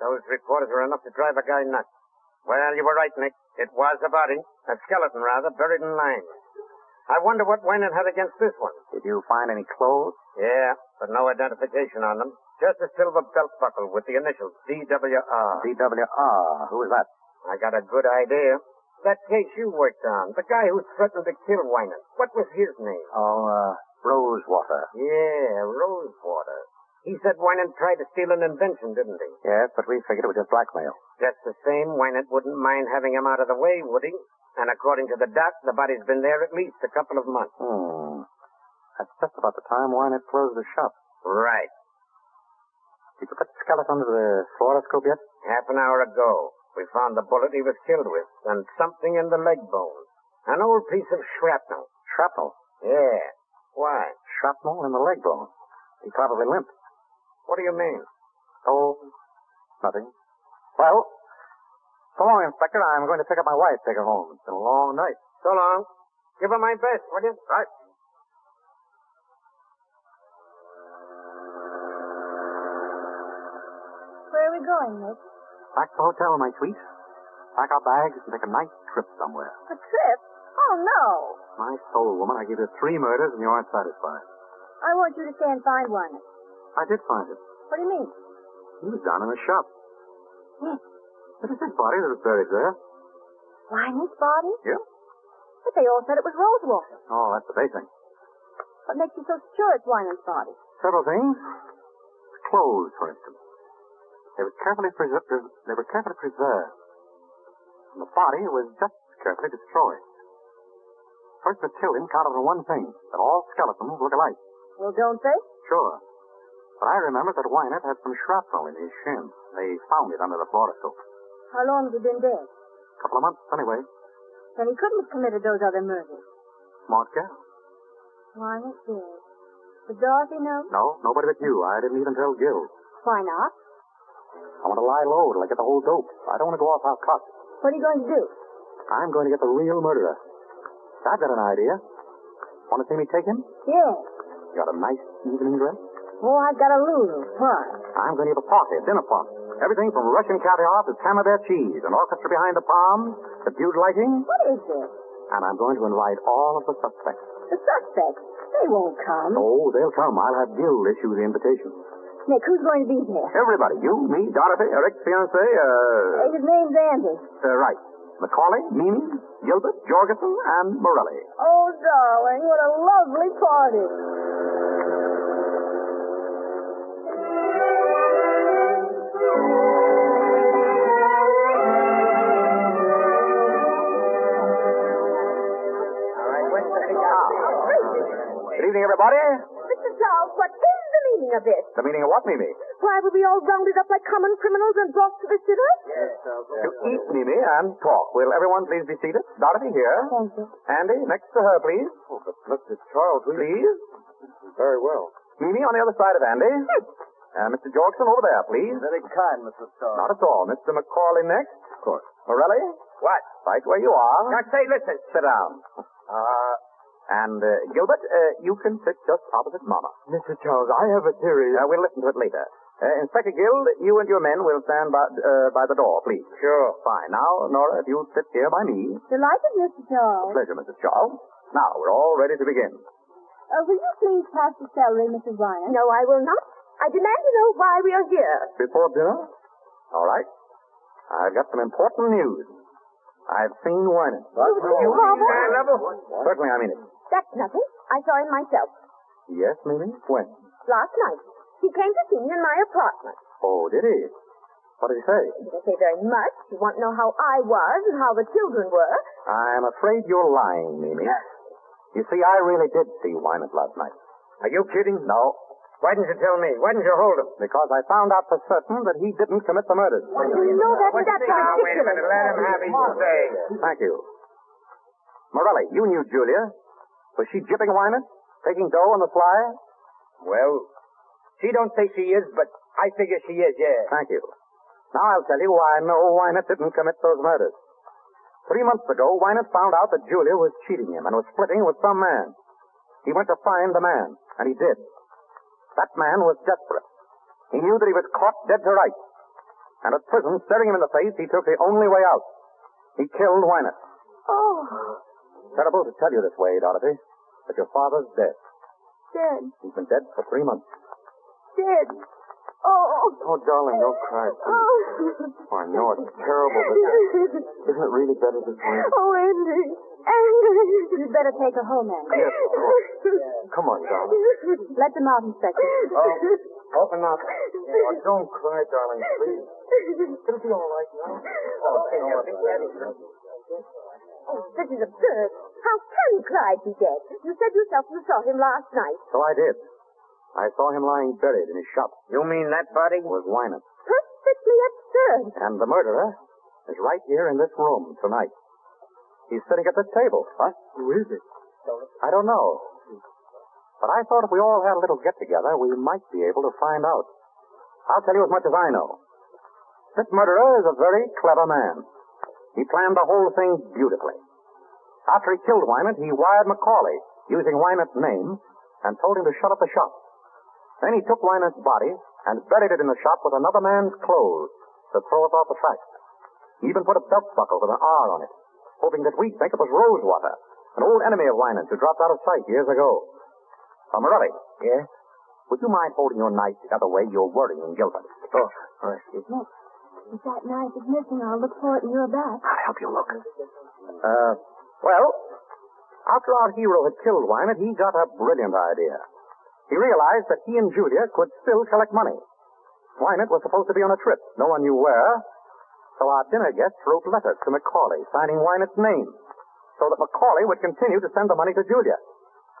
S24: Those reporters are enough to drive a guy nuts. Well, you were right, Nick. It was a body. A skeleton, rather, buried in lime. I wonder what Wayne had against this one.
S22: Did you find any clothes?
S24: Yeah, but no identification on them. Just a silver belt buckle with the initials
S22: Ah.
S24: DWR.
S22: DWR. Who is that?
S24: I got a good idea. That case you worked on, the guy who threatened to kill Wynan. What was his name?
S22: Oh, uh, Rosewater.
S24: Yeah, Rosewater. He said Wynan tried to steal an invention, didn't he?
S22: Yes, but we figured it was just blackmail.
S24: Just the same, Wynant wouldn't mind having him out of the way, would he? And according to the doc, the body's been there at least a couple of months.
S22: Hmm. That's just about the time Wynette closed the shop.
S24: Right.
S22: Did you put the skeleton under the fluoroscope yet?
S24: Half an hour ago, we found the bullet he was killed with, and something in the leg bone. An old piece of shrapnel.
S22: Shrapnel.
S24: Yeah. Why?
S22: Shrapnel in the leg bone. He probably limped.
S24: What do you mean?
S22: Oh, nothing. Well, so long, Inspector. I'm going to pick up my wife, take her home. It's been a long night.
S24: So long. Give her my best, will you? Right.
S21: Where are we going, Nick?
S22: Back to the hotel, my sweet. Pack our bags and take a night trip somewhere.
S21: A trip? Oh, no.
S22: My soul, woman, I give you three murders and you aren't satisfied.
S21: I want you to stay and find one.
S22: I did find it.
S21: What do you mean?
S22: He was down in the shop.
S21: Nick,
S22: It is his body that was buried there.
S21: Linus' body?
S22: Yeah?
S21: But they all said it was Rosewater.
S22: Oh, that's what they think.
S21: What makes you so sure it's Winans' body?
S22: Several things. Clothes, for instance. They were carefully preserved. They were carefully preserved. And the body was just as carefully destroyed. First, the children counted on one thing: that all skeletons look alike.
S21: Well, don't they?
S22: Sure. But I remember that Wynette had some shrapnel in his shin. They found it under the fluoroscope.
S21: How long has he been dead?
S22: A couple of months, anyway.
S21: Then he couldn't have committed those other murders.
S22: Smart girl.
S21: Linus did. Does Dorothy know?
S22: No, nobody but you. I didn't even tell Gil.
S21: Why not?
S22: I want to lie low till I get the whole dope. I don't want to go off our cop.
S21: What are you going to do?
S22: I'm going to get the real murderer. I've got an idea. Want to see me take him?
S21: Yes.
S22: You got a nice evening dress?
S21: Oh, I've got a Lulu. Fun.
S22: I'm going to give a party, a dinner party. Everything from Russian caviar to camembert cheese, an orchestra behind the palms, the butte lighting,
S21: What is this?
S22: and I'm going to invite all of the suspects. Um,
S21: The suspects. They won't come.
S22: Oh, they'll come. I'll have Gil issue the invitation.
S26: Nick, who's going to be here?
S22: Everybody. You, me, Dorothy, Eric's fiancée, uh...
S26: Uh, His name's Andy.
S22: Uh, right. Macaulay, Meany, Gilbert, Jorgensen, and Morelli.
S26: Oh, darling, what a lovely party.
S22: Good evening, everybody.
S26: Oh, Mr. Charles, what is the meaning of this?
S22: The meaning of what, Mimi?
S26: Why were we all rounded up like common criminals and brought to the sitter?
S22: To eat, Mimi, and talk. Will everyone please be seated? Dorothy here.
S26: Thank you.
S22: Andy, next to her, please.
S26: Oh,
S22: but Mr. Charles, we... Please. Very well. Mimi on the other side of Andy. Uh, Mr. Jorgensen over there, please. Very kind, Mr. Starr. Not at all. Mr. McCauley next. Of course. Morelli? What? Right where you are.
S23: Now, say, listen.
S22: Sit down. Uh, and, uh, Gilbert, uh, you can sit just opposite Mama.
S26: Mr.
S22: Charles, I have a theory. Uh, we'll listen to it later. Uh, Inspector Guild, you and your men will stand by, uh, by the door, please. Sure. Fine. Now, Nora, if you'll sit here by me.
S26: Delighted, Mr. Charles.
S22: Pleasure, Mrs. Charles. Now, we're all ready to begin.
S26: Uh, will you please pass the celery, Mrs. Ryan? No, I will not. I demand to know why we are here.
S22: Before dinner? All right. I've got some important news. I've seen Werner.
S26: You- you grovel.
S22: Certainly, I mean it.
S26: That's nothing. I saw him myself
S22: Yes, Mimi? When?
S26: last night. He came to see me in my apartment.
S22: Oh, did he? What did he say?
S26: He didn't say very much. He wanted to know how I was and how the children were.
S22: I'm afraid you're lying, Mimi. You see, I really did see Wynant last night. Are you kidding? No. Why didn't you tell me? Why didn't you hold him? Because I found out for certain that he didn't commit the murders.
S26: Why do you know that? That's
S23: Now, wait a minute. Let him have his say.
S22: Thank you. Morelli, you knew Julia. Was she jipping Wynant? Taking dough on the fly?
S21: Well, she don't say she is, but I figure she is, yeah.
S22: Thank you. Now I'll tell you why I know Wynant didn't commit those murders. Three months ago, Wynant found out that Julia was cheating him and was splitting with some man. He went to find the man, and he did. That man was desperate. He knew that he was caught dead to rights. And at prison, staring him in the face, he took the only way out. He killed Wynant.
S26: Oh,
S22: Terrible to tell you this way, Dorothy, but your father's dead.
S26: dead,
S22: He's been dead for three months.
S26: dead. Oh,
S22: Oh, darling, don't cry.
S26: oh.
S22: Oh, I know it's terrible, isn't it really better this way?
S26: Oh, Andy. Andy. You'd better take her home, Andy.
S22: Yes, of course. Come on, darling.
S26: Let them out, Inspector.
S22: Oh, open up. Oh, don't cry, darling, please.
S26: It'll
S22: be all right now.
S26: Oh, this is absurd. How can Clyde be dead? You said yourself you saw him last night.
S22: So I did. I saw him lying buried in his shop. You mean that body? Was Wynant.
S26: Perfectly absurd.
S22: And the murderer is right here in this room tonight. He's sitting at the table. What? Who is it? I don't know. But I thought if we all had a little get together, we might be able to find out. I'll tell you as much as I know. This murderer is a very clever man. He planned the whole thing beautifully. After he killed Wynant, he wired Macaulay, using Wynant's name, and told him to shut up the shop. Then he took Wynant's body and buried it in the shop with another man's clothes to throw us off the track. He even put a belt buckle with an R on it, hoping that we'd think it was Rosewater, an old enemy of Wynant's who dropped out of sight years ago. Uh, Morelli. Yes? Would you mind holding your knife the other way? You're worrying Gilbert. Oh, excuse me.
S26: If that knife is missing, I'll look for it in your back.
S22: I'll help you look. Uh, well, after our hero had killed Wynant, he got a brilliant idea. He realized that he and Julia could still collect money. Wynant was supposed to be on a trip. No one knew where. So our dinner guests wrote letters to Macaulay, signing Wynant's name, so that Macaulay would continue to send the money to Julia.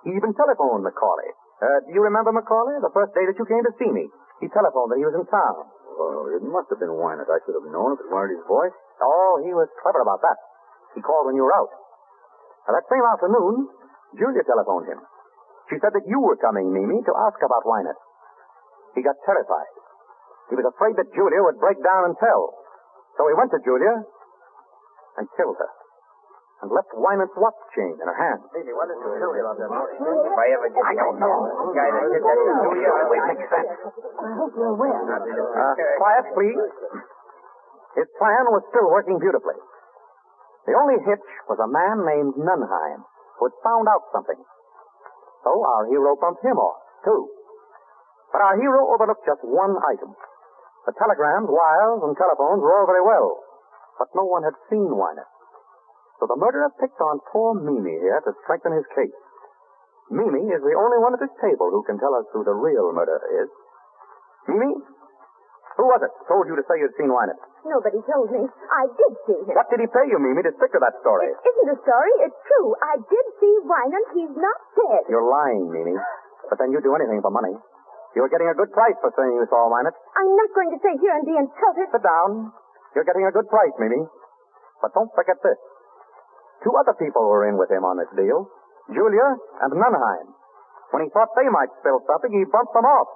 S22: He even telephoned Macaulay. Uh, do you remember Macaulay? The first day that you came to see me. He telephoned that he was in town.
S19: Oh, it must have been Wynant. I should have known if it weren't his voice.
S22: Oh, he was clever about that. He called when you were out. Now, that same afternoon, Julia telephoned him. She said that you were coming, Mimi, to ask about Wynant. He got terrified. He was afraid that Julia would break down and tell. So he went to Julia and killed her and left Wynant's watch chain in her hand.
S21: Baby, what is the story about that body?
S22: If I ever- I don't know.
S21: Guy that did that to Julia, I wait
S22: Makes sense.
S26: I hope you're well.
S22: Uh, quiet, please. His plan was still working beautifully. The only hitch was a man named Nunheim who had found out something. So our hero bumped him off, too. But our hero overlooked just one item. The telegrams, wires, and telephones were all very well, but no one had seen Weiner. So the murderer picked on poor Mimi here to strengthen his case. Mimi is the only one at this table who can tell us who the real murderer is. Mimi? Who was it told you to say you'd seen Weiner?
S26: Nobody told me. I did see him.
S22: What did he pay you, Mimi, to stick to that story?
S26: Isn't a story. It's true. I did see Wynan. He's not dead.
S22: You're lying, Mimi. But then you'd do anything for money. You're getting a good price for saying you saw Minot.
S26: I'm not going to stay here and be insulted.
S22: Sit down. You're getting a good price, Mimi. But don't forget this. Two other people were in with him on this deal. Julia and Nunheim. When he thought they might spill something, he bumped them off.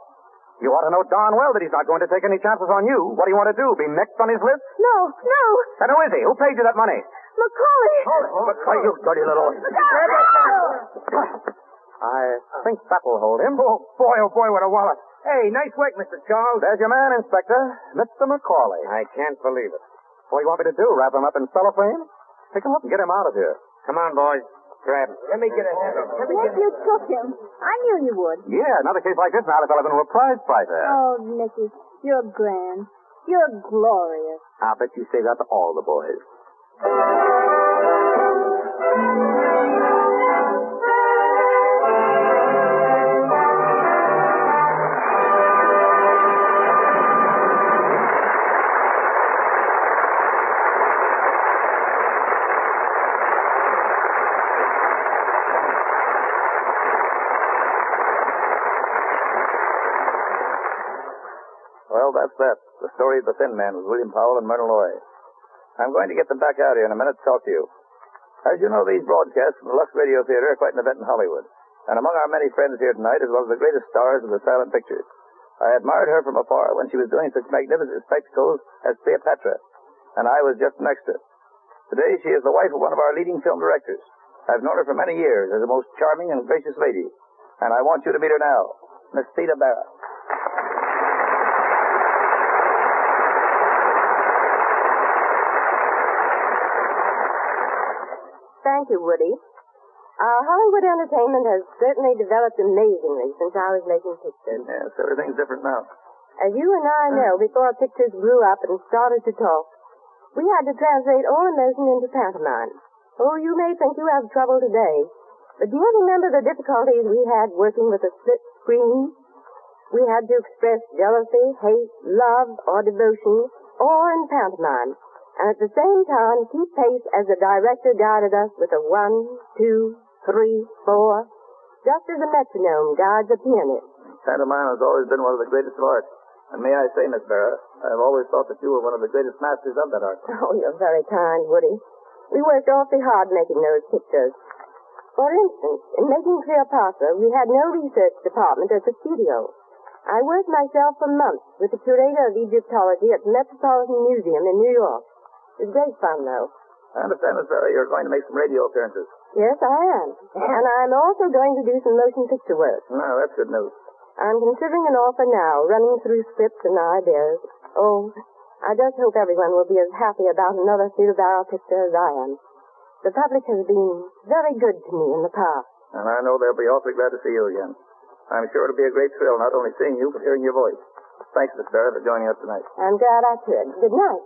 S22: You ought to know darn well that he's not going to take any chances on you. What do you want to do? Be next on his list?
S26: No, no.
S22: Then who is he? Who paid you that money?
S26: Macaulay.
S22: Macaulay, you dirty little... I think that'll hold him.
S29: Oh, boy, oh, boy, what a wallet. Hey, nice work, Mr. Charles.
S22: There's your man, Inspector. Mr. Macaulay.
S30: I can't believe it.
S22: What do you want me to do? Wrap him up in cellophane? Pick him up and get him out of here.
S30: Come on, boys. Grab him.
S29: Let me get a hand up. Let me
S21: Nick,
S29: get...
S21: you took him. I knew you would.
S22: Yeah, another case like this, now the fellow into a prize fighter.
S21: Oh, Nicky, you're grand. You're glorious.
S22: I'll bet you say that to all the boys.
S20: Well, that's that. The story of the Thin Man with William Powell and Myrna Loy. I'm going to get them back out here in a minute to talk to you. As you know, these broadcasts from the Lux Radio Theater are quite an event in Hollywood. And among our many friends here tonight is one of the greatest stars of the silent pictures. I admired her from afar when she was doing such magnificent spectacles as Cleopatra, and I was just an extra. Today, she is the wife of one of our leading film directors. I've known her for many years as a most charming and gracious lady, and I want you to meet her now, Miss Theda Barra.
S31: Thank you, Woody. Uh, Hollywood entertainment has certainly developed amazingly since I was making pictures.
S20: Yes, everything's different now.
S31: As you and I know, before pictures grew up and started to talk, we had to translate all emotion into pantomime. Oh, you may think you have trouble today, but do you remember the difficulties we had working with a split screen? We had to express jealousy, hate, love, or devotion, all in pantomime, and at the same time keep pace as the director guided us with a one, two, three, four, just as a metronome guides a pianist.
S20: Pantomime has always been one of the greatest of art. And may I say, Miss Barra, I've always thought that you were one of the greatest masters of that art.
S31: Oh, you're very kind, Woody. We worked awfully hard making those pictures. For instance, in making Cleopatra, we had no research department at the studio. I worked myself for months with the curator of Egyptology at the Metropolitan Museum in New York. It was great fun, though.
S20: I understand, Miss Barra, you're going to make some radio appearances.
S31: Yes, I am. And I'm also going to do some motion picture work.
S20: Now, that's good news.
S31: I'm considering an offer now, running through scripts and ideas. Oh, I just hope everyone will be as happy about another Theda Barrel picture as I am. The public has been very good to me in the past.
S20: And I know they'll be awfully glad to see you again. I'm sure it'll be a great thrill not only seeing you, but hearing your voice. Thanks, Miss Barra, for joining us tonight.
S31: I'm glad I could. Good night.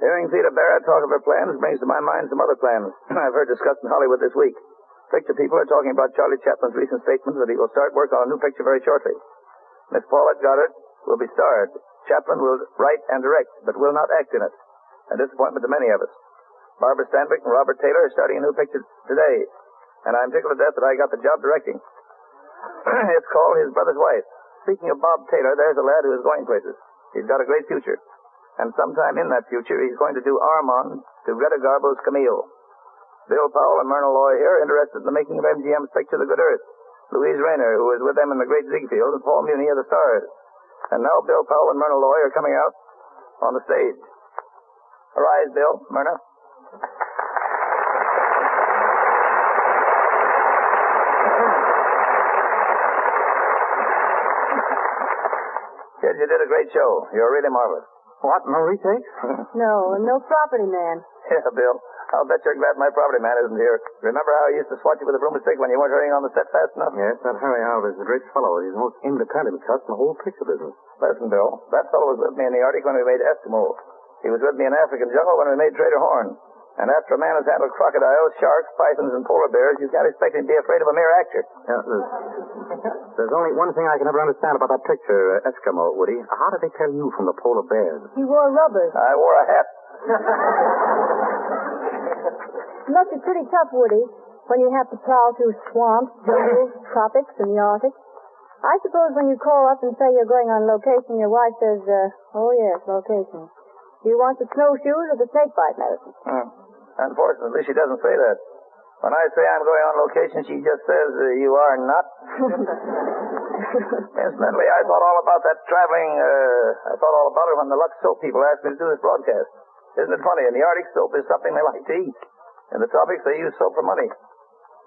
S20: Hearing Theda Barrett talk of her plans brings to my mind some other plans I've heard discussed in Hollywood this week. Picture people are talking about Charlie Chaplin's recent statement that he will start work on a new picture very shortly. Miss Paulette Goddard will be starred. Chaplin will write and direct, but will not act in it. A disappointment to many of us. Barbara Stanwyck and Robert Taylor are starting a new picture today, and I'm tickled to death that I got the job directing. it's called His Brother's Wife. Speaking of Bob Taylor, there's a lad who is going places. He's got a great future and sometime in that future, he's going to do Armand to Greta Garbo's Camille. Bill Powell and Myrna Loy here are interested in the making of MGM's picture, The Good Earth. Louise Rayner, who is with them in The Great Ziegfeld, and Paul Muni are the stars. And now Bill Powell and Myrna Loy are coming out on the stage. Arise, Bill, Myrna. Kid, you did a great show. You're really marvelous.
S22: What, no retakes?
S21: No, no property man.
S20: Yeah, Bill. I'll bet you're glad my property man isn't here. Remember how he used to swat you with a broomstick when you weren't hurrying on the set fast enough?
S9: Yes, that Harry Alvarez is a great fellow. He's the most independent cuss in the whole picture business.
S20: Listen, Bill, that fellow was with me in the Arctic when we made Eskimo. He was with me in African jungle when we made Trader Horn. And after a man has handled crocodiles, sharks, pythons, and polar bears, you can't expect him to be afraid of a mere actor.
S9: Yeah, there's, there's only one thing I can never understand about that picture, uh, Eskimo, Woody. How did they tell you from the polar bears?
S26: He wore rubbers.
S20: I wore a hat.
S26: Must be pretty tough, Woody, when you have to plow through swamps, jungles, tropics, and the Arctic. I suppose when you call up and say you're going on location, your wife says, uh, oh yes, location. Do you want the snowshoes or the snake bite medicine?
S20: Hmm. Unfortunately, she doesn't say that. When I say I'm going on location, she just says, uh, you are not. Incidentally, I thought all about that traveling, uh, I thought all about it when the Lux Soap people asked me to do this broadcast. Isn't it funny? In the Arctic, soap is something they like to eat. In the tropics, they use soap for money.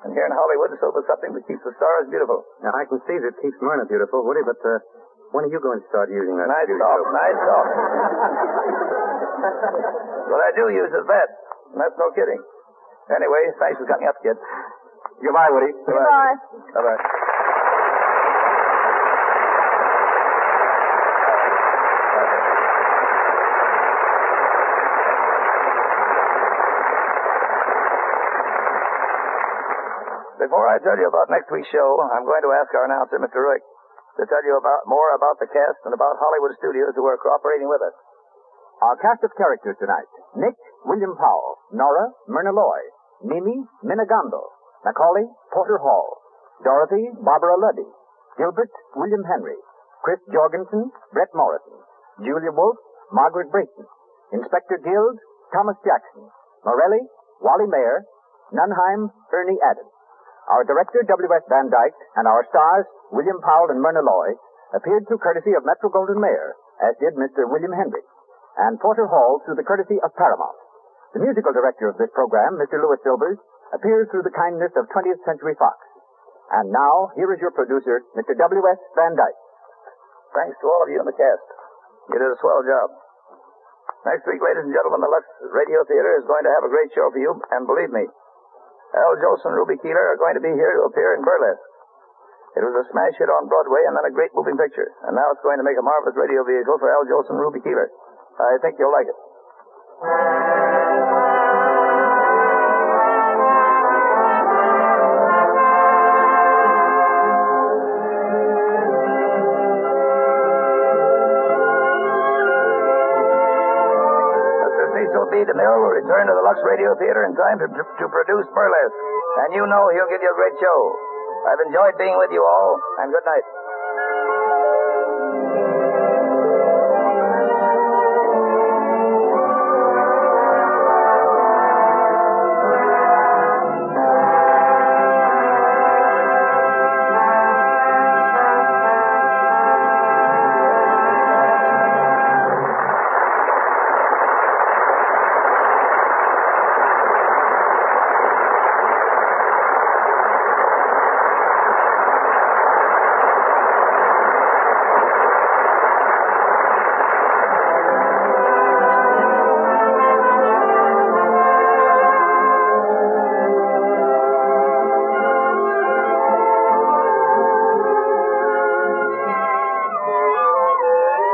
S20: And here in Hollywood, soap is something that keeps the stars beautiful.
S9: Now, I can see that keeps Myrna beautiful, Woody, but uh, when are you going to start using that?
S20: Nice
S9: beauty
S20: talk,
S9: soap?
S20: nice talk. But I do use is that, and that's no kidding. Anyway, thanks for coming up, kid.
S9: Goodbye, Woody.
S20: Goodbye. Bye-bye. Before I tell you about next week's show, I'm going to ask our announcer, Mr. Ruick, to tell you about more about the cast and about Hollywood studios who are cooperating with us.
S19: Our cast of characters tonight Nick, William Powell, Nora, Myrna Loy, Mimi, Minna Gamble, Macaulay, Porter Hall, Dorothy, Barbara Luddy, Gilbert, William Henry, Chris Jorgensen, Brett Morrison, Julia Wolf, Margaret Brayton, Inspector Guild, Thomas Jackson, Morelli, Wally Mayer, Nunheim, Ernie Adams. Our director, W.S. Van Dyke, and our stars, William Powell and Myrna Loy, appeared through courtesy of Metro Golden Mayer, as did Mr. William Henry, and Porter Hall through the courtesy of Paramount. The musical director of this program, Mr. Louis Silvers, appears through the kindness of 20th Century Fox. And now, here is your producer, Mr. W.S. Van Dyke.
S20: Thanks to all of you in the cast. You did a swell job. Next week, ladies and gentlemen, the Lux Radio Theater is going to have a great show for you, and believe me, Al Jolson and Ruby Keeler are going to be here to appear in burlesque. It was a smash hit on Broadway and then a great moving picture, and now it's going to make a marvelous radio vehicle for Al Jolson and Ruby Keeler. I think you'll like it. Mr. Cecil B. DeMille will return to the Lux Radio Theater in time to, to produce Burlesque. And you know he'll give you a great show. I've enjoyed being with you all, and good night.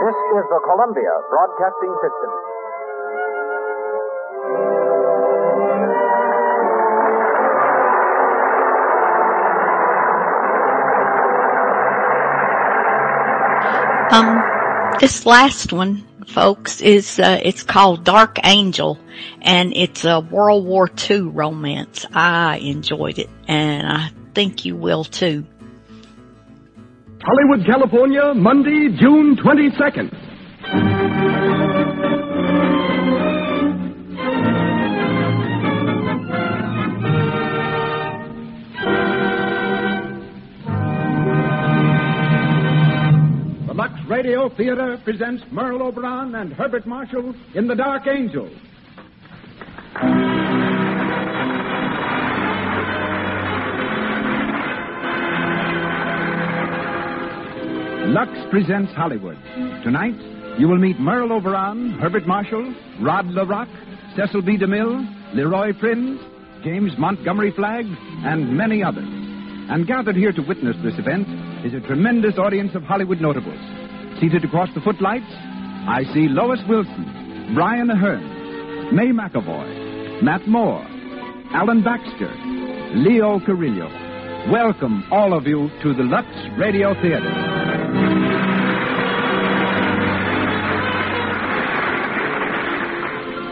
S19: This is the Columbia Broadcasting System.
S1: Um, this last one, folks, is uh, it's called Dark Angel, and it's a World War II romance. I enjoyed it, and I think you will too.
S17: Hollywood, California, Monday, June 22nd. The Lux Radio Theater presents Merle Oberon and Herbert Marshall in The Dark Angel. Lux presents Hollywood. Tonight, you will meet Merle Oberon, Herbert Marshall, Rod LaRock, Cecil B. DeMille, Leroy Prinz, James Montgomery Flagg, and many others. And gathered here to witness this event is a tremendous audience of Hollywood notables. Seated across the footlights, I see Lois Wilson, Brian Ahern, May McAvoy, Matt Moore, Alan Baxter, Leo Carrillo. Welcome, all of you, to the Lux Radio Theater.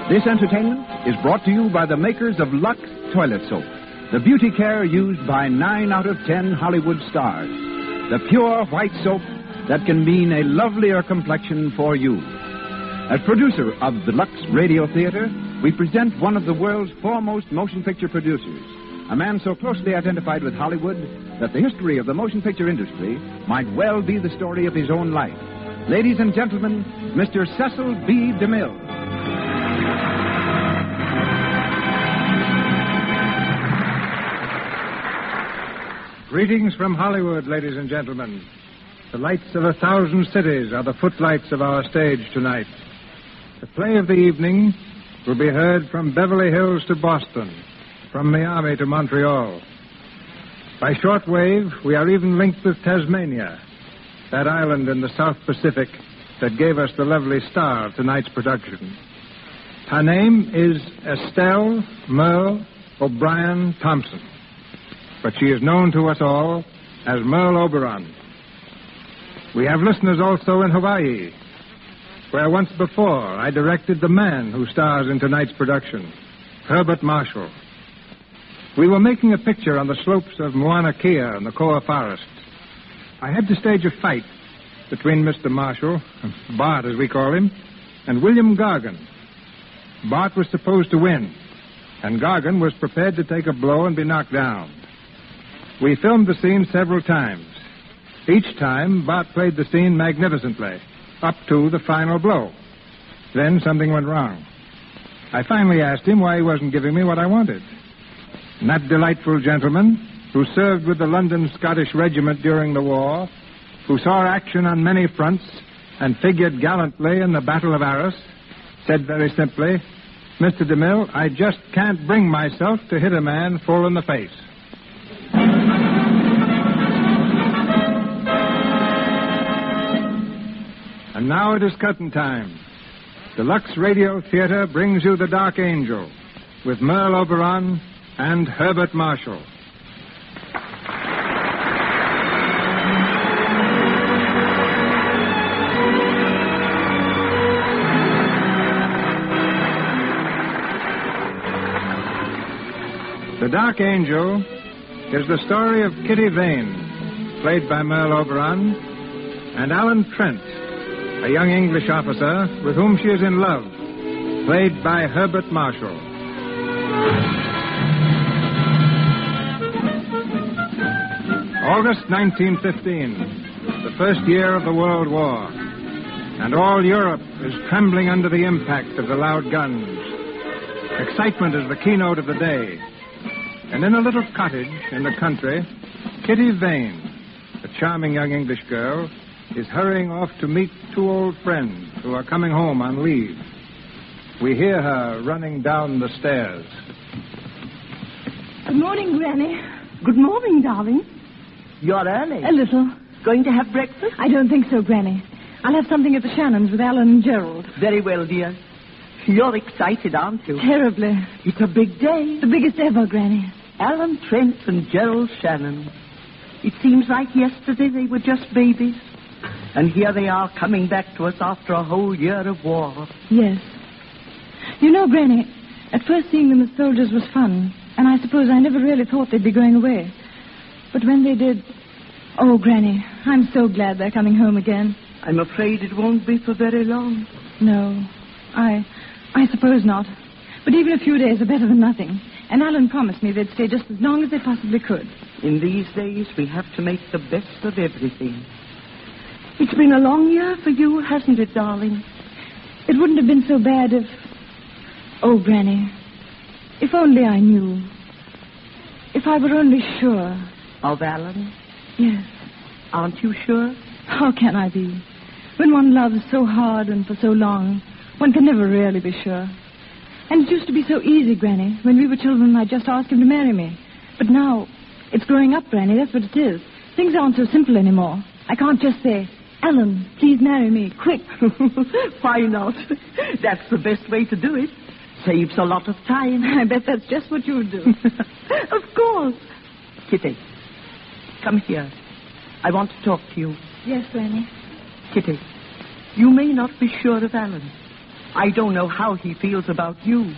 S17: This entertainment is brought to you by the makers of Lux Toilet Soap, the beauty care used by nine out of ten Hollywood stars. The pure white soap that can mean a lovelier complexion for you. As producer of the Lux Radio Theater, we present one of the world's foremost motion picture producers, a man so closely identified with Hollywood that the history of the motion picture industry might well be the story of his own life. Ladies and gentlemen, Mr. Cecil B. DeMille.
S32: Greetings from Hollywood, ladies and gentlemen. The lights of a thousand cities are the footlights of our stage tonight. The play of the evening will be heard from Beverly Hills to Boston, from Miami to Montreal. By shortwave, we are even linked with Tasmania, that island in the South Pacific that gave us the lovely star of tonight's production. Her name is Estelle Merle O'Brien Thompson but she is known to us all as Merle Oberon. We have listeners also in Hawaii, where once before I directed the man who stars in tonight's production, Herbert Marshall. We were making a picture on the slopes of Mauna Kea in the Koa Forest. I had to stage a fight between Mr. Marshall, Bart as we call him, and William Gargan. Bart was supposed to win, and Gargan was prepared to take a blow and be knocked down. We filmed the scene several times. Each time, Bart played the scene magnificently, up to the final blow. Then something went wrong. I finally asked him why he wasn't giving me what I wanted. And that delightful gentleman, who served with the London Scottish Regiment during the war, who saw action on many fronts and figured gallantly in the Battle of Arras, said very simply, Mr. DeMille, I just can't bring myself to hit a man full in the face. And now it is curtain time. The Lux Radio Theater brings you The Dark Angel with Merle Oberon and Herbert Marshall. The Dark Angel is the story of Kitty Vane, played by Merle Oberon, and Alan Trent, a young English officer with whom she is in love, played by Herbert Marshall. August 1915, the first year of the World War, and all Europe is trembling under the impact of the loud guns. Excitement is the keynote of the day. And in a little cottage in the country, Kitty Vane, a charming young English girl, is hurrying off to meet two old friends who are coming home on leave. We hear her running down the stairs.
S15: Good morning, Granny. Good morning, darling.
S16: You're early.
S15: A little.
S16: Going to have breakfast?
S15: I don't think so, Granny. I'll have something at the Shannons with Alan and Gerald.
S16: Very well, dear. You're excited, aren't you?
S15: Terribly.
S16: It's a big day.
S15: The biggest ever, Granny.
S16: Alan Trent and Gerald Shannon. It seems like yesterday they were just babies. And here they are coming back to us after a whole year of war.
S15: Yes. You know, Granny, at first seeing them as soldiers was fun, and I suppose I never really thought they'd be going away. But when they did, oh, Granny, I'm so glad they're coming home again.
S16: I'm afraid it won't be for very long.
S15: No, I, I suppose not. But even a few days are better than nothing. And Alan promised me they'd stay just as long as they possibly could.
S16: In these days, we have to make the best of everything. It's been a long year for you, hasn't it, darling?
S15: It wouldn't have been so bad if. Oh, Granny, if only I knew. If I were only sure.
S16: Of Alan?
S15: Yes.
S16: Oh, Aren't you sure?
S15: How can I be? When one loves so hard and for so long, one can never really be sure. And it used to be so easy, Granny. When we were children, I just asked him to marry me. But now, it's growing up, Granny. That's what it is. Things aren't so simple anymore. I can't just say, Alan, please marry me, quick.
S16: Why not? That's the best way to do it. Saves a lot of time.
S15: I bet that's just what you would do. of course.
S16: Kitty, come here. I want to talk to you.
S15: Yes, Granny.
S16: Kitty, you may not be sure of Alan. I don't know how he feels about you,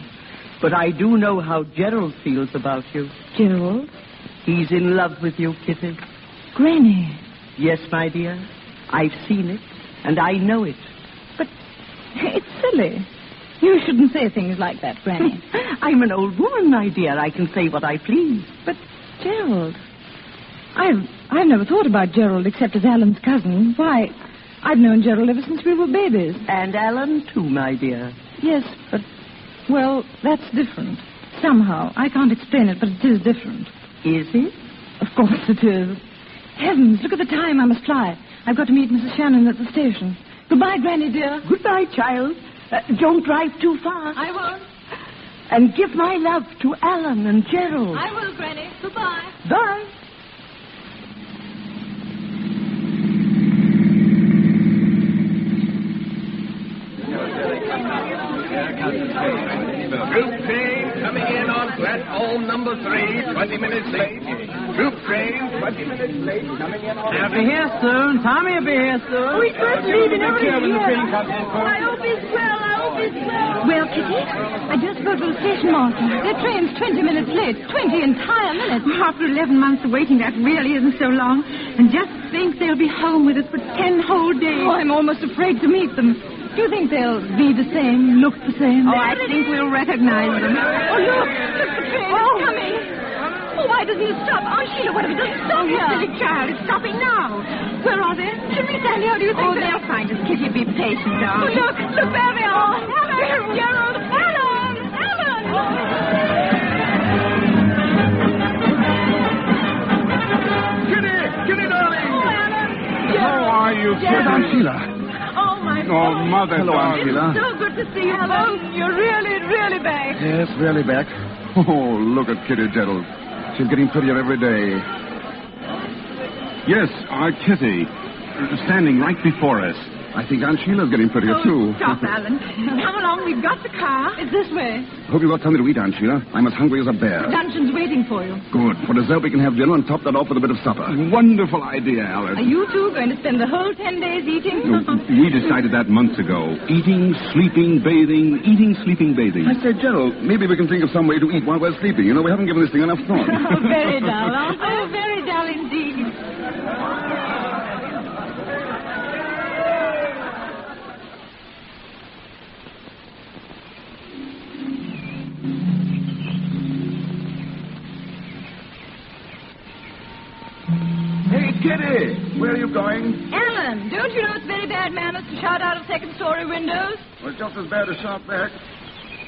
S16: but I do know how Gerald feels about you.
S15: Gerald?
S16: He's in love with you, Kitty.
S15: Granny.
S16: Yes, my dear. I've seen it, and I know it.
S15: But it's silly. You shouldn't say things like that, Granny.
S16: I'm an old woman, my dear. I can say what I please.
S15: But Gerald, I've I've never thought about Gerald except as Alan's cousin. Why, I've known Gerald ever since we were babies.
S16: And Alan, too, my dear.
S15: Yes, but, well, that's different. Somehow. I can't explain it, but it is different.
S16: Is it?
S15: Of course it is. Heavens, look at the time. I must fly. I've got to meet Mrs. Shannon at the station. Goodbye, Granny dear.
S16: Goodbye, child. Uh, don't drive too far.
S15: I won't.
S16: And give my love to Alan and
S17: Hmm.
S16: Gerald.
S15: I will, Granny. Goodbye.
S16: Bye.
S33: Troop train coming in on platform number three, 20 minutes late. Troop train, 20 minutes late, coming in on...
S17: I'll be here soon. Tommy will be here soon.
S32: We must leave in every
S17: I
S32: hope he's well. I hope he's well.
S15: Well, Kitty, I just spoke to the station master. The train's 20 minutes late. 20 entire minutes.
S32: After 11 months of waiting, that really isn't so long. And just think they'll be home with us for 10 whole days.
S15: Oh, I'm almost afraid to meet them. Do you think they'll be the same, look the same?
S32: Oh, I think we'll recognize them.
S15: Oh, look! Look, the train oh. is coming! Oh, why doesn't it stop? Aunt Sheila, what if it doesn't stop
S32: oh,
S15: here?
S32: silly child, it's stopping now.
S15: Where are they? Jimmy, Sally, how do you think
S32: Oh, they'll find us, Kitty. Be patient,
S15: Oh,
S32: darling.
S15: look! Look, there they are! Gerald! Gerald! Alan! Alan!
S33: Kitty! Kitty, darling!
S32: Oh, Alan!
S33: How are you,
S32: Gerald.
S33: Aunt Sheila?
S32: Oh, my
S33: Oh, Mother, Hello, Aunt
S32: It's
S33: Sheila.
S32: so good to see you,
S15: Oh,
S32: Alan. You're really, really back.
S33: Yes, really back. Oh, look at Kitty Gerald. She's getting prettier every day. Yes, our Kitty, uh, standing right before us. I think Aunt Sheila's getting
S32: oh,
S33: prettier, too.
S32: Stop, Alan. Come along. We've got the car.
S15: It's this way.
S33: Hope you got something to eat, Aunt Sheila. I'm as hungry as a bear.
S15: Dungeon's waiting for you.
S33: Good. For dessert, we can have dinner and top that off with a bit of supper. Wonderful idea, Alice.
S15: Are you two going to spend the whole ten days eating?
S33: No, we decided that months ago. Eating, sleeping, bathing, eating, sleeping, bathing. I say, Gerald, maybe we can think of some way to eat while we're sleeping. You know, we haven't given this thing enough thought.
S15: oh, very dull, aren't they?
S32: Oh, very dull indeed.
S33: hey, Kitty, where are you going?
S15: Alan, don't you know it's very bad manners to shout out of second story windows?
S33: Well, it's just as bad as sharp back.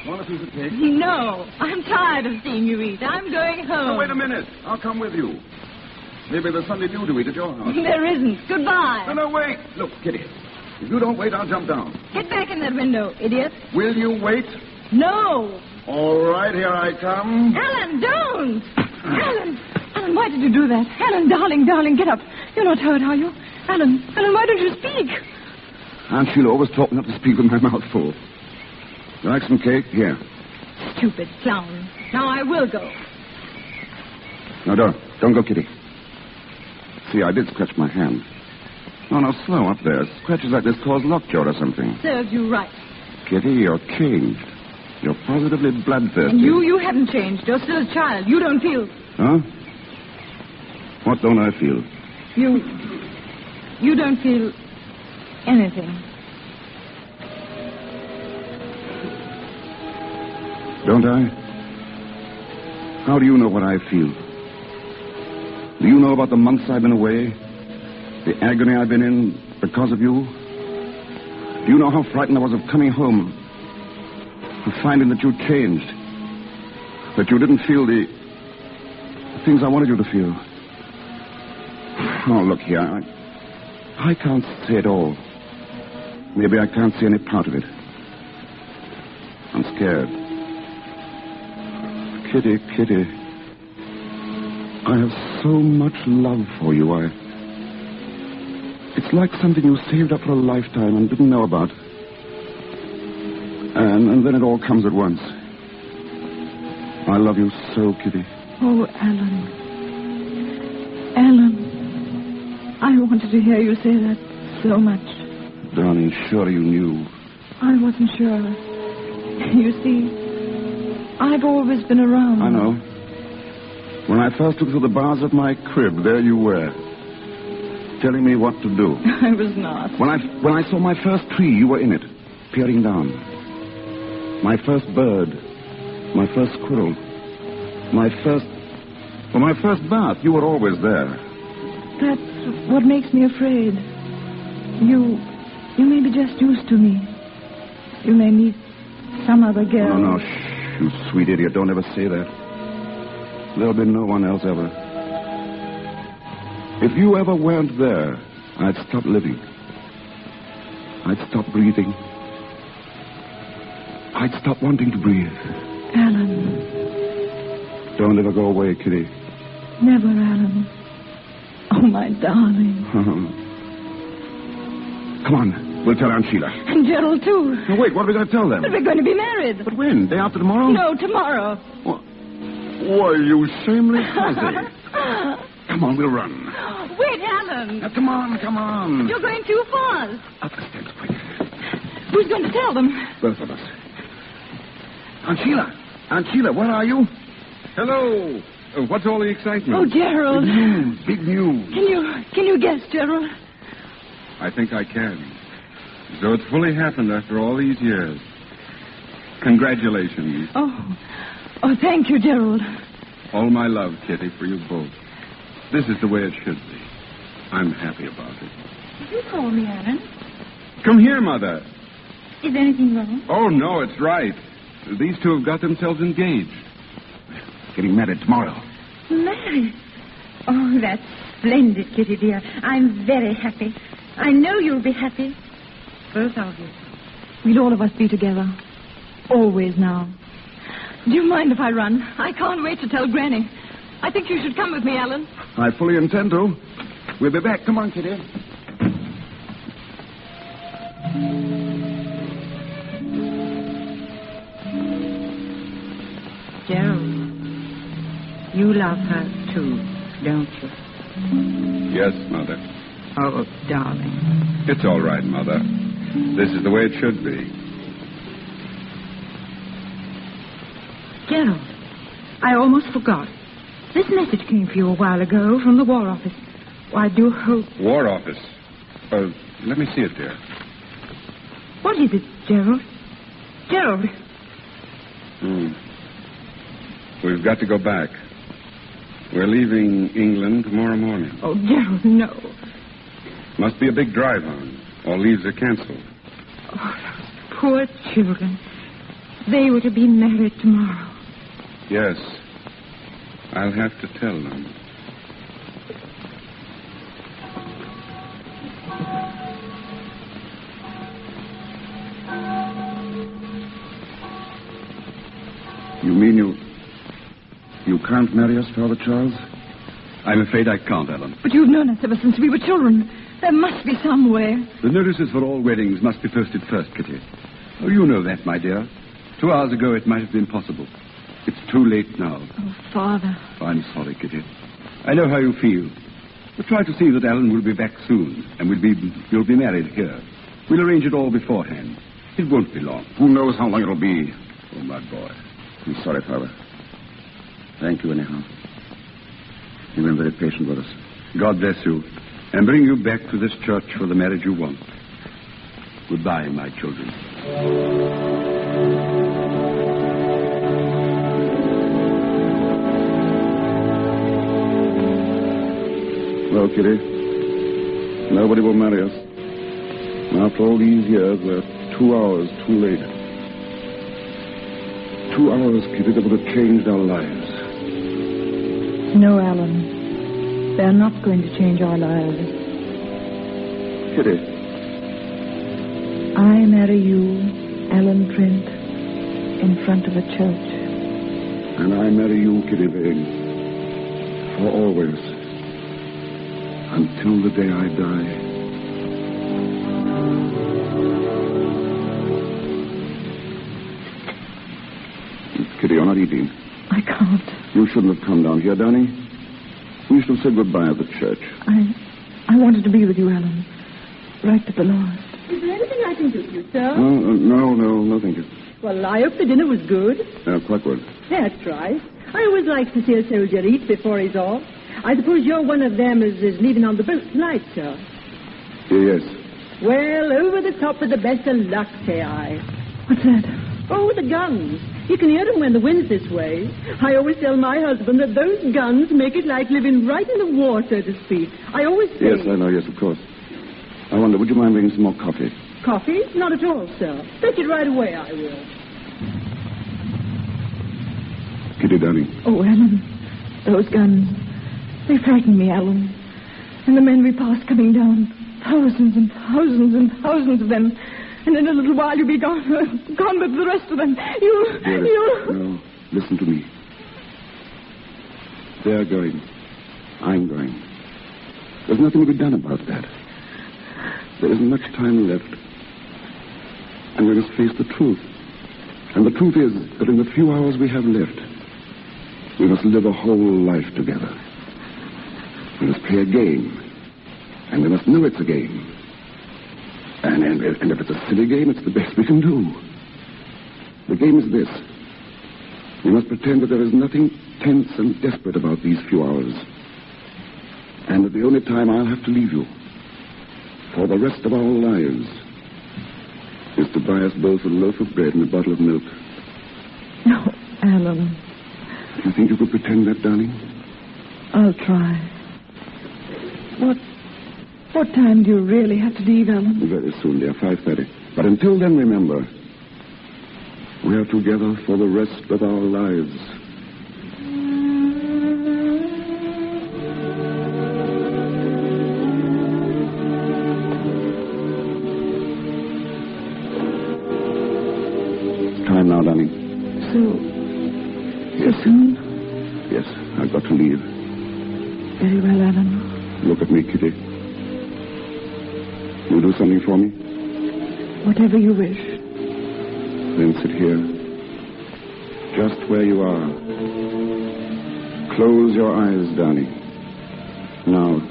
S33: Want a piece of cake?
S15: No, I'm tired of seeing you eat. I'm going home.
S33: Oh, wait a minute. I'll come with you. Maybe there's something new to eat at your house.
S15: There isn't. Goodbye.
S33: No, no, wait. Look, Kitty, if you don't wait, I'll jump down.
S15: Get back in that window, idiot.
S33: Will you wait?
S15: No.
S33: All right, here I come.
S15: Alan, don't. Alan, Alan, why did you do that? Alan, darling, darling, get up. You're not hurt, are you? Alan, Alan, why don't you speak?
S33: Aunt Sheila always taught me not to speak with my mouth full. You like some cake? Here.
S15: Stupid clown. Now I will go.
S33: No, don't. Don't go, Kitty. See, I did scratch my hand. No, no, slow up there. Scratches like this cause lockjaw or something.
S15: Serves you right.
S33: Kitty, you're changed. You're positively bloodthirsty.
S15: And you, you haven't changed. You're still a child. You don't feel.
S33: Huh? What don't I feel?
S15: You. You don't feel anything.
S33: Don't I? How do you know what I feel? Do you know about the months I've been away? The agony I've been in because of you? Do you know how frightened I was of coming home? Of finding that you changed? That you didn't feel the, the things I wanted you to feel? Oh, look here. I, I can't say it all. Maybe I can't see any part of it. I'm scared. Kitty, Kitty. I have so much love for you. I. It's like something you saved up for a lifetime and didn't know about. And, and then it all comes at once. I love you so, Kitty.
S15: Oh, Alan. Alan. I wanted to hear you say that so much.
S33: Darling, sure you knew.
S15: I wasn't sure. You see, I've always been around.
S33: I know. When I first looked through the bars of my crib, there you were, telling me what to do.
S15: I was not.
S33: When I, when I saw my first tree, you were in it, peering down. My first bird, my first squirrel, my first. Well, my first bath, you were always there.
S15: That's what makes me afraid. You, you may be just used to me. You may meet some other girl.
S33: Oh, No, no, shh, you sweet idiot, don't ever say that. There'll be no one else ever. If you ever weren't there, I'd stop living. I'd stop breathing. I'd stop wanting to breathe.
S15: Alan.
S33: Don't ever go away, Kitty.
S15: Never, Alan. Oh, my darling.
S33: Come on, we'll tell Aunt Sheila.
S15: And Gerald, too.
S33: Now, wait, what are we going to tell them?
S15: But we're going to be married.
S33: But when? Day after tomorrow?
S15: No, tomorrow.
S33: Why, you shameless hussy. Come on, we'll run.
S16: Wait, Alan.
S33: Now, come on, come on.
S16: You're going too fast.
S33: Up the steps, quick.
S15: Who's going to tell them?
S33: Both of us. Aunt Sheila! Aunt Sheila, where are you? Hello! Uh, what's all the excitement?
S15: Oh, Gerald.
S33: Big news, big news.
S15: Can you can you guess, Gerald?
S7: I think I can. So it's fully happened after all these years. Congratulations.
S15: Oh, oh, thank you, Gerald.
S7: All my love, Kitty, for you both. This is the way it should be. I'm happy about it.
S16: Did you call me, Alan?
S7: Come here, Mother.
S16: Is anything wrong?
S7: Oh, no, it's right. These two have got themselves engaged. Getting married tomorrow.
S16: Married. Oh, that's splendid, Kitty dear. I'm very happy. I know you'll be happy. Both of you.
S15: We'll all of us be together. Always now. Do you mind if I run? I can't wait to tell Granny. I think you should come with me, Alan.
S33: I fully intend to. We'll be back. Come on, Kitty.
S34: Gerald, you love her too, don't you?
S7: Yes, Mother.
S34: Oh, darling.
S7: It's all right, Mother. This is the way it should be.
S34: Gerald, I almost forgot. This message came for you a while ago from the War Office. Oh, I do hope.
S7: War Office. Uh, let me see it, dear.
S34: What is it, Gerald? Gerald,
S7: Hmm. We've got to go back. We're leaving England tomorrow morning.
S34: oh, Gerald, no.
S7: Must be a big drive on. All leaves are canceled.
S34: Poor children. They were to be married tomorrow.
S7: Yes. I'll have to tell them.
S33: You mean you. You can't marry us, Father Charles?
S35: I'm afraid I can't, Alan.
S15: But you've known us ever since we were children. There must be some way.
S35: The notices for all weddings must be posted first, Kitty. Oh, you know that, my dear. Two hours ago it might have been possible. It's too late now.
S15: Oh, Father.
S35: I'm sorry, Kitty. I know how you feel. But try to see that Alan will be back soon, and we'll be you'll be married here. We'll arrange it all beforehand. It won't be long.
S33: Who knows how long it'll be?
S35: Oh, my boy.
S33: I'm sorry, Father. Thank you, anyhow. You've been very patient with us.
S35: God bless you, and bring you back to this church for the marriage you want. Goodbye, my children.
S33: Well, Kitty, nobody will marry us. And after all these years, we're two hours too late. Two hours, Kitty, that would have changed our lives.
S15: No, Alan. They're not going to change our lives.
S33: Kitty,
S15: I marry you, Alan Trent, in front of a church.
S33: And I marry you, Kitty Vane, for always, until the day I die. Kitty, you're not eating.
S23: I can't.
S33: You shouldn't have come down here, Danny. We should have said goodbye at the church.
S23: I, I wanted to be with you, Alan. Right to the Lord.
S15: Is there anything I can do for you, sir?
S33: Oh, uh, no, no, no, thank you.
S15: Well, I hope the dinner was good.
S33: Uh, Cluckwood.
S15: That's right. I always like to see a soldier eat before he's off. I suppose you're one of them as is leaving on the boat tonight, sir.
S33: Yes.
S15: Well, over the top with the best of luck, say I.
S23: What's that?
S15: Oh, the guns. You can hear them when the wind's this way. I always tell my husband that those guns make it like living right in the war, so to speak. I always say...
S33: Yes, I know, yes, of course. I wonder, would you mind bringing some more coffee?
S15: Coffee? Not at all, sir. Fetch it right away, I will.
S33: Kitty, darling.
S23: Oh, Alan, those guns. They frighten me, Alan. And the men we passed coming down. Thousands and thousands and thousands of them. And in a little while you'll be gone. Gone with the rest of them. You.
S33: Dearest,
S23: You.
S33: No, listen to me. They're going. I'm going. There's nothing to be done about that. There isn't much time left. And we must face the truth. And the truth is that in the few hours we have left, we must live a whole life together. We must play a game. And we must know it's a game. And, and, and if it's a silly game, it's the best we can do. The game is this. We must pretend that there is nothing tense and desperate about these few hours. And that the only time I'll have to leave you for the rest of our lives is to buy us both a loaf of bread and a bottle of milk.
S23: No, Alan.
S33: Do you think you could pretend that, darling?
S23: I'll try. What. What time do you really have to leave, Alan?
S33: Very soon, dear, 5.30. But until then, remember, we are together for the rest of our lives. Time now, darling.
S23: So. So soon?
S33: Yes, I've got to leave.
S23: Very well, Alan.
S33: Look at me, Kitty. You do something for me?
S23: Whatever you wish.
S33: Then sit here. Just where you are. Close your eyes, darling. Now.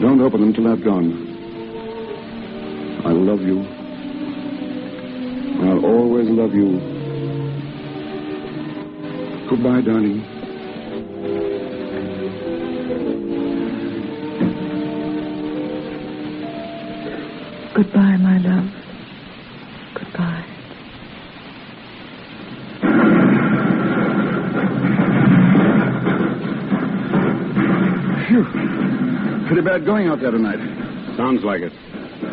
S33: Don't open them till I've gone. I love you. I'll always love you. Goodbye, darling.
S23: Goodbye, my love. Goodbye.
S33: Phew. Pretty bad going out there tonight.
S7: Sounds like it.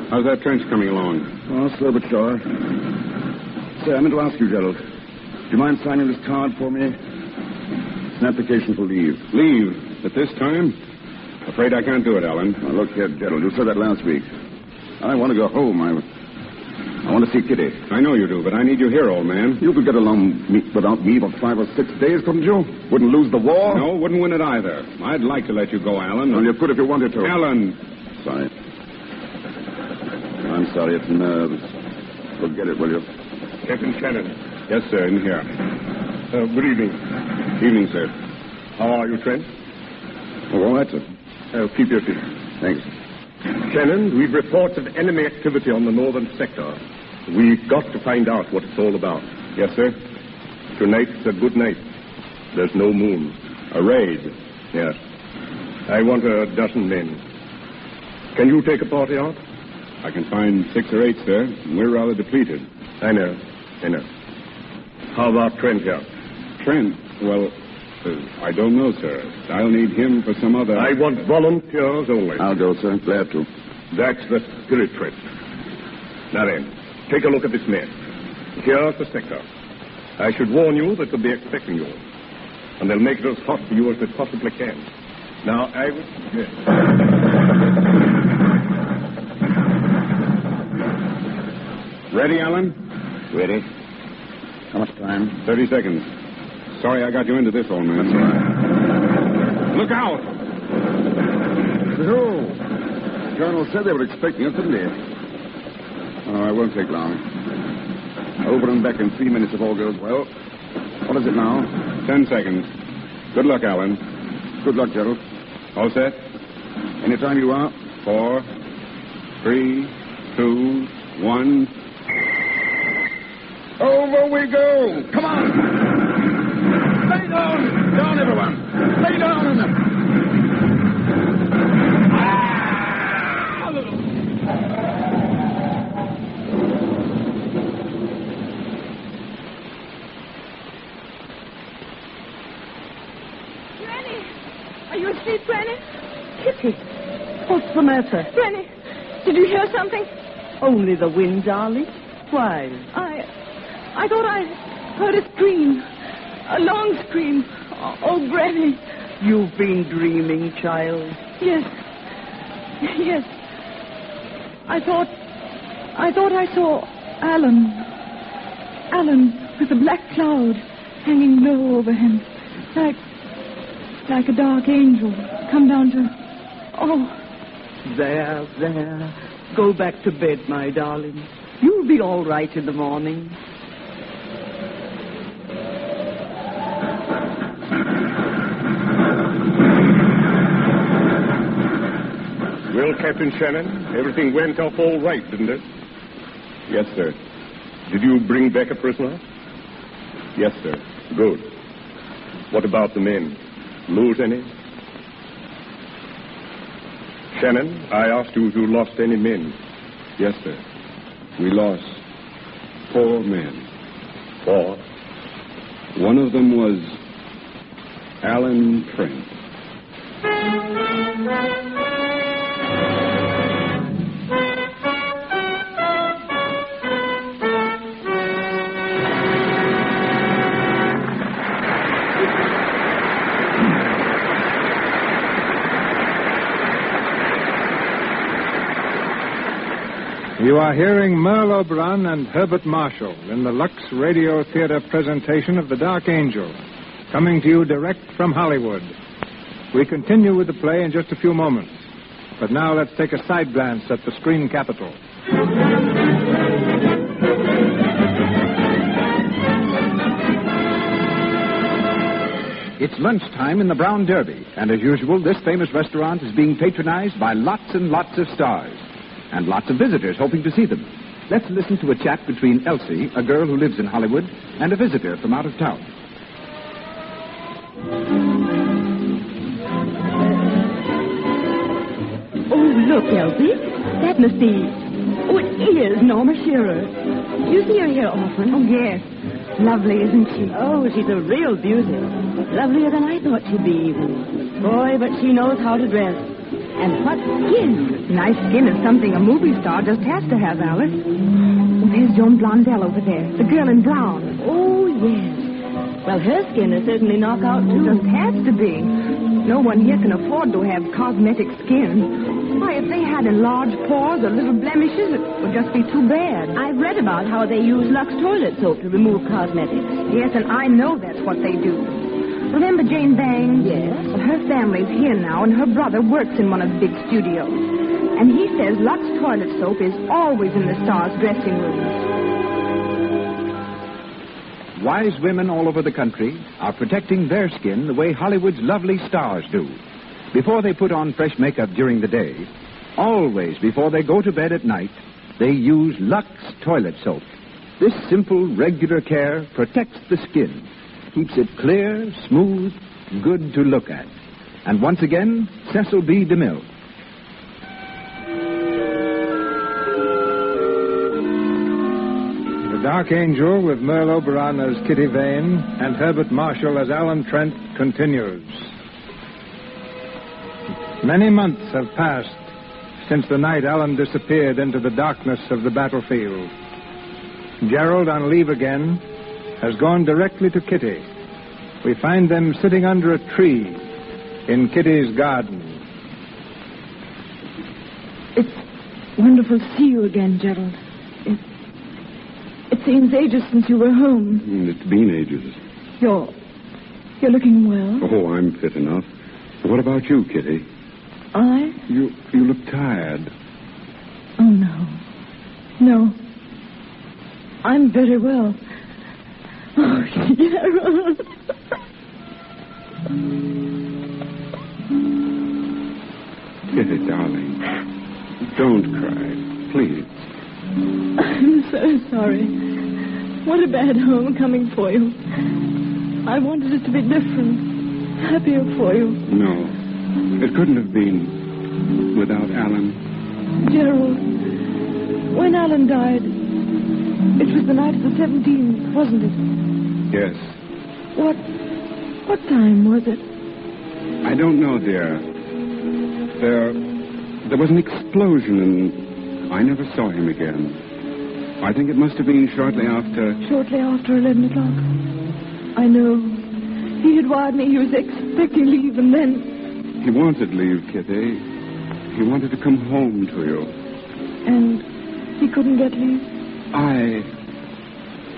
S7: How's that trench coming along?
S33: Oh, slow but sure. Say, I meant to ask you, Gerald. Do you mind signing this card for me? It's an application for leave.
S7: Leave at this time? Afraid I can't do it, Alan.
S33: Now, look here, Gerald. You said that last week. I want to go home. I, I want to see Kitty.
S7: I know you do, but I need you here, old man.
S33: You could get along me, without me for five or six days, couldn't you? Wouldn't lose the war.
S7: No, wouldn't win it either. I'd like to let you go, Alan.
S33: Well, you could if you wanted to.
S7: Alan,
S33: Sorry. I'm sorry. It's nerves. Forget it, will you?
S7: Captain Shannon. Yes, sir, in here. Uh, good evening. Evening, sir. How are you, Trent?
S33: Oh, all right, sir.
S36: Oh, keep your feet.
S33: Thanks.
S36: Shannon, we've reports of enemy activity on the northern sector. We've got to find out what it's all about. Yes, sir. Tonight's a good night. There's no moon. A raid? Yes. I want a dozen men. Can you take a party out?
S7: I can find six or eight, sir. We're rather depleted.
S36: I know. I know. How about Trent here?
S7: Trent, well, uh, I don't know, sir. I'll need him for some other.
S36: I want volunteers only.
S33: I'll go, sir. Glad to.
S36: That's the spirit, Trent. Now then, take a look at this mess. Here's the sector. I should warn you that they'll be expecting you. And they'll make it as hot for you as they possibly can. Now, I would suggest...
S7: Ready, Alan? Ready.
S33: How much time?
S7: 30 seconds.
S33: Sorry I got you into this, old man. That's all right. Look out! Oh, Colonel said they were expecting us, didn't they? Oh, it won't take long. Over and back in three minutes if all goes well. What is it now? Ten seconds. Good luck, Alan. Good luck, Gerald. All set? Anytime you are. Four, three, two, one. Over we go! Come on! Lay down! Down, everyone! Lay down on them!
S37: Granny! Are you asleep, Granny?
S16: Kitty, what's the matter?
S37: Granny, did you hear something?
S16: Only the wind, darling. Why?
S37: I. I thought I heard a scream. A long scream. Oh, oh, Granny.
S16: You've been dreaming, child.
S37: Yes. Yes. I thought. I thought I saw Alan. Alan with a black cloud hanging low over him. Like. like a dark angel come down to. Oh,
S16: There, there. Go back to bed, my darling. You'll be all right in the morning.
S23: Well, Captain Shannon, everything went off all right, didn't it? Yes, sir. Did you bring back a prisoner? Yes, sir. Good. What about the men? Lose any? Shannon, I asked you if you lost any men. Yes, sir.
S33: We lost four men.
S23: Four?
S33: One of them was Alan Trent.
S32: You are hearing Merle Oberon and Herbert Marshall in the Lux Radio Theater presentation of The Dark Angel, coming to you direct from Hollywood. We continue with the play in just a few moments, but now let's take a side glance at the screen capital.
S17: It's lunchtime in the Brown Derby, and as usual, this famous restaurant is being patronized by lots and lots of stars and lots of visitors hoping to see them. Let's listen to a chat between Elsie, a girl who lives in Hollywood, and a visitor from out of town.
S38: Oh, look, Elsie. That must be. Oh, it is Norma Shearer. You see her here often? Oh, yes. Lovely, isn't she? Oh, she's a real beauty. Lovelier than I thought she'd be, even. Boy, but she knows how to dress. And what skin!
S15: Nice skin is something a movie star just has to have, Alice. There's Joan Blondell over there, the girl in brown.
S38: Oh, yes. Well, her skin is certainly knockout, too.
S15: Just has to be. No one here can afford to have cosmetic skin. Why, if they had enlarged pores or little blemishes, it would just be too bad.
S38: I've read about how they use Lux toilet soap to remove cosmetics.
S15: Yes, and I know that's what they do. Remember Jane Bang? Yes. Her family's here now, and her brother works in one of the big studios. And he says Lux toilet soap is always in the star's dressing room.
S17: Wise women all over the country are protecting their skin the way Hollywood's lovely stars do. Before they put on fresh makeup during the day, always before they go to bed at night, they use Lux toilet soap. This simple, regular care protects the skin, keeps it clear, smooth, good to look at. And once again, Cecil B. DeMille.
S32: The Dark Angel with Merle Oberon as Kitty Vane and Herbert Marshall as Alan Trent continues. Many months have passed since the night Alan disappeared into the darkness of the battlefield. Gerald, on leave again, has gone directly to Kitty. We find them sitting under a tree in Kitty's garden.
S7: Wonderful to see you again, Gerald. It, it seems ages since you were home.
S33: Mm, It's been ages.
S7: You're
S15: You're looking well.
S7: Oh, I'm fit enough. What about you, Kitty?
S15: I?
S7: You you look tired.
S15: Oh, no. No. I'm very well. Oh, Gerald.
S7: Kitty, darling. Don't cry, please.
S15: I'm so sorry. What a bad homecoming for you. I wanted it to be different, happier for you.
S7: No. It couldn't have been without Alan.
S15: Gerald, when Alan died, it was the night of the 17th, wasn't it?
S7: Yes.
S15: What, what time was it?
S7: I don't know, dear. There there was an explosion and I never saw him again. I think it must have been shortly after
S15: Shortly after 11 o'clock. I know. He had wired me he was expecting leave, and then.
S7: He wanted leave, Kitty. He wanted to come home to you.
S15: And he couldn't get leave.
S7: I.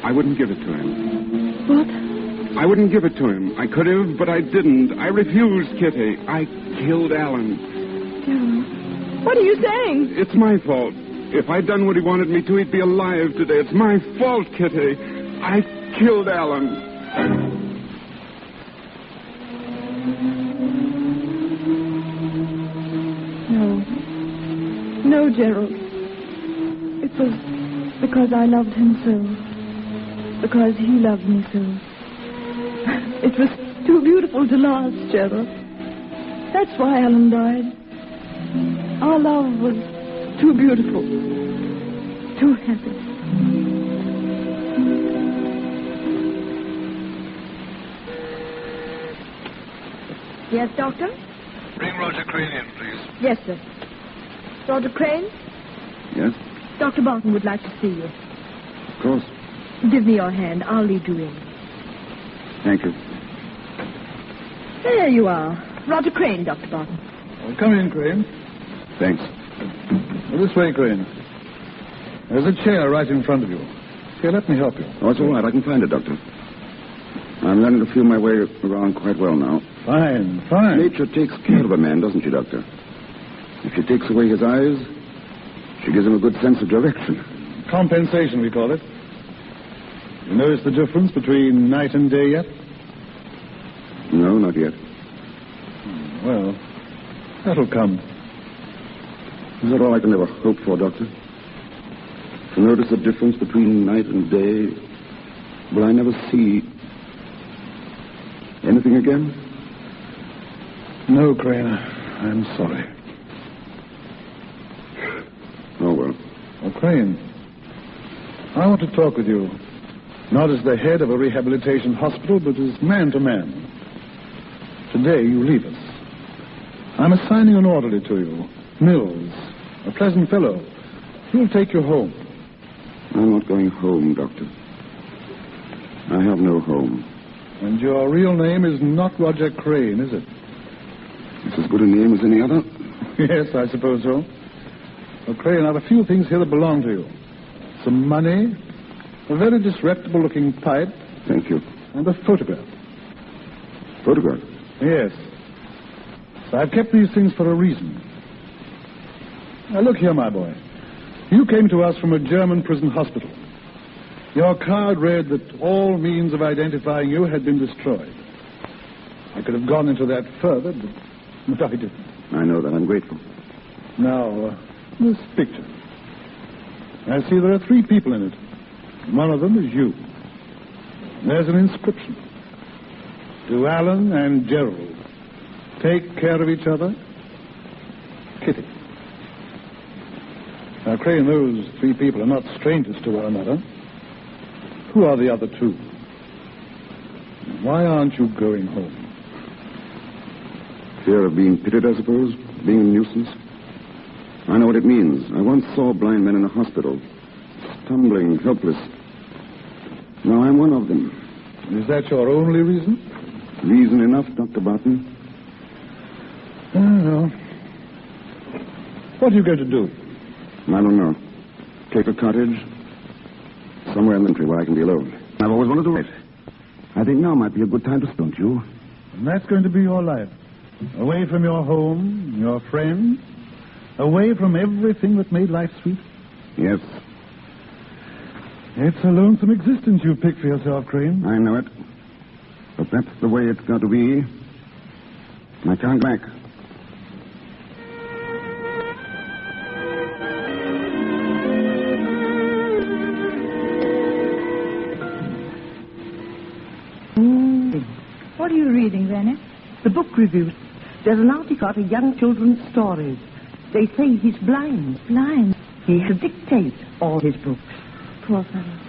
S7: I wouldn't give it to him.
S15: What?
S7: I wouldn't give it to him. I could have, but I didn't. I refused, Kitty. I killed Alan.
S15: Gerald. What are you saying?
S7: It's my fault. If I'd done what he wanted me to, he'd be alive today. It's my fault, Kitty. I killed Alan.
S15: No. No, Gerald. It was because I loved him so. Because he loved me so. It was too beautiful to last, Gerald. That's why Alan died. Our love was too beautiful. Too happy.
S39: Yes, Doctor?
S32: Bring Roger Crane in, please.
S39: Yes, sir. Dr. Crane?
S7: Yes?
S39: Dr. Barton would like to see you.
S7: Of course.
S39: Give me your hand. I'll lead you in.
S7: Thank you.
S39: There you are. Roger Crane, Dr. Barton.
S18: Well, come in, Crane.
S7: Thanks.
S18: Well, this way, Crane. There's a chair right in front of you. Here, let me help you.
S33: Oh, it's all right. I can find it, Doctor.
S7: I'm learning to feel my way around quite well now.
S18: Fine, fine.
S33: Nature takes care of a man, doesn't she, Doctor?
S7: If she takes away his eyes, she gives him a good sense of direction.
S18: Compensation, we call it. You notice the difference between night and day yet?
S7: No, not yet.
S18: Well, that'll come.
S33: Is that all I can ever hope for, Doctor?
S7: To notice the difference between night and day, will I never see anything again?
S18: No, Crane. I'm sorry.
S7: Oh, well.
S18: Well, Crane, I want to talk with you. Not as the head of a rehabilitation hospital, but as man to man. Today you leave us. I'm assigning an orderly to you, Mills, a pleasant fellow. He'll take you home.
S7: I'm not going home, Doctor. I have no home.
S18: And your real name is not Roger Crane, is it?
S7: It's as good a name as any other.
S18: yes, I suppose so. Well, Crane, I've a few things here that belong to you. Some money, a very disreputable looking pipe,
S7: Thank you.
S18: and a photograph.
S7: Photograph.
S18: Yes. So I've kept these things for a reason. Now, look here, my boy. You came to us from a German prison hospital. Your card read that all means of identifying you had been destroyed. I could have gone into that further, but, but I didn't.
S7: I know that. I'm grateful.
S18: Now, uh, this picture. I see there are three people in it. One of them is you. There's an inscription. To Alan and Gerald. Take care of each other. Kitty. Now, Crane, those three people are not strangers to one another. Who are the other two? Why aren't you going home?
S7: Fear of being pitied, I suppose. Being a nuisance. I know what it means. I once saw blind men in a hospital, stumbling, helpless. Now I'm one of them.
S18: Is that your only reason?
S7: Reason enough, Dr. Barton.
S18: I don't know. What are you going to do?
S7: I don't know. Take a cottage somewhere in the country where I can be alone.
S33: I've always wanted to write. I think now might be a good time to don't you?
S18: And that's going to be your life. Away from your home, your friends, away from everything that made life sweet.
S33: Yes.
S18: It's a lonesome existence you've picked for yourself, Crane.
S33: I know it. But that's the way it's going to be. I can't back.
S15: What are you reading, Granny?
S16: Mm. The book review. There's an article out of young children's stories. They say he's blind.
S15: Blind?
S16: He dictates all his books.
S15: Poor fellow.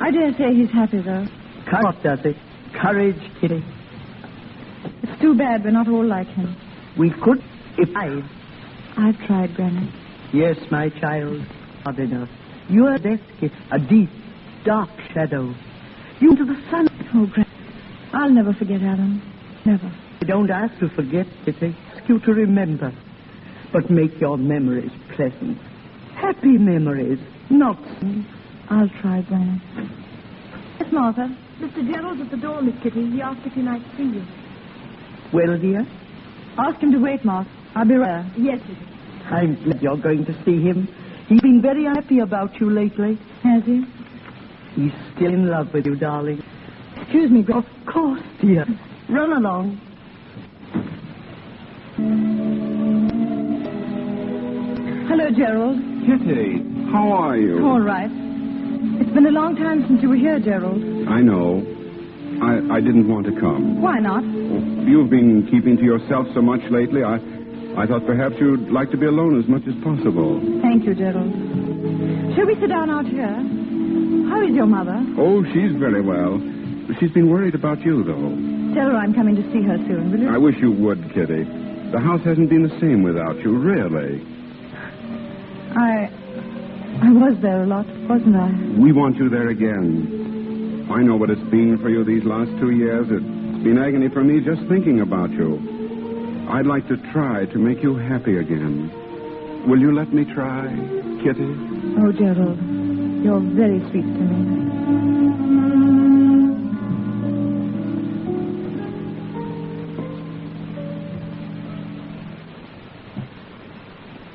S15: I dare say he's happy, though.
S16: Courage what does it? Courage, Kitty.
S15: It's too bad we're not all like him.
S16: We could if I.
S15: I've tried, Granny.
S16: Yes, my child. Hard enough. Your death is a deep, dark shadow. You to the sun.
S15: Oh, Granny. I'll never forget Alan. Never.
S16: I don't ask to forget, Kitty. Ask you to remember. But make your memories pleasant. Happy memories, not.
S15: I'll try, Granny.
S40: Yes, Martha. Mr. Gerald's at the door, Miss Kitty. He asked if he might see you.
S16: Well, dear,
S15: Ask him to wait, Martha. I'll be right.
S40: Yes, Kitty.
S16: I'm glad you're going to see him. He's been very unhappy about you lately.
S15: Has he?
S16: He's still in love with you, darling.
S15: Excuse me, Granny.
S16: Of course, dear. Run along.
S15: Hello, Gerald.
S7: Kitty, how are you?
S15: All right. It's been a long time since you were here, Gerald.
S7: I know. I, I didn't want to come.
S15: Why not?
S7: You've been keeping to yourself so much lately. I, I thought perhaps you'd like to be alone as much as possible.
S15: Thank you, Gerald. Shall we sit down out here? How is your mother?
S7: Oh, she's very well. She's been worried about you, though.
S15: Tell her I'm coming to see her soon, will you?
S7: I wish you would, Kitty. The house hasn't been the same without you, really.
S15: I. I was there a lot, wasn't I?
S7: We want you there again. I know what it's been for you these last two years. It's been agony for me just thinking about you. I'd like to try to make you happy again. Will you let me try, Kitty?
S15: Oh, Gerald, you're very sweet to me.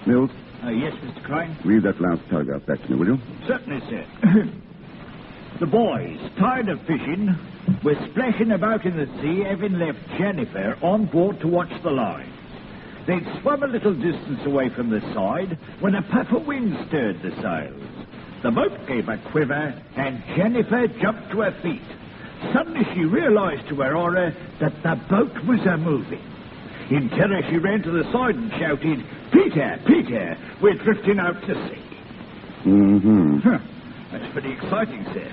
S33: Mills,
S41: Uh, yes, Mr. Crane?
S33: read that last paragraph back to me, will you?
S41: Certainly, sir. the boys, tired of fishing, were splashing about in the sea, having left Jennifer on board to watch the line. They'd swum a little distance away from the side when a puff of wind stirred the sails. The boat gave a quiver, and Jennifer jumped to her feet. Suddenly she realized to her horror that the boat was a moving. In terror, she ran to the side and shouted, Peter, Peter, we're drifting out to sea.
S33: Mm-hmm.
S41: Huh. That's pretty exciting, sir.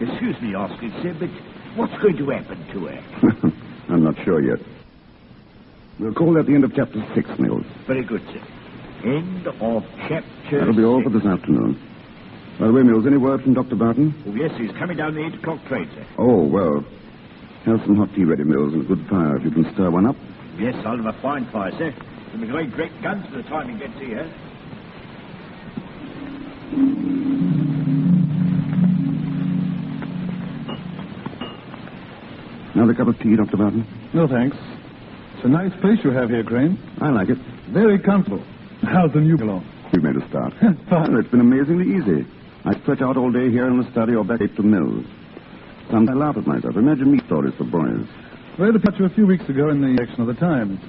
S41: Excuse me asking, sir, but what's going to happen to her?
S33: I'm not sure yet. We'll call that the end of chapter six, Mills.
S41: Very good, sir. End of chapter.
S33: That'll be all for this afternoon. By the way, Mills, any word from Dr. Barton?
S41: Oh, yes, he's coming down the 8 o'clock train, sir.
S33: Oh, well. Have some hot tea ready, Mills, and a good fire if you can stir one up.
S41: Yes, I'll have a fine fire, sir. It'll be going great guns by the time he gets here.
S33: Another cup of tea, Dr. Barton?
S18: No, thanks. It's a nice place you have here, Crane.
S33: I like it.
S18: Very comfortable. How's the new along?
S33: We've made a start. Fine. It's been amazingly easy. I stretch out all day here in the study or back to Mills. Sometimes I laugh at myself. Imagine me stories for boys.
S18: Read about you a few weeks ago in the section of the Times.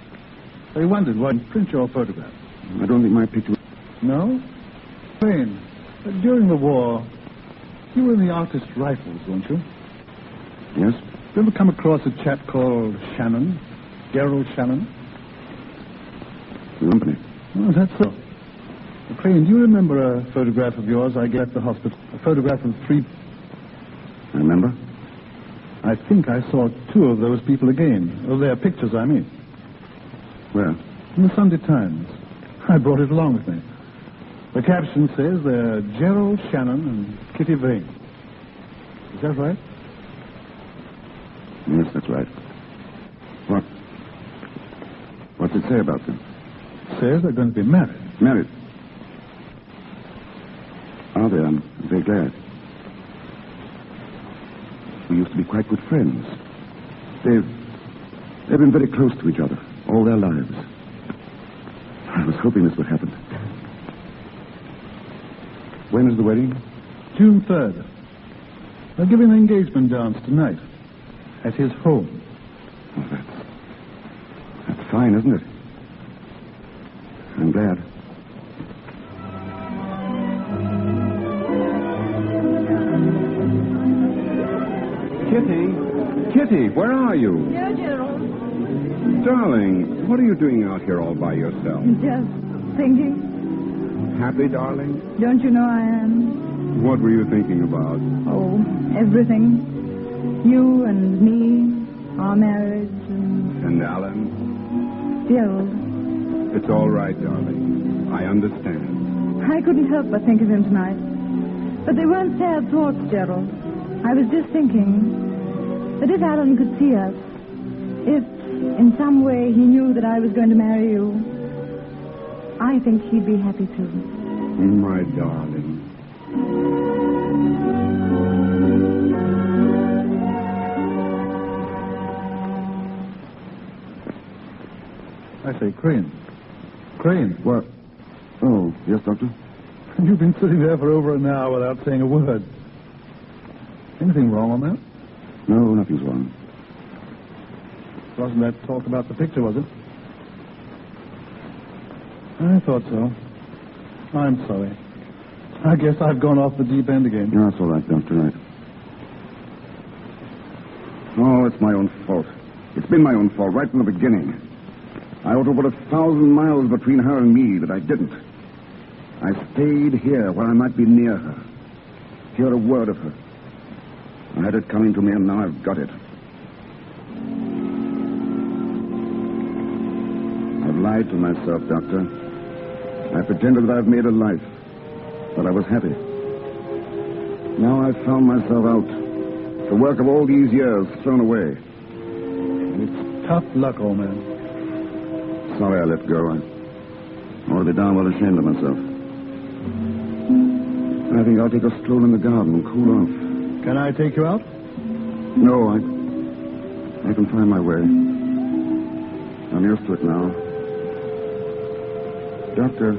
S18: They wondered why you didn't print your photograph.
S33: I don't think my picture.
S18: No? Crane, uh, during the war, you were in the artist rifles, weren't you?
S33: Yes?
S18: You ever come across a chap called Shannon? Gerald Shannon?
S33: Company.
S18: Oh, that's so. Well, Crane, do you remember a photograph of yours I got at the hospital? A photograph of three.
S33: I remember.
S18: I think I saw two of those people again. Of their pictures, I mean.
S33: Where?
S18: In the Sunday Times. I brought it along with me. The caption says they're Gerald Shannon and Kitty Vane. Is that right?
S33: Yes, that's right. What? What's it say about them?
S18: Says they're going to be married.
S33: Married. Ah, Are they? I'm very glad. We used to be quite good friends. They've, they've been very close to each other all their lives. I was hoping this would happen. When is the wedding?
S18: June 3rd. They're giving an engagement dance tonight at his home.
S33: That's fine, isn't it? I'm glad.
S7: Kitty, Kitty, where are you?
S15: Here, Gerald.
S7: Darling, what are you doing out here all by yourself?
S15: Just thinking.
S7: Happy, darling?
S15: Don't you know I am?
S7: What were you thinking about?
S15: Oh, everything. You and me, our marriage, and
S7: And Alan?
S15: Gerald.
S7: It's all right, darling. I understand.
S15: I couldn't help but think of him tonight. But they weren't sad thoughts, Gerald. I was just thinking that if Alan could see us, if in some way he knew that I was going to marry you, I think he'd be happy too.
S7: My darling.
S18: I say, Crane. Crane.
S33: What? Oh, yes, Doctor?
S18: You've been sitting there for over an hour without saying a word. Anything wrong on that?
S33: No, nothing's wrong.
S18: Wasn't that talk about the picture, was it? I thought so. I'm sorry. I guess I've gone off the deep end again.
S33: No, it's all right, Doctor. I... Oh, it's my own fault. It's been my own fault right from the beginning. I ought to have put a thousand miles between her and me, but I didn't. I stayed here where I might be near her, hear a word of her. I had it coming to me, and now I've got it. I've lied to myself, Doctor. I pretended that I've made a life, that I was happy. Now I've found myself out. The work of all these years thrown away.
S18: Tough luck, old man.
S33: Sorry I let go. I ought to be downright ashamed of myself. I think I'll take a stroll in the garden, cool off.
S18: Can I take you out?
S33: No, I, I can find my way. I'm used to it now. Doctor,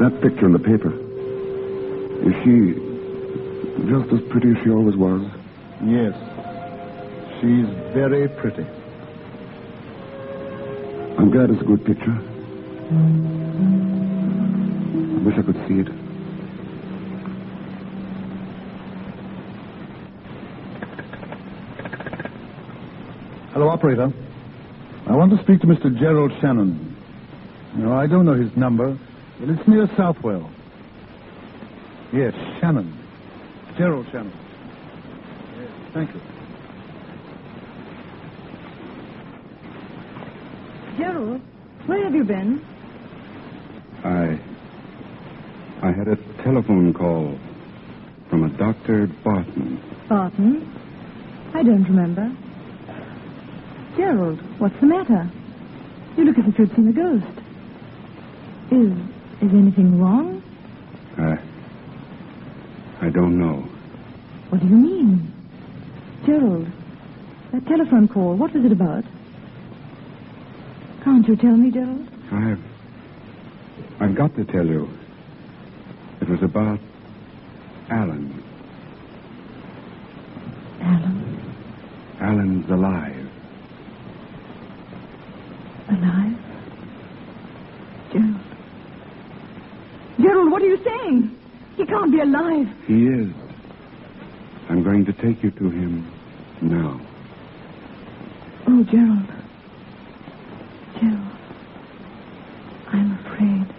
S33: that picture in the paper. Is she just as pretty as she always was?
S18: Yes. She's very pretty.
S33: I'm glad it's a good picture. I wish I could see it.
S18: Hello, operator. I want to speak to Mr. Gerald Shannon. No, I don't know his number, but it's near Southwell. Yes, Shannon. Gerald Shannon. Yes, thank you.
S6: Gerald, where have you been?
S7: I. I had a telephone call from a Dr. Barton.
S6: Barton? I don't remember. Gerald, what's the matter? You look as if you'd seen a ghost. Is is anything wrong?
S7: I. I don't know.
S6: What do you mean? Gerald, that telephone call, what was it about? Can't you tell me, Gerald?
S7: I've. I've got to tell you. It was about Alan.
S6: Alan,
S7: Alan's alive.
S6: alive? Gerald. Gerald, what are you saying? He can't be alive.
S7: He is. I'm going to take you to him now.
S6: Oh, Gerald. Gerald. I'm afraid.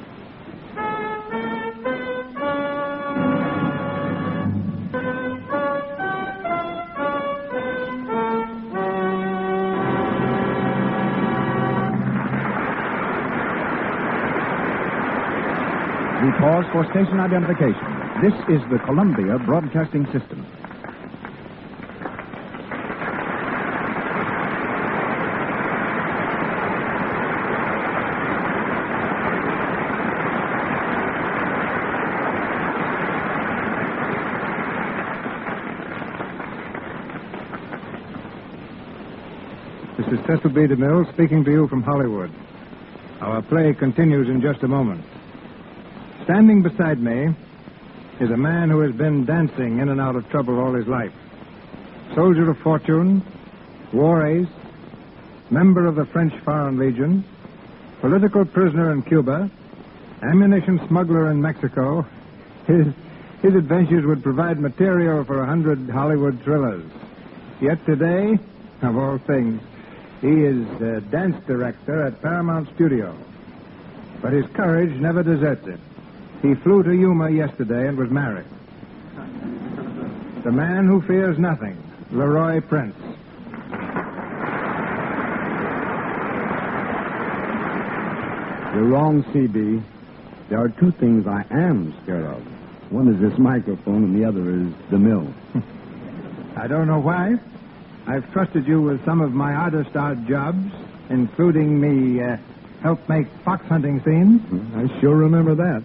S17: We pause for station identification. This is the Columbia Broadcasting System.
S32: This is Cecil B. DeMille speaking to you from Hollywood. Our play continues in just a moment. Standing beside me is a man who has been dancing in and out of trouble all his life. Soldier of fortune, war ace, member of the French Foreign Legion, political prisoner in Cuba, ammunition smuggler in Mexico. His, his adventures would provide material for a hundred Hollywood thrillers. Yet today, of all things, he is uh, dance director at Paramount Studio. But his courage never deserts him. He flew to Yuma yesterday and was married. The man who fears nothing, Leroy Prince.
S11: You're wrong, CB. There are two things I am scared of. One is this microphone, and the other is the mill.
S32: I don't know why. I've trusted you with some of my oddest odd jobs, including me uh, help make fox hunting scenes.
S11: Mm-hmm. I sure remember that.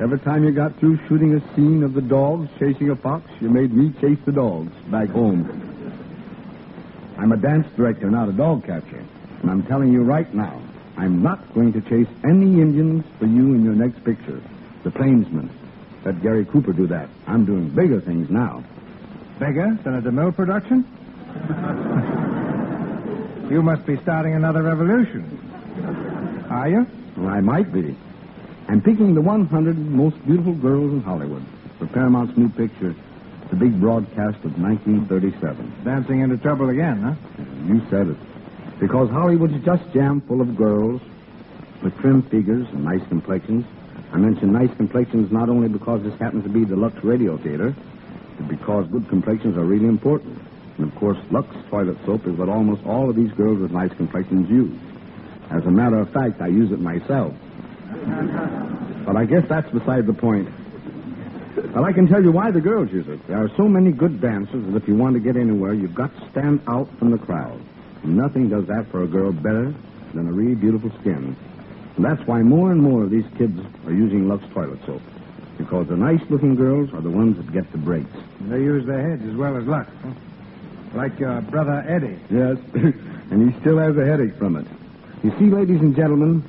S11: Every time you got through shooting a scene of the dogs chasing a fox, you made me chase the dogs back home. I'm a dance director, not a dog catcher. And I'm telling you right now, I'm not going to chase any Indians for you in your next picture. The Plainsmen. Let Gary Cooper do that. I'm doing bigger things now.
S32: Bigger than a DeMille production? you must be starting another revolution. Are you?
S11: Well, I might be. I'm picking the 100 most beautiful girls in Hollywood for Paramount's new picture, the big broadcast of 1937.
S32: Dancing into trouble again, huh?
S11: You said it. Because Hollywood's just jam full of girls with trim figures and nice complexions. I mention nice complexions not only because this happens to be the Lux Radio Theater, but because good complexions are really important. And of course, Lux toilet soap is what almost all of these girls with nice complexions use. As a matter of fact, I use it myself. But I guess that's beside the point. Well, I can tell you why the girls use it. There are so many good dancers that if you want to get anywhere, you've got to stand out from the crowd. Nothing does that for a girl better than a really beautiful skin. And that's why more and more of these kids are using Lux toilet soap. Because the nice looking girls are the ones that get the breaks.
S32: They use their heads as well as luck. huh? Like your brother Eddie.
S11: Yes, and he still has a headache from it. You see, ladies and gentlemen,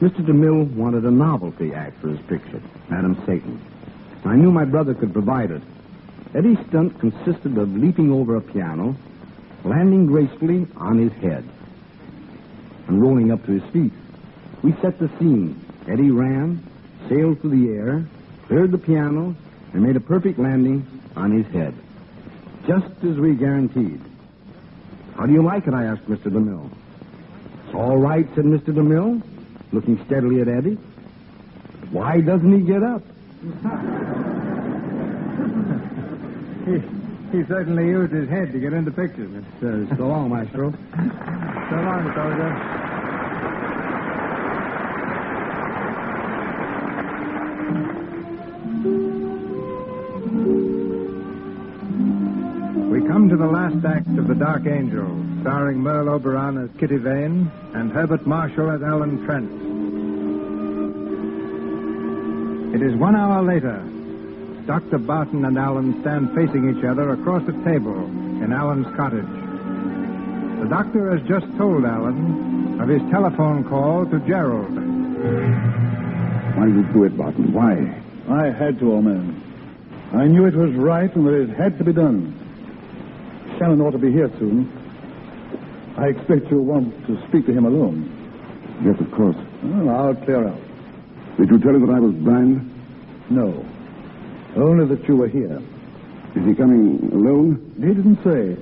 S11: Mr. DeMille wanted a novelty act for his picture, Madam Satan. I knew my brother could provide it. Eddie's stunt consisted of leaping over a piano, landing gracefully on his head, and rolling up to his feet. We set the scene. Eddie ran, sailed through the air, cleared the piano, and made a perfect landing on his head. Just as we guaranteed. How do you like it? I asked Mr. DeMille. It's all right, said Mr. DeMille, looking steadily at Eddie. Why doesn't he get up?
S32: He, he certainly used his head to get into pictures.
S11: Uh, so long, Maestro.
S32: So long, soldier. We come to the last act of The Dark Angel, starring Merle Oberon as Kitty Vane and Herbert Marshall as Alan Trent. It is one hour later. Dr. Barton and Alan stand facing each other across a table in Alan's cottage. The doctor has just told Alan of his telephone call to Gerald.
S33: Why did you do it, Barton? Why?
S18: I had to, old man. I knew it was right and that it had to be done. Shannon ought to be here soon. I expect you'll want to speak to him alone.
S33: Yes, of course.
S18: Well, I'll clear out.
S33: Did you tell him that I was blind?
S18: No. Only that you were here.
S33: Is he coming alone?
S18: He didn't say.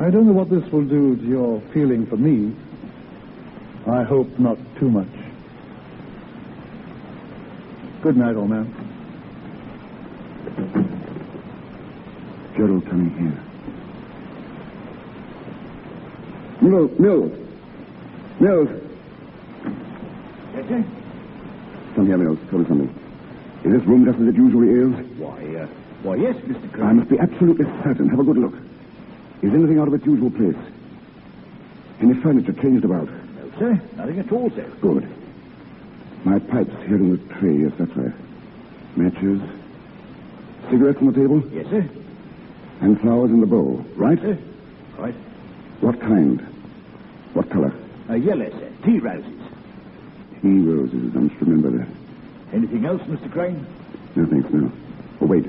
S18: I don't know what this will do to your feeling for me. I hope not too much. Good night, old man.
S33: Gerald coming here. Mills, Mills. Mills.
S41: Yes, sir?
S33: Come here, Mills. Tell me something. Is this room just as it usually is?
S41: Why, uh, why, yes, Mr.
S33: I
S41: Crane.
S33: must be absolutely certain. Have a good look. Is anything out of its usual place? Any furniture changed about?
S41: No, sir. Nothing at all, sir.
S33: Good. My pipe's here in the tray. Yes, that's right. Matches. Cigarettes on the table?
S41: Yes, sir.
S33: And flowers in the bowl, right?
S41: Yes, sir. Right.
S33: What kind? What color?
S21: Uh, yellow, sir. Tea roses.
S33: Tea roses. I must remember that.
S21: Anything else, Mr. Crane?
S33: No, thanks, no. Oh, wait.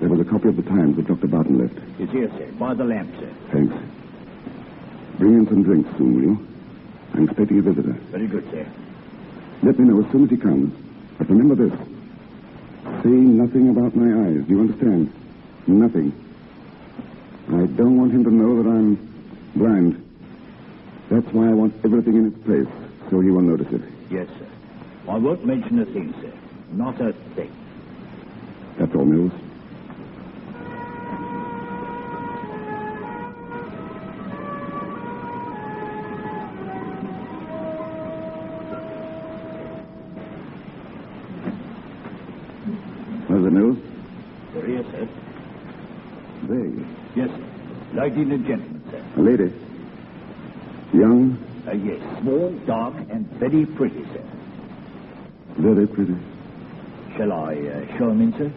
S33: There was a copy of the Times that Dr. Barton left.
S21: It's here, sir. By the lamp, sir.
S33: Thanks. Bring in some drinks soon, will you? I'm expecting a visitor.
S21: Very good, sir.
S33: Let me know as soon as he comes. But remember this. Say nothing about my eyes. Do you understand? Nothing. I don't want him to know that I'm blind. That's why I want everything in its place, so he won't notice it.
S21: Yes, sir. I won't mention a thing, sir. Not a thing.
S33: That's all, Mills. How's it, Mills?
S21: They're here, sir.
S33: They.
S21: Yes, sir. Ladies and gentlemen, sir.
S33: A lady. Young,
S21: Uh, yes, small, dark, and very pretty, sir.
S33: very pretty.
S21: Shall I uh, show him in, sir?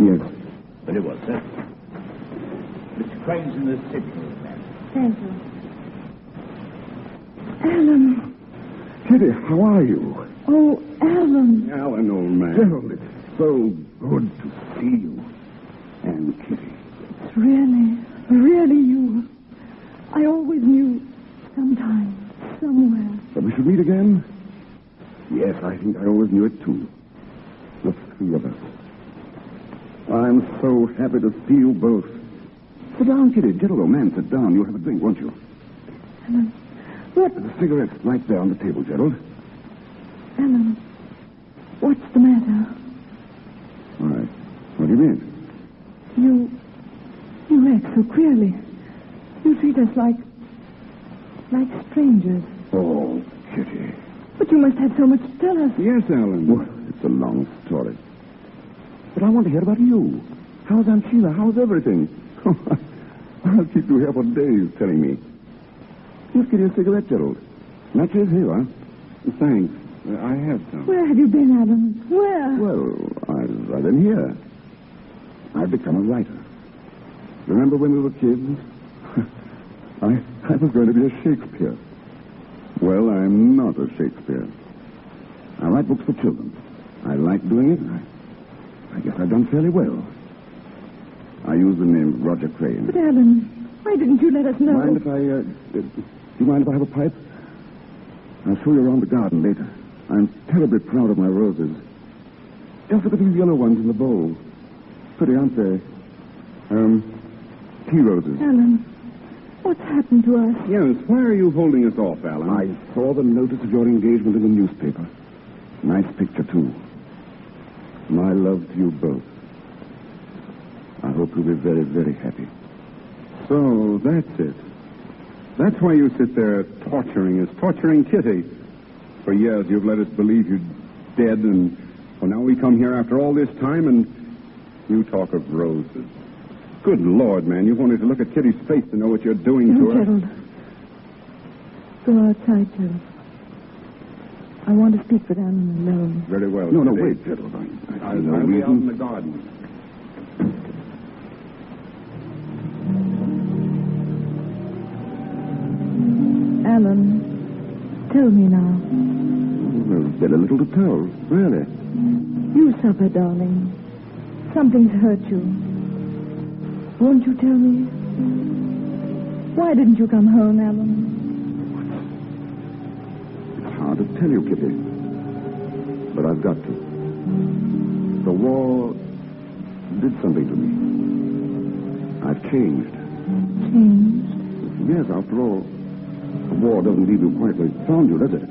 S33: Yes.
S21: Very well, sir. Mr. Crane's in the sitting room, ma'am.
S15: Thank you. Alan.
S33: Kitty, how are you?
S15: Oh, Alan.
S33: Alan, old man. Gerald, it's so good to see you. And Kitty.
S15: It's really, really you. I always knew. Sometime, somewhere.
S33: That we should meet again? Yes, I think I always knew it, too. The three of us. I'm so happy to see you both. Sit down, Kitty. Gentle old man, sit down. You'll have a drink, won't you?
S15: Alan. What,
S33: The cigarette's right there on the table, Gerald.
S15: Alan? What's the matter?
S33: All right. What do you mean?
S15: You. You act so queerly. You treat us like. like strangers.
S33: Oh, Kitty.
S15: But you must have so much to tell us.
S33: Yes, Alan. Well, it's a long story. But I want to hear about you. How's Aunt Sheila? How's everything? I'll keep you here for days telling me. Just get you a cigarette, Gerald. Matches? Here you are. Thanks. Uh, I have some.
S15: Where have you been, Alan? Where?
S33: Well, I've, I've been here. I've become a writer. Remember when we were kids? I, I was going to be a Shakespeare. Well, I'm not a Shakespeare. I write books for children. I like doing it. I, I guess I've done fairly well. I use the name Roger Crane.
S15: But, Alan, why didn't you let us know?
S33: Mind if I, uh, uh, do you mind if I have a pipe? I'll show you around the garden later. I'm terribly proud of my roses. Just look at these yellow ones in the bowl. Pretty, aren't they? Um, tea roses.
S15: Alan, what's happened to us?
S33: Yes, why are you holding us off, Alan? I saw the notice of your engagement in the newspaper. Nice picture, too. My love to you both. I hope you'll be very, very happy.
S7: So that's it. That's why you sit there torturing us, torturing Kitty. For years you've let us believe you're dead, and well, now we come here after all this time, and you talk of roses. Good Lord, man, you wanted to look at Kitty's face to know what you're doing
S15: No,
S7: to her.
S15: Gerald. Go outside, Gerald. I want to speak with Alan alone.
S7: Very well.
S33: No, no,
S7: Kitty.
S33: wait, Gerald. I, I,
S7: I'll,
S33: see no
S7: I'll be out in
S33: reason.
S7: the garden.
S15: Alan, tell me now.
S33: Well, very little to tell, really.
S15: You suffer, darling. Something's hurt you. Won't you tell me? Why didn't you come home, Alan?
S33: It's hard to tell you, Kitty. But I've got to. The war did something to me. I've changed.
S15: Changed.
S33: Yes, after all, the war doesn't leave you quite where it found you, does it?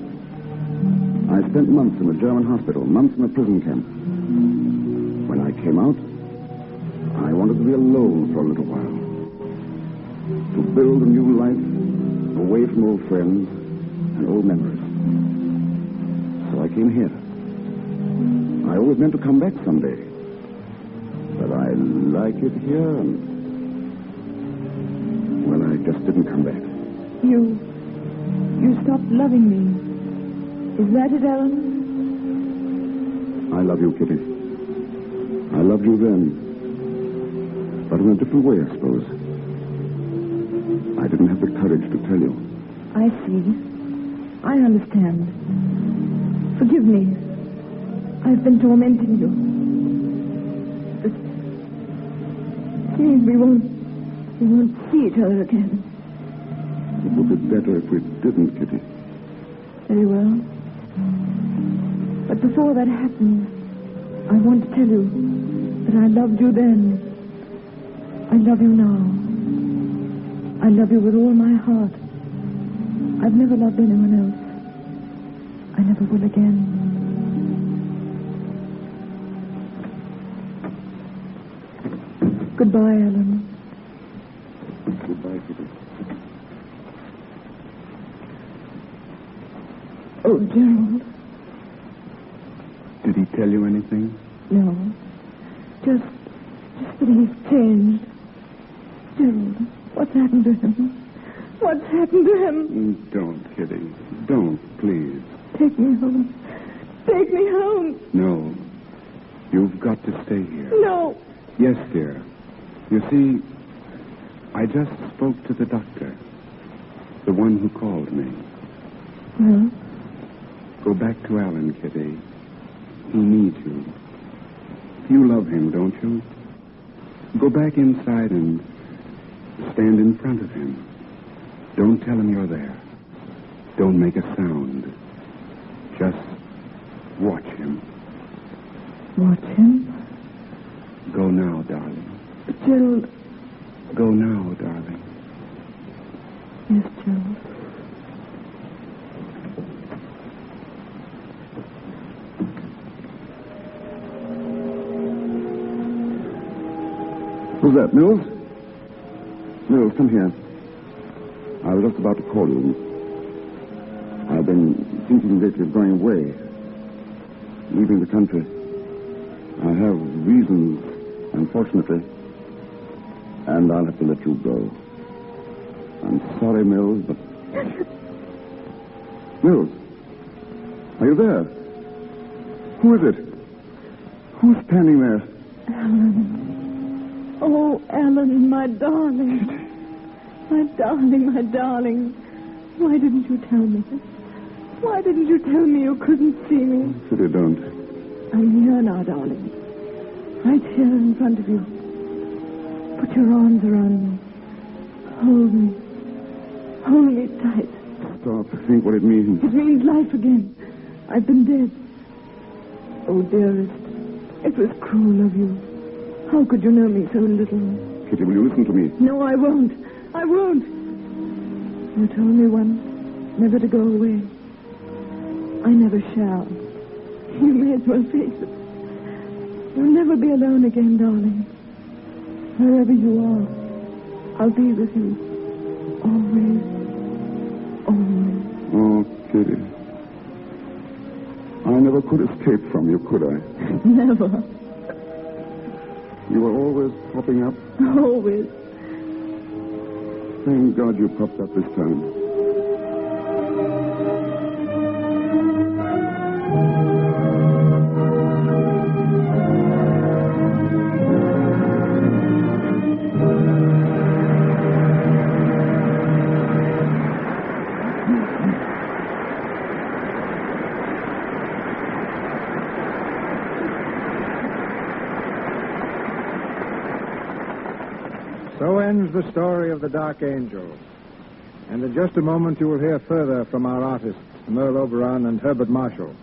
S33: I spent months in a German hospital, months in a prison camp. When I came out, I wanted to be alone for a little while. To build a new life, away from old friends and old memories. So I came here. I always meant to come back someday. But I like it here, and. Well, I just didn't come back.
S15: You. You stopped loving me. Is that it, Alan?
S33: I love you, Kitty. I loved you then. But in a different way, I suppose. I didn't have the courage to tell you.
S15: I see. I understand. Forgive me. I've been tormenting you. But please, we won't, we won't see each other again.
S33: It would be better if we didn't, Kitty.
S15: Very well. But before that happened, I want to tell you that I loved you then. I love you now. I love you with all my heart. I've never loved anyone else. I never will again. Goodbye, Alan.
S33: Goodbye, Kitty.
S15: Oh, Gerald.
S33: Did he tell you anything?
S15: No. Just, just that he's changed. Gerald, what's happened to him? What's happened to him?
S33: Mm, Don't, Kitty. Don't, please.
S15: Take me home. Take me home.
S33: No. You've got to stay here.
S15: No.
S33: Yes, dear. You see, I just spoke to the doctor, the one who called me.
S15: Well,
S33: Go back to Alan, Kitty. He needs you. You love him, don't you? Go back inside and stand in front of him. Don't tell him you're there. Don't make a sound. Just watch him.
S15: watch him.
S33: Go now, darling.
S15: But Gerald.
S33: Go now, darling.
S15: Yes, Gerald.
S33: Who's that, Mills? Mills, come here. I was just about to call you. I've been thinking that you're going away, leaving the country. I have reasons, unfortunately, and I'll have to let you go. I'm sorry, Mills, but. Mills, are you there? Who is it? Who's standing there?
S15: Alan. Oh, Alan, my darling. My darling, my darling. Why didn't you tell me? Why didn't you tell me you couldn't see me?
S33: Kitty, don't.
S15: I'm here now, darling. Right here in front of you. Put your arms around me. Hold me. Hold me tight.
S33: Stop. Think what it means.
S15: It means life again. I've been dead. Oh, dearest, it was cruel of you. How could you know me so little?
S33: Kitty, will you listen to me?
S15: No, I won't. I won't. You told me once never to go away. I never shall. You may as well face it. You'll never be alone again, darling. Wherever you are, I'll be with you. Always. Always.
S33: Oh, Kitty. I never could escape from you, could I?
S15: Never.
S33: You were always popping up.
S15: Always.
S33: Thank God you popped up this time.
S32: So ends the story of the Dark Angel. And in just a moment, you will hear further from our artists, Merle Oberon and Herbert Marshall.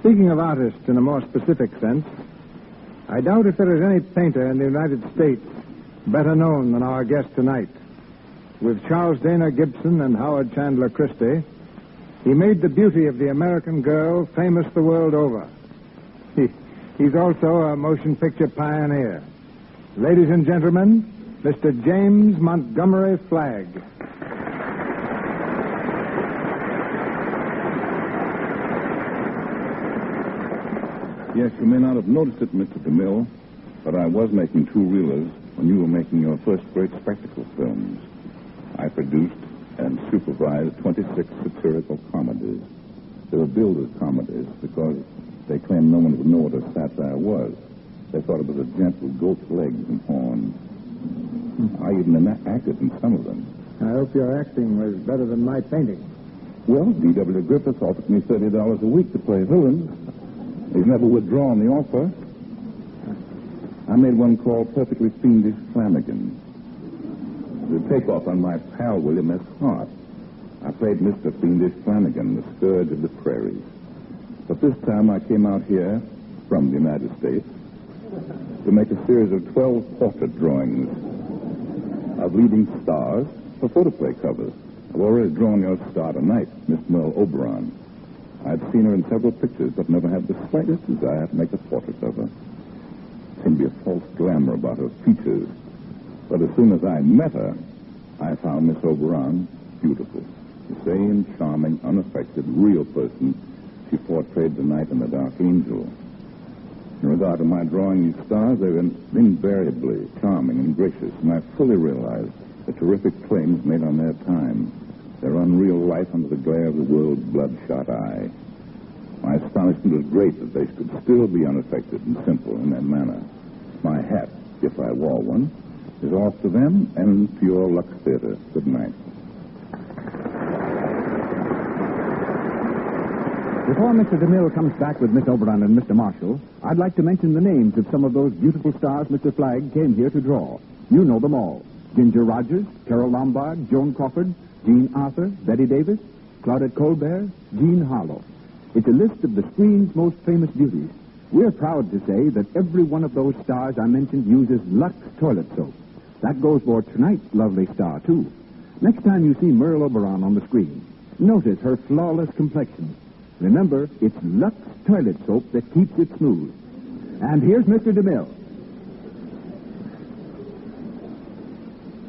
S32: Speaking of artists in a more specific sense, I doubt if there is any painter in the United States better known than our guest tonight. With Charles Dana Gibson and Howard Chandler Christie, he made the beauty of the American girl famous the world over. He, he's also a motion picture pioneer. Ladies and gentlemen, Mr. James Montgomery Flagg.
S42: Yes, you may not have noticed it, Mr. DeMille, but I was making two reelers when you were making your first great spectacle films. I produced and supervised 26 satirical comedies. They were billed as comedies because they claimed no one would know what a satire was. They thought it was a gent with goat's legs and horns. I even ena- acted in some of them.
S32: I hope your acting was better than my painting.
S42: Well, D.W. Griffith offered me $30 a week to play villains. He's never withdrawn the offer. I made one called Perfectly Fiendish Flanagan. The takeoff on my pal William S. Hart. I played Mr. Fiendish Flanagan, the scourge of the prairies. But this time I came out here from the United States to make a series of 12 portrait drawings of leading stars for photoplay covers. I've already drawn your star tonight, Miss Merle Oberon. I've seen her in several pictures, but never had the slightest desire to make a portrait of her. Seemed to be a false glamour about her features. But as soon as I met her, I found Miss Oberon beautiful. The same charming, unaffected, real person she portrayed tonight in The Dark Angel. In regard to my drawing these stars, they were invariably charming and gracious, and I fully realized the terrific claims made on their time, their unreal life under the glare of the world's bloodshot eye. My astonishment was great that they could still be unaffected and simple in their manner. My hat, if I wore one, is off to them and to your Lux Theater. Good night.
S17: Before Mr. DeMille comes back with Miss Oberon and Mr. Marshall, I'd like to mention the names of some of those beautiful stars Mr. Flagg came here to draw. You know them all. Ginger Rogers, Carol Lombard, Joan Crawford, Jean Arthur, Betty Davis, Claudette Colbert, Jean Harlow. It's a list of the screen's most famous beauties. We're proud to say that every one of those stars I mentioned uses Lux toilet soap. That goes for tonight's lovely star, too. Next time you see Merle Oberon on the screen, notice her flawless complexion. Remember, it's Lux toilet soap that keeps it smooth. And here's Mr. DeMille.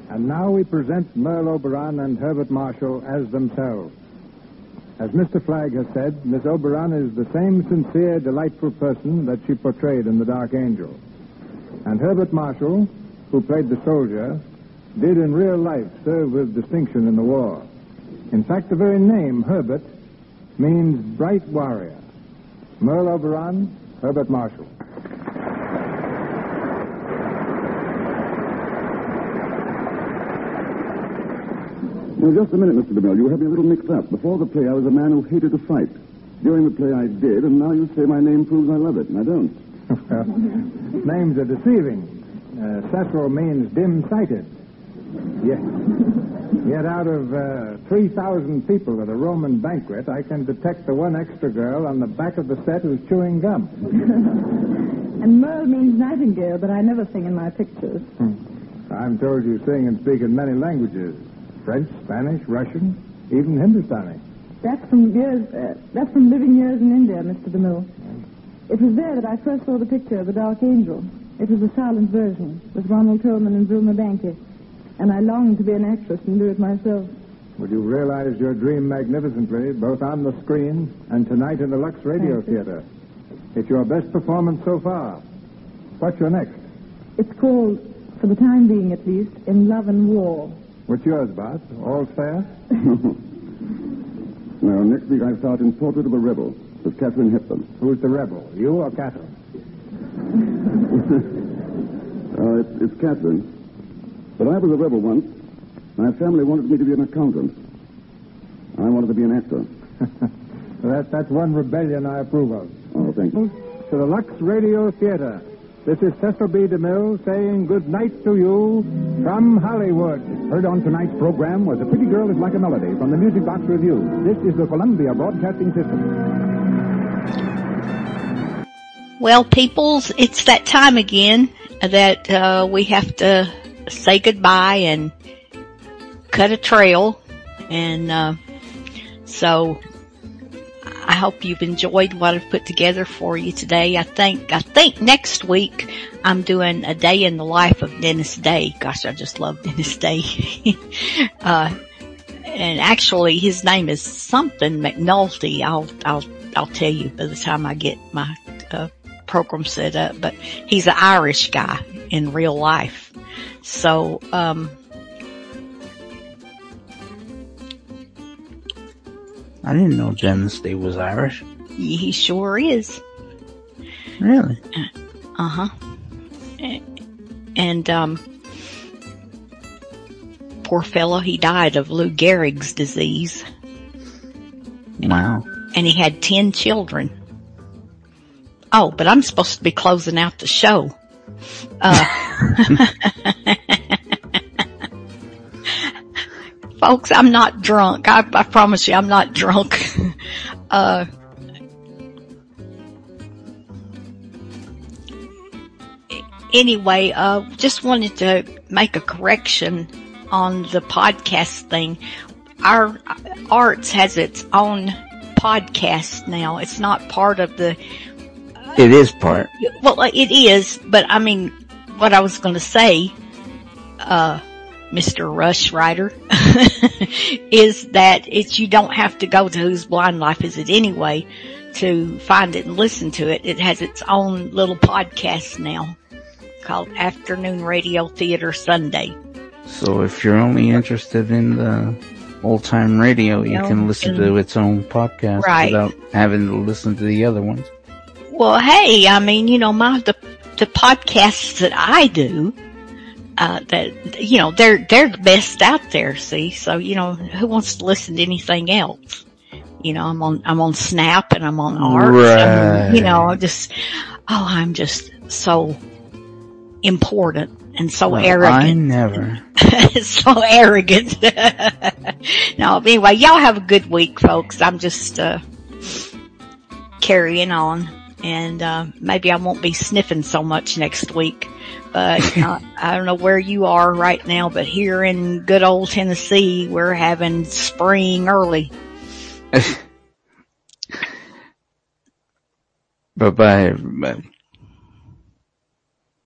S32: And now we present Merle Oberon and Herbert Marshall as themselves. As Mr. Flagg has said, Miss Oberon is the same sincere, delightful person that she portrayed in The Dark Angel. And Herbert Marshall, who played the soldier, did in real life serve with distinction in the war. In fact, the very name, Herbert, means bright warrior. Merle Oberon, Herbert Marshall.
S33: Now, just a minute, Mr. DeMille. You have me a little mixed up. Before the play, I was a man who hated to fight. During the play, I did, and now you say my name proves I love it, and I don't.
S32: Well, names are deceiving. Uh, Cecil means dim-sighted. Yet, yet out of uh, 3,000 people at a Roman banquet, I can detect the one extra girl on the back of the set who's chewing gum.
S15: And Merle means nightingale, but I never sing in my pictures. Hmm.
S32: I'm told you sing and speak in many languages. French, Spanish, Russian, even Hindustani.
S15: That's from years. Uh, that's from living years in India, Mr. DeMille. It was there that I first saw the picture of the Dark Angel. It was a silent version with Ronald Coleman and Vilma Banky, and I longed to be an actress and do it myself.
S32: Well, you realized your dream magnificently, both on the screen and tonight in the Lux Radio
S15: Thank you.
S32: Theater. It's your best performance so far. What's your next?
S15: It's called, for the time being at least, In Love and War.
S32: What's yours, boss? All fair?
S33: now, next week I start in Portrait of a Rebel with Catherine Hepburn.
S32: Who's the rebel, you or Catherine?
S33: Uh, it's, it's Catherine. But I was a rebel once. My family wanted me to be an accountant. I wanted to be an actor.
S32: That, that's one rebellion I approve of.
S33: Oh, thank you.
S32: To the Lux Radio Theater. This is Cecil B. DeMille saying good night to you from Hollywood.
S17: Heard on tonight's program was A Pretty Girl is Like a Melody from the Music Box Review. This is the Columbia Broadcasting System.
S1: Well, peoples, it's that time again that uh, we have to say goodbye and cut a trail. And uh, so I hope you've enjoyed what I've put together for you today. I think, I think next week I'm doing a day in the life of Dennis Day. Gosh, I just love Dennis Day. uh, and actually his name is something McNulty. I'll, I'll, I'll tell you by the time I get my uh, program set up, but he's an Irish guy in real life. So, um,
S2: I didn't know Dennis Day was Irish.
S1: he sure is.
S2: Really?
S1: Uh huh. And um, poor fellow, he died of Lou Gehrig's disease,
S24: Wow.
S1: and he had ten children. Oh, but I'm supposed to be closing out the show. Uh, folks, I'm not drunk. I, I promise you, I'm not drunk. uh, anyway, uh, just wanted to make a correction on the podcast thing. Our arts has its own podcast now. It's not part of the
S24: It is part.
S1: well, it is, but I mean, what I was going to say, uh, Mr. Rush Rider, is that it's, you don't have to go to Whose Blind Life Is It Anyway to find it and listen to it. It has its own little podcast now called Afternoon Radio Theater Sunday.
S24: So if you're only interested in the old time radio, you
S1: No,
S24: can listen
S1: and-
S24: to its own podcast
S1: Right.
S24: without having to listen to the other ones.
S1: Well, hey, I mean, you know, my the the podcasts that I do, uh, that you know, they're they're the best out there. See, so you know, who wants to listen to anything else? You know, I'm on I'm on Snap and I'm on Art.
S24: Right.
S1: you know, I just oh, I'm just so important Oh, and so
S24: Well, I
S1: arrogant,
S24: never.
S1: so arrogant. no, but anyway, y'all have a good week, folks. I'm just uh, carrying on, and uh, maybe I won't be sniffing so much next week. But uh, I don't know where you are right now, but here in good old Tennessee, we're having spring early.
S24: Bye bye, everybody.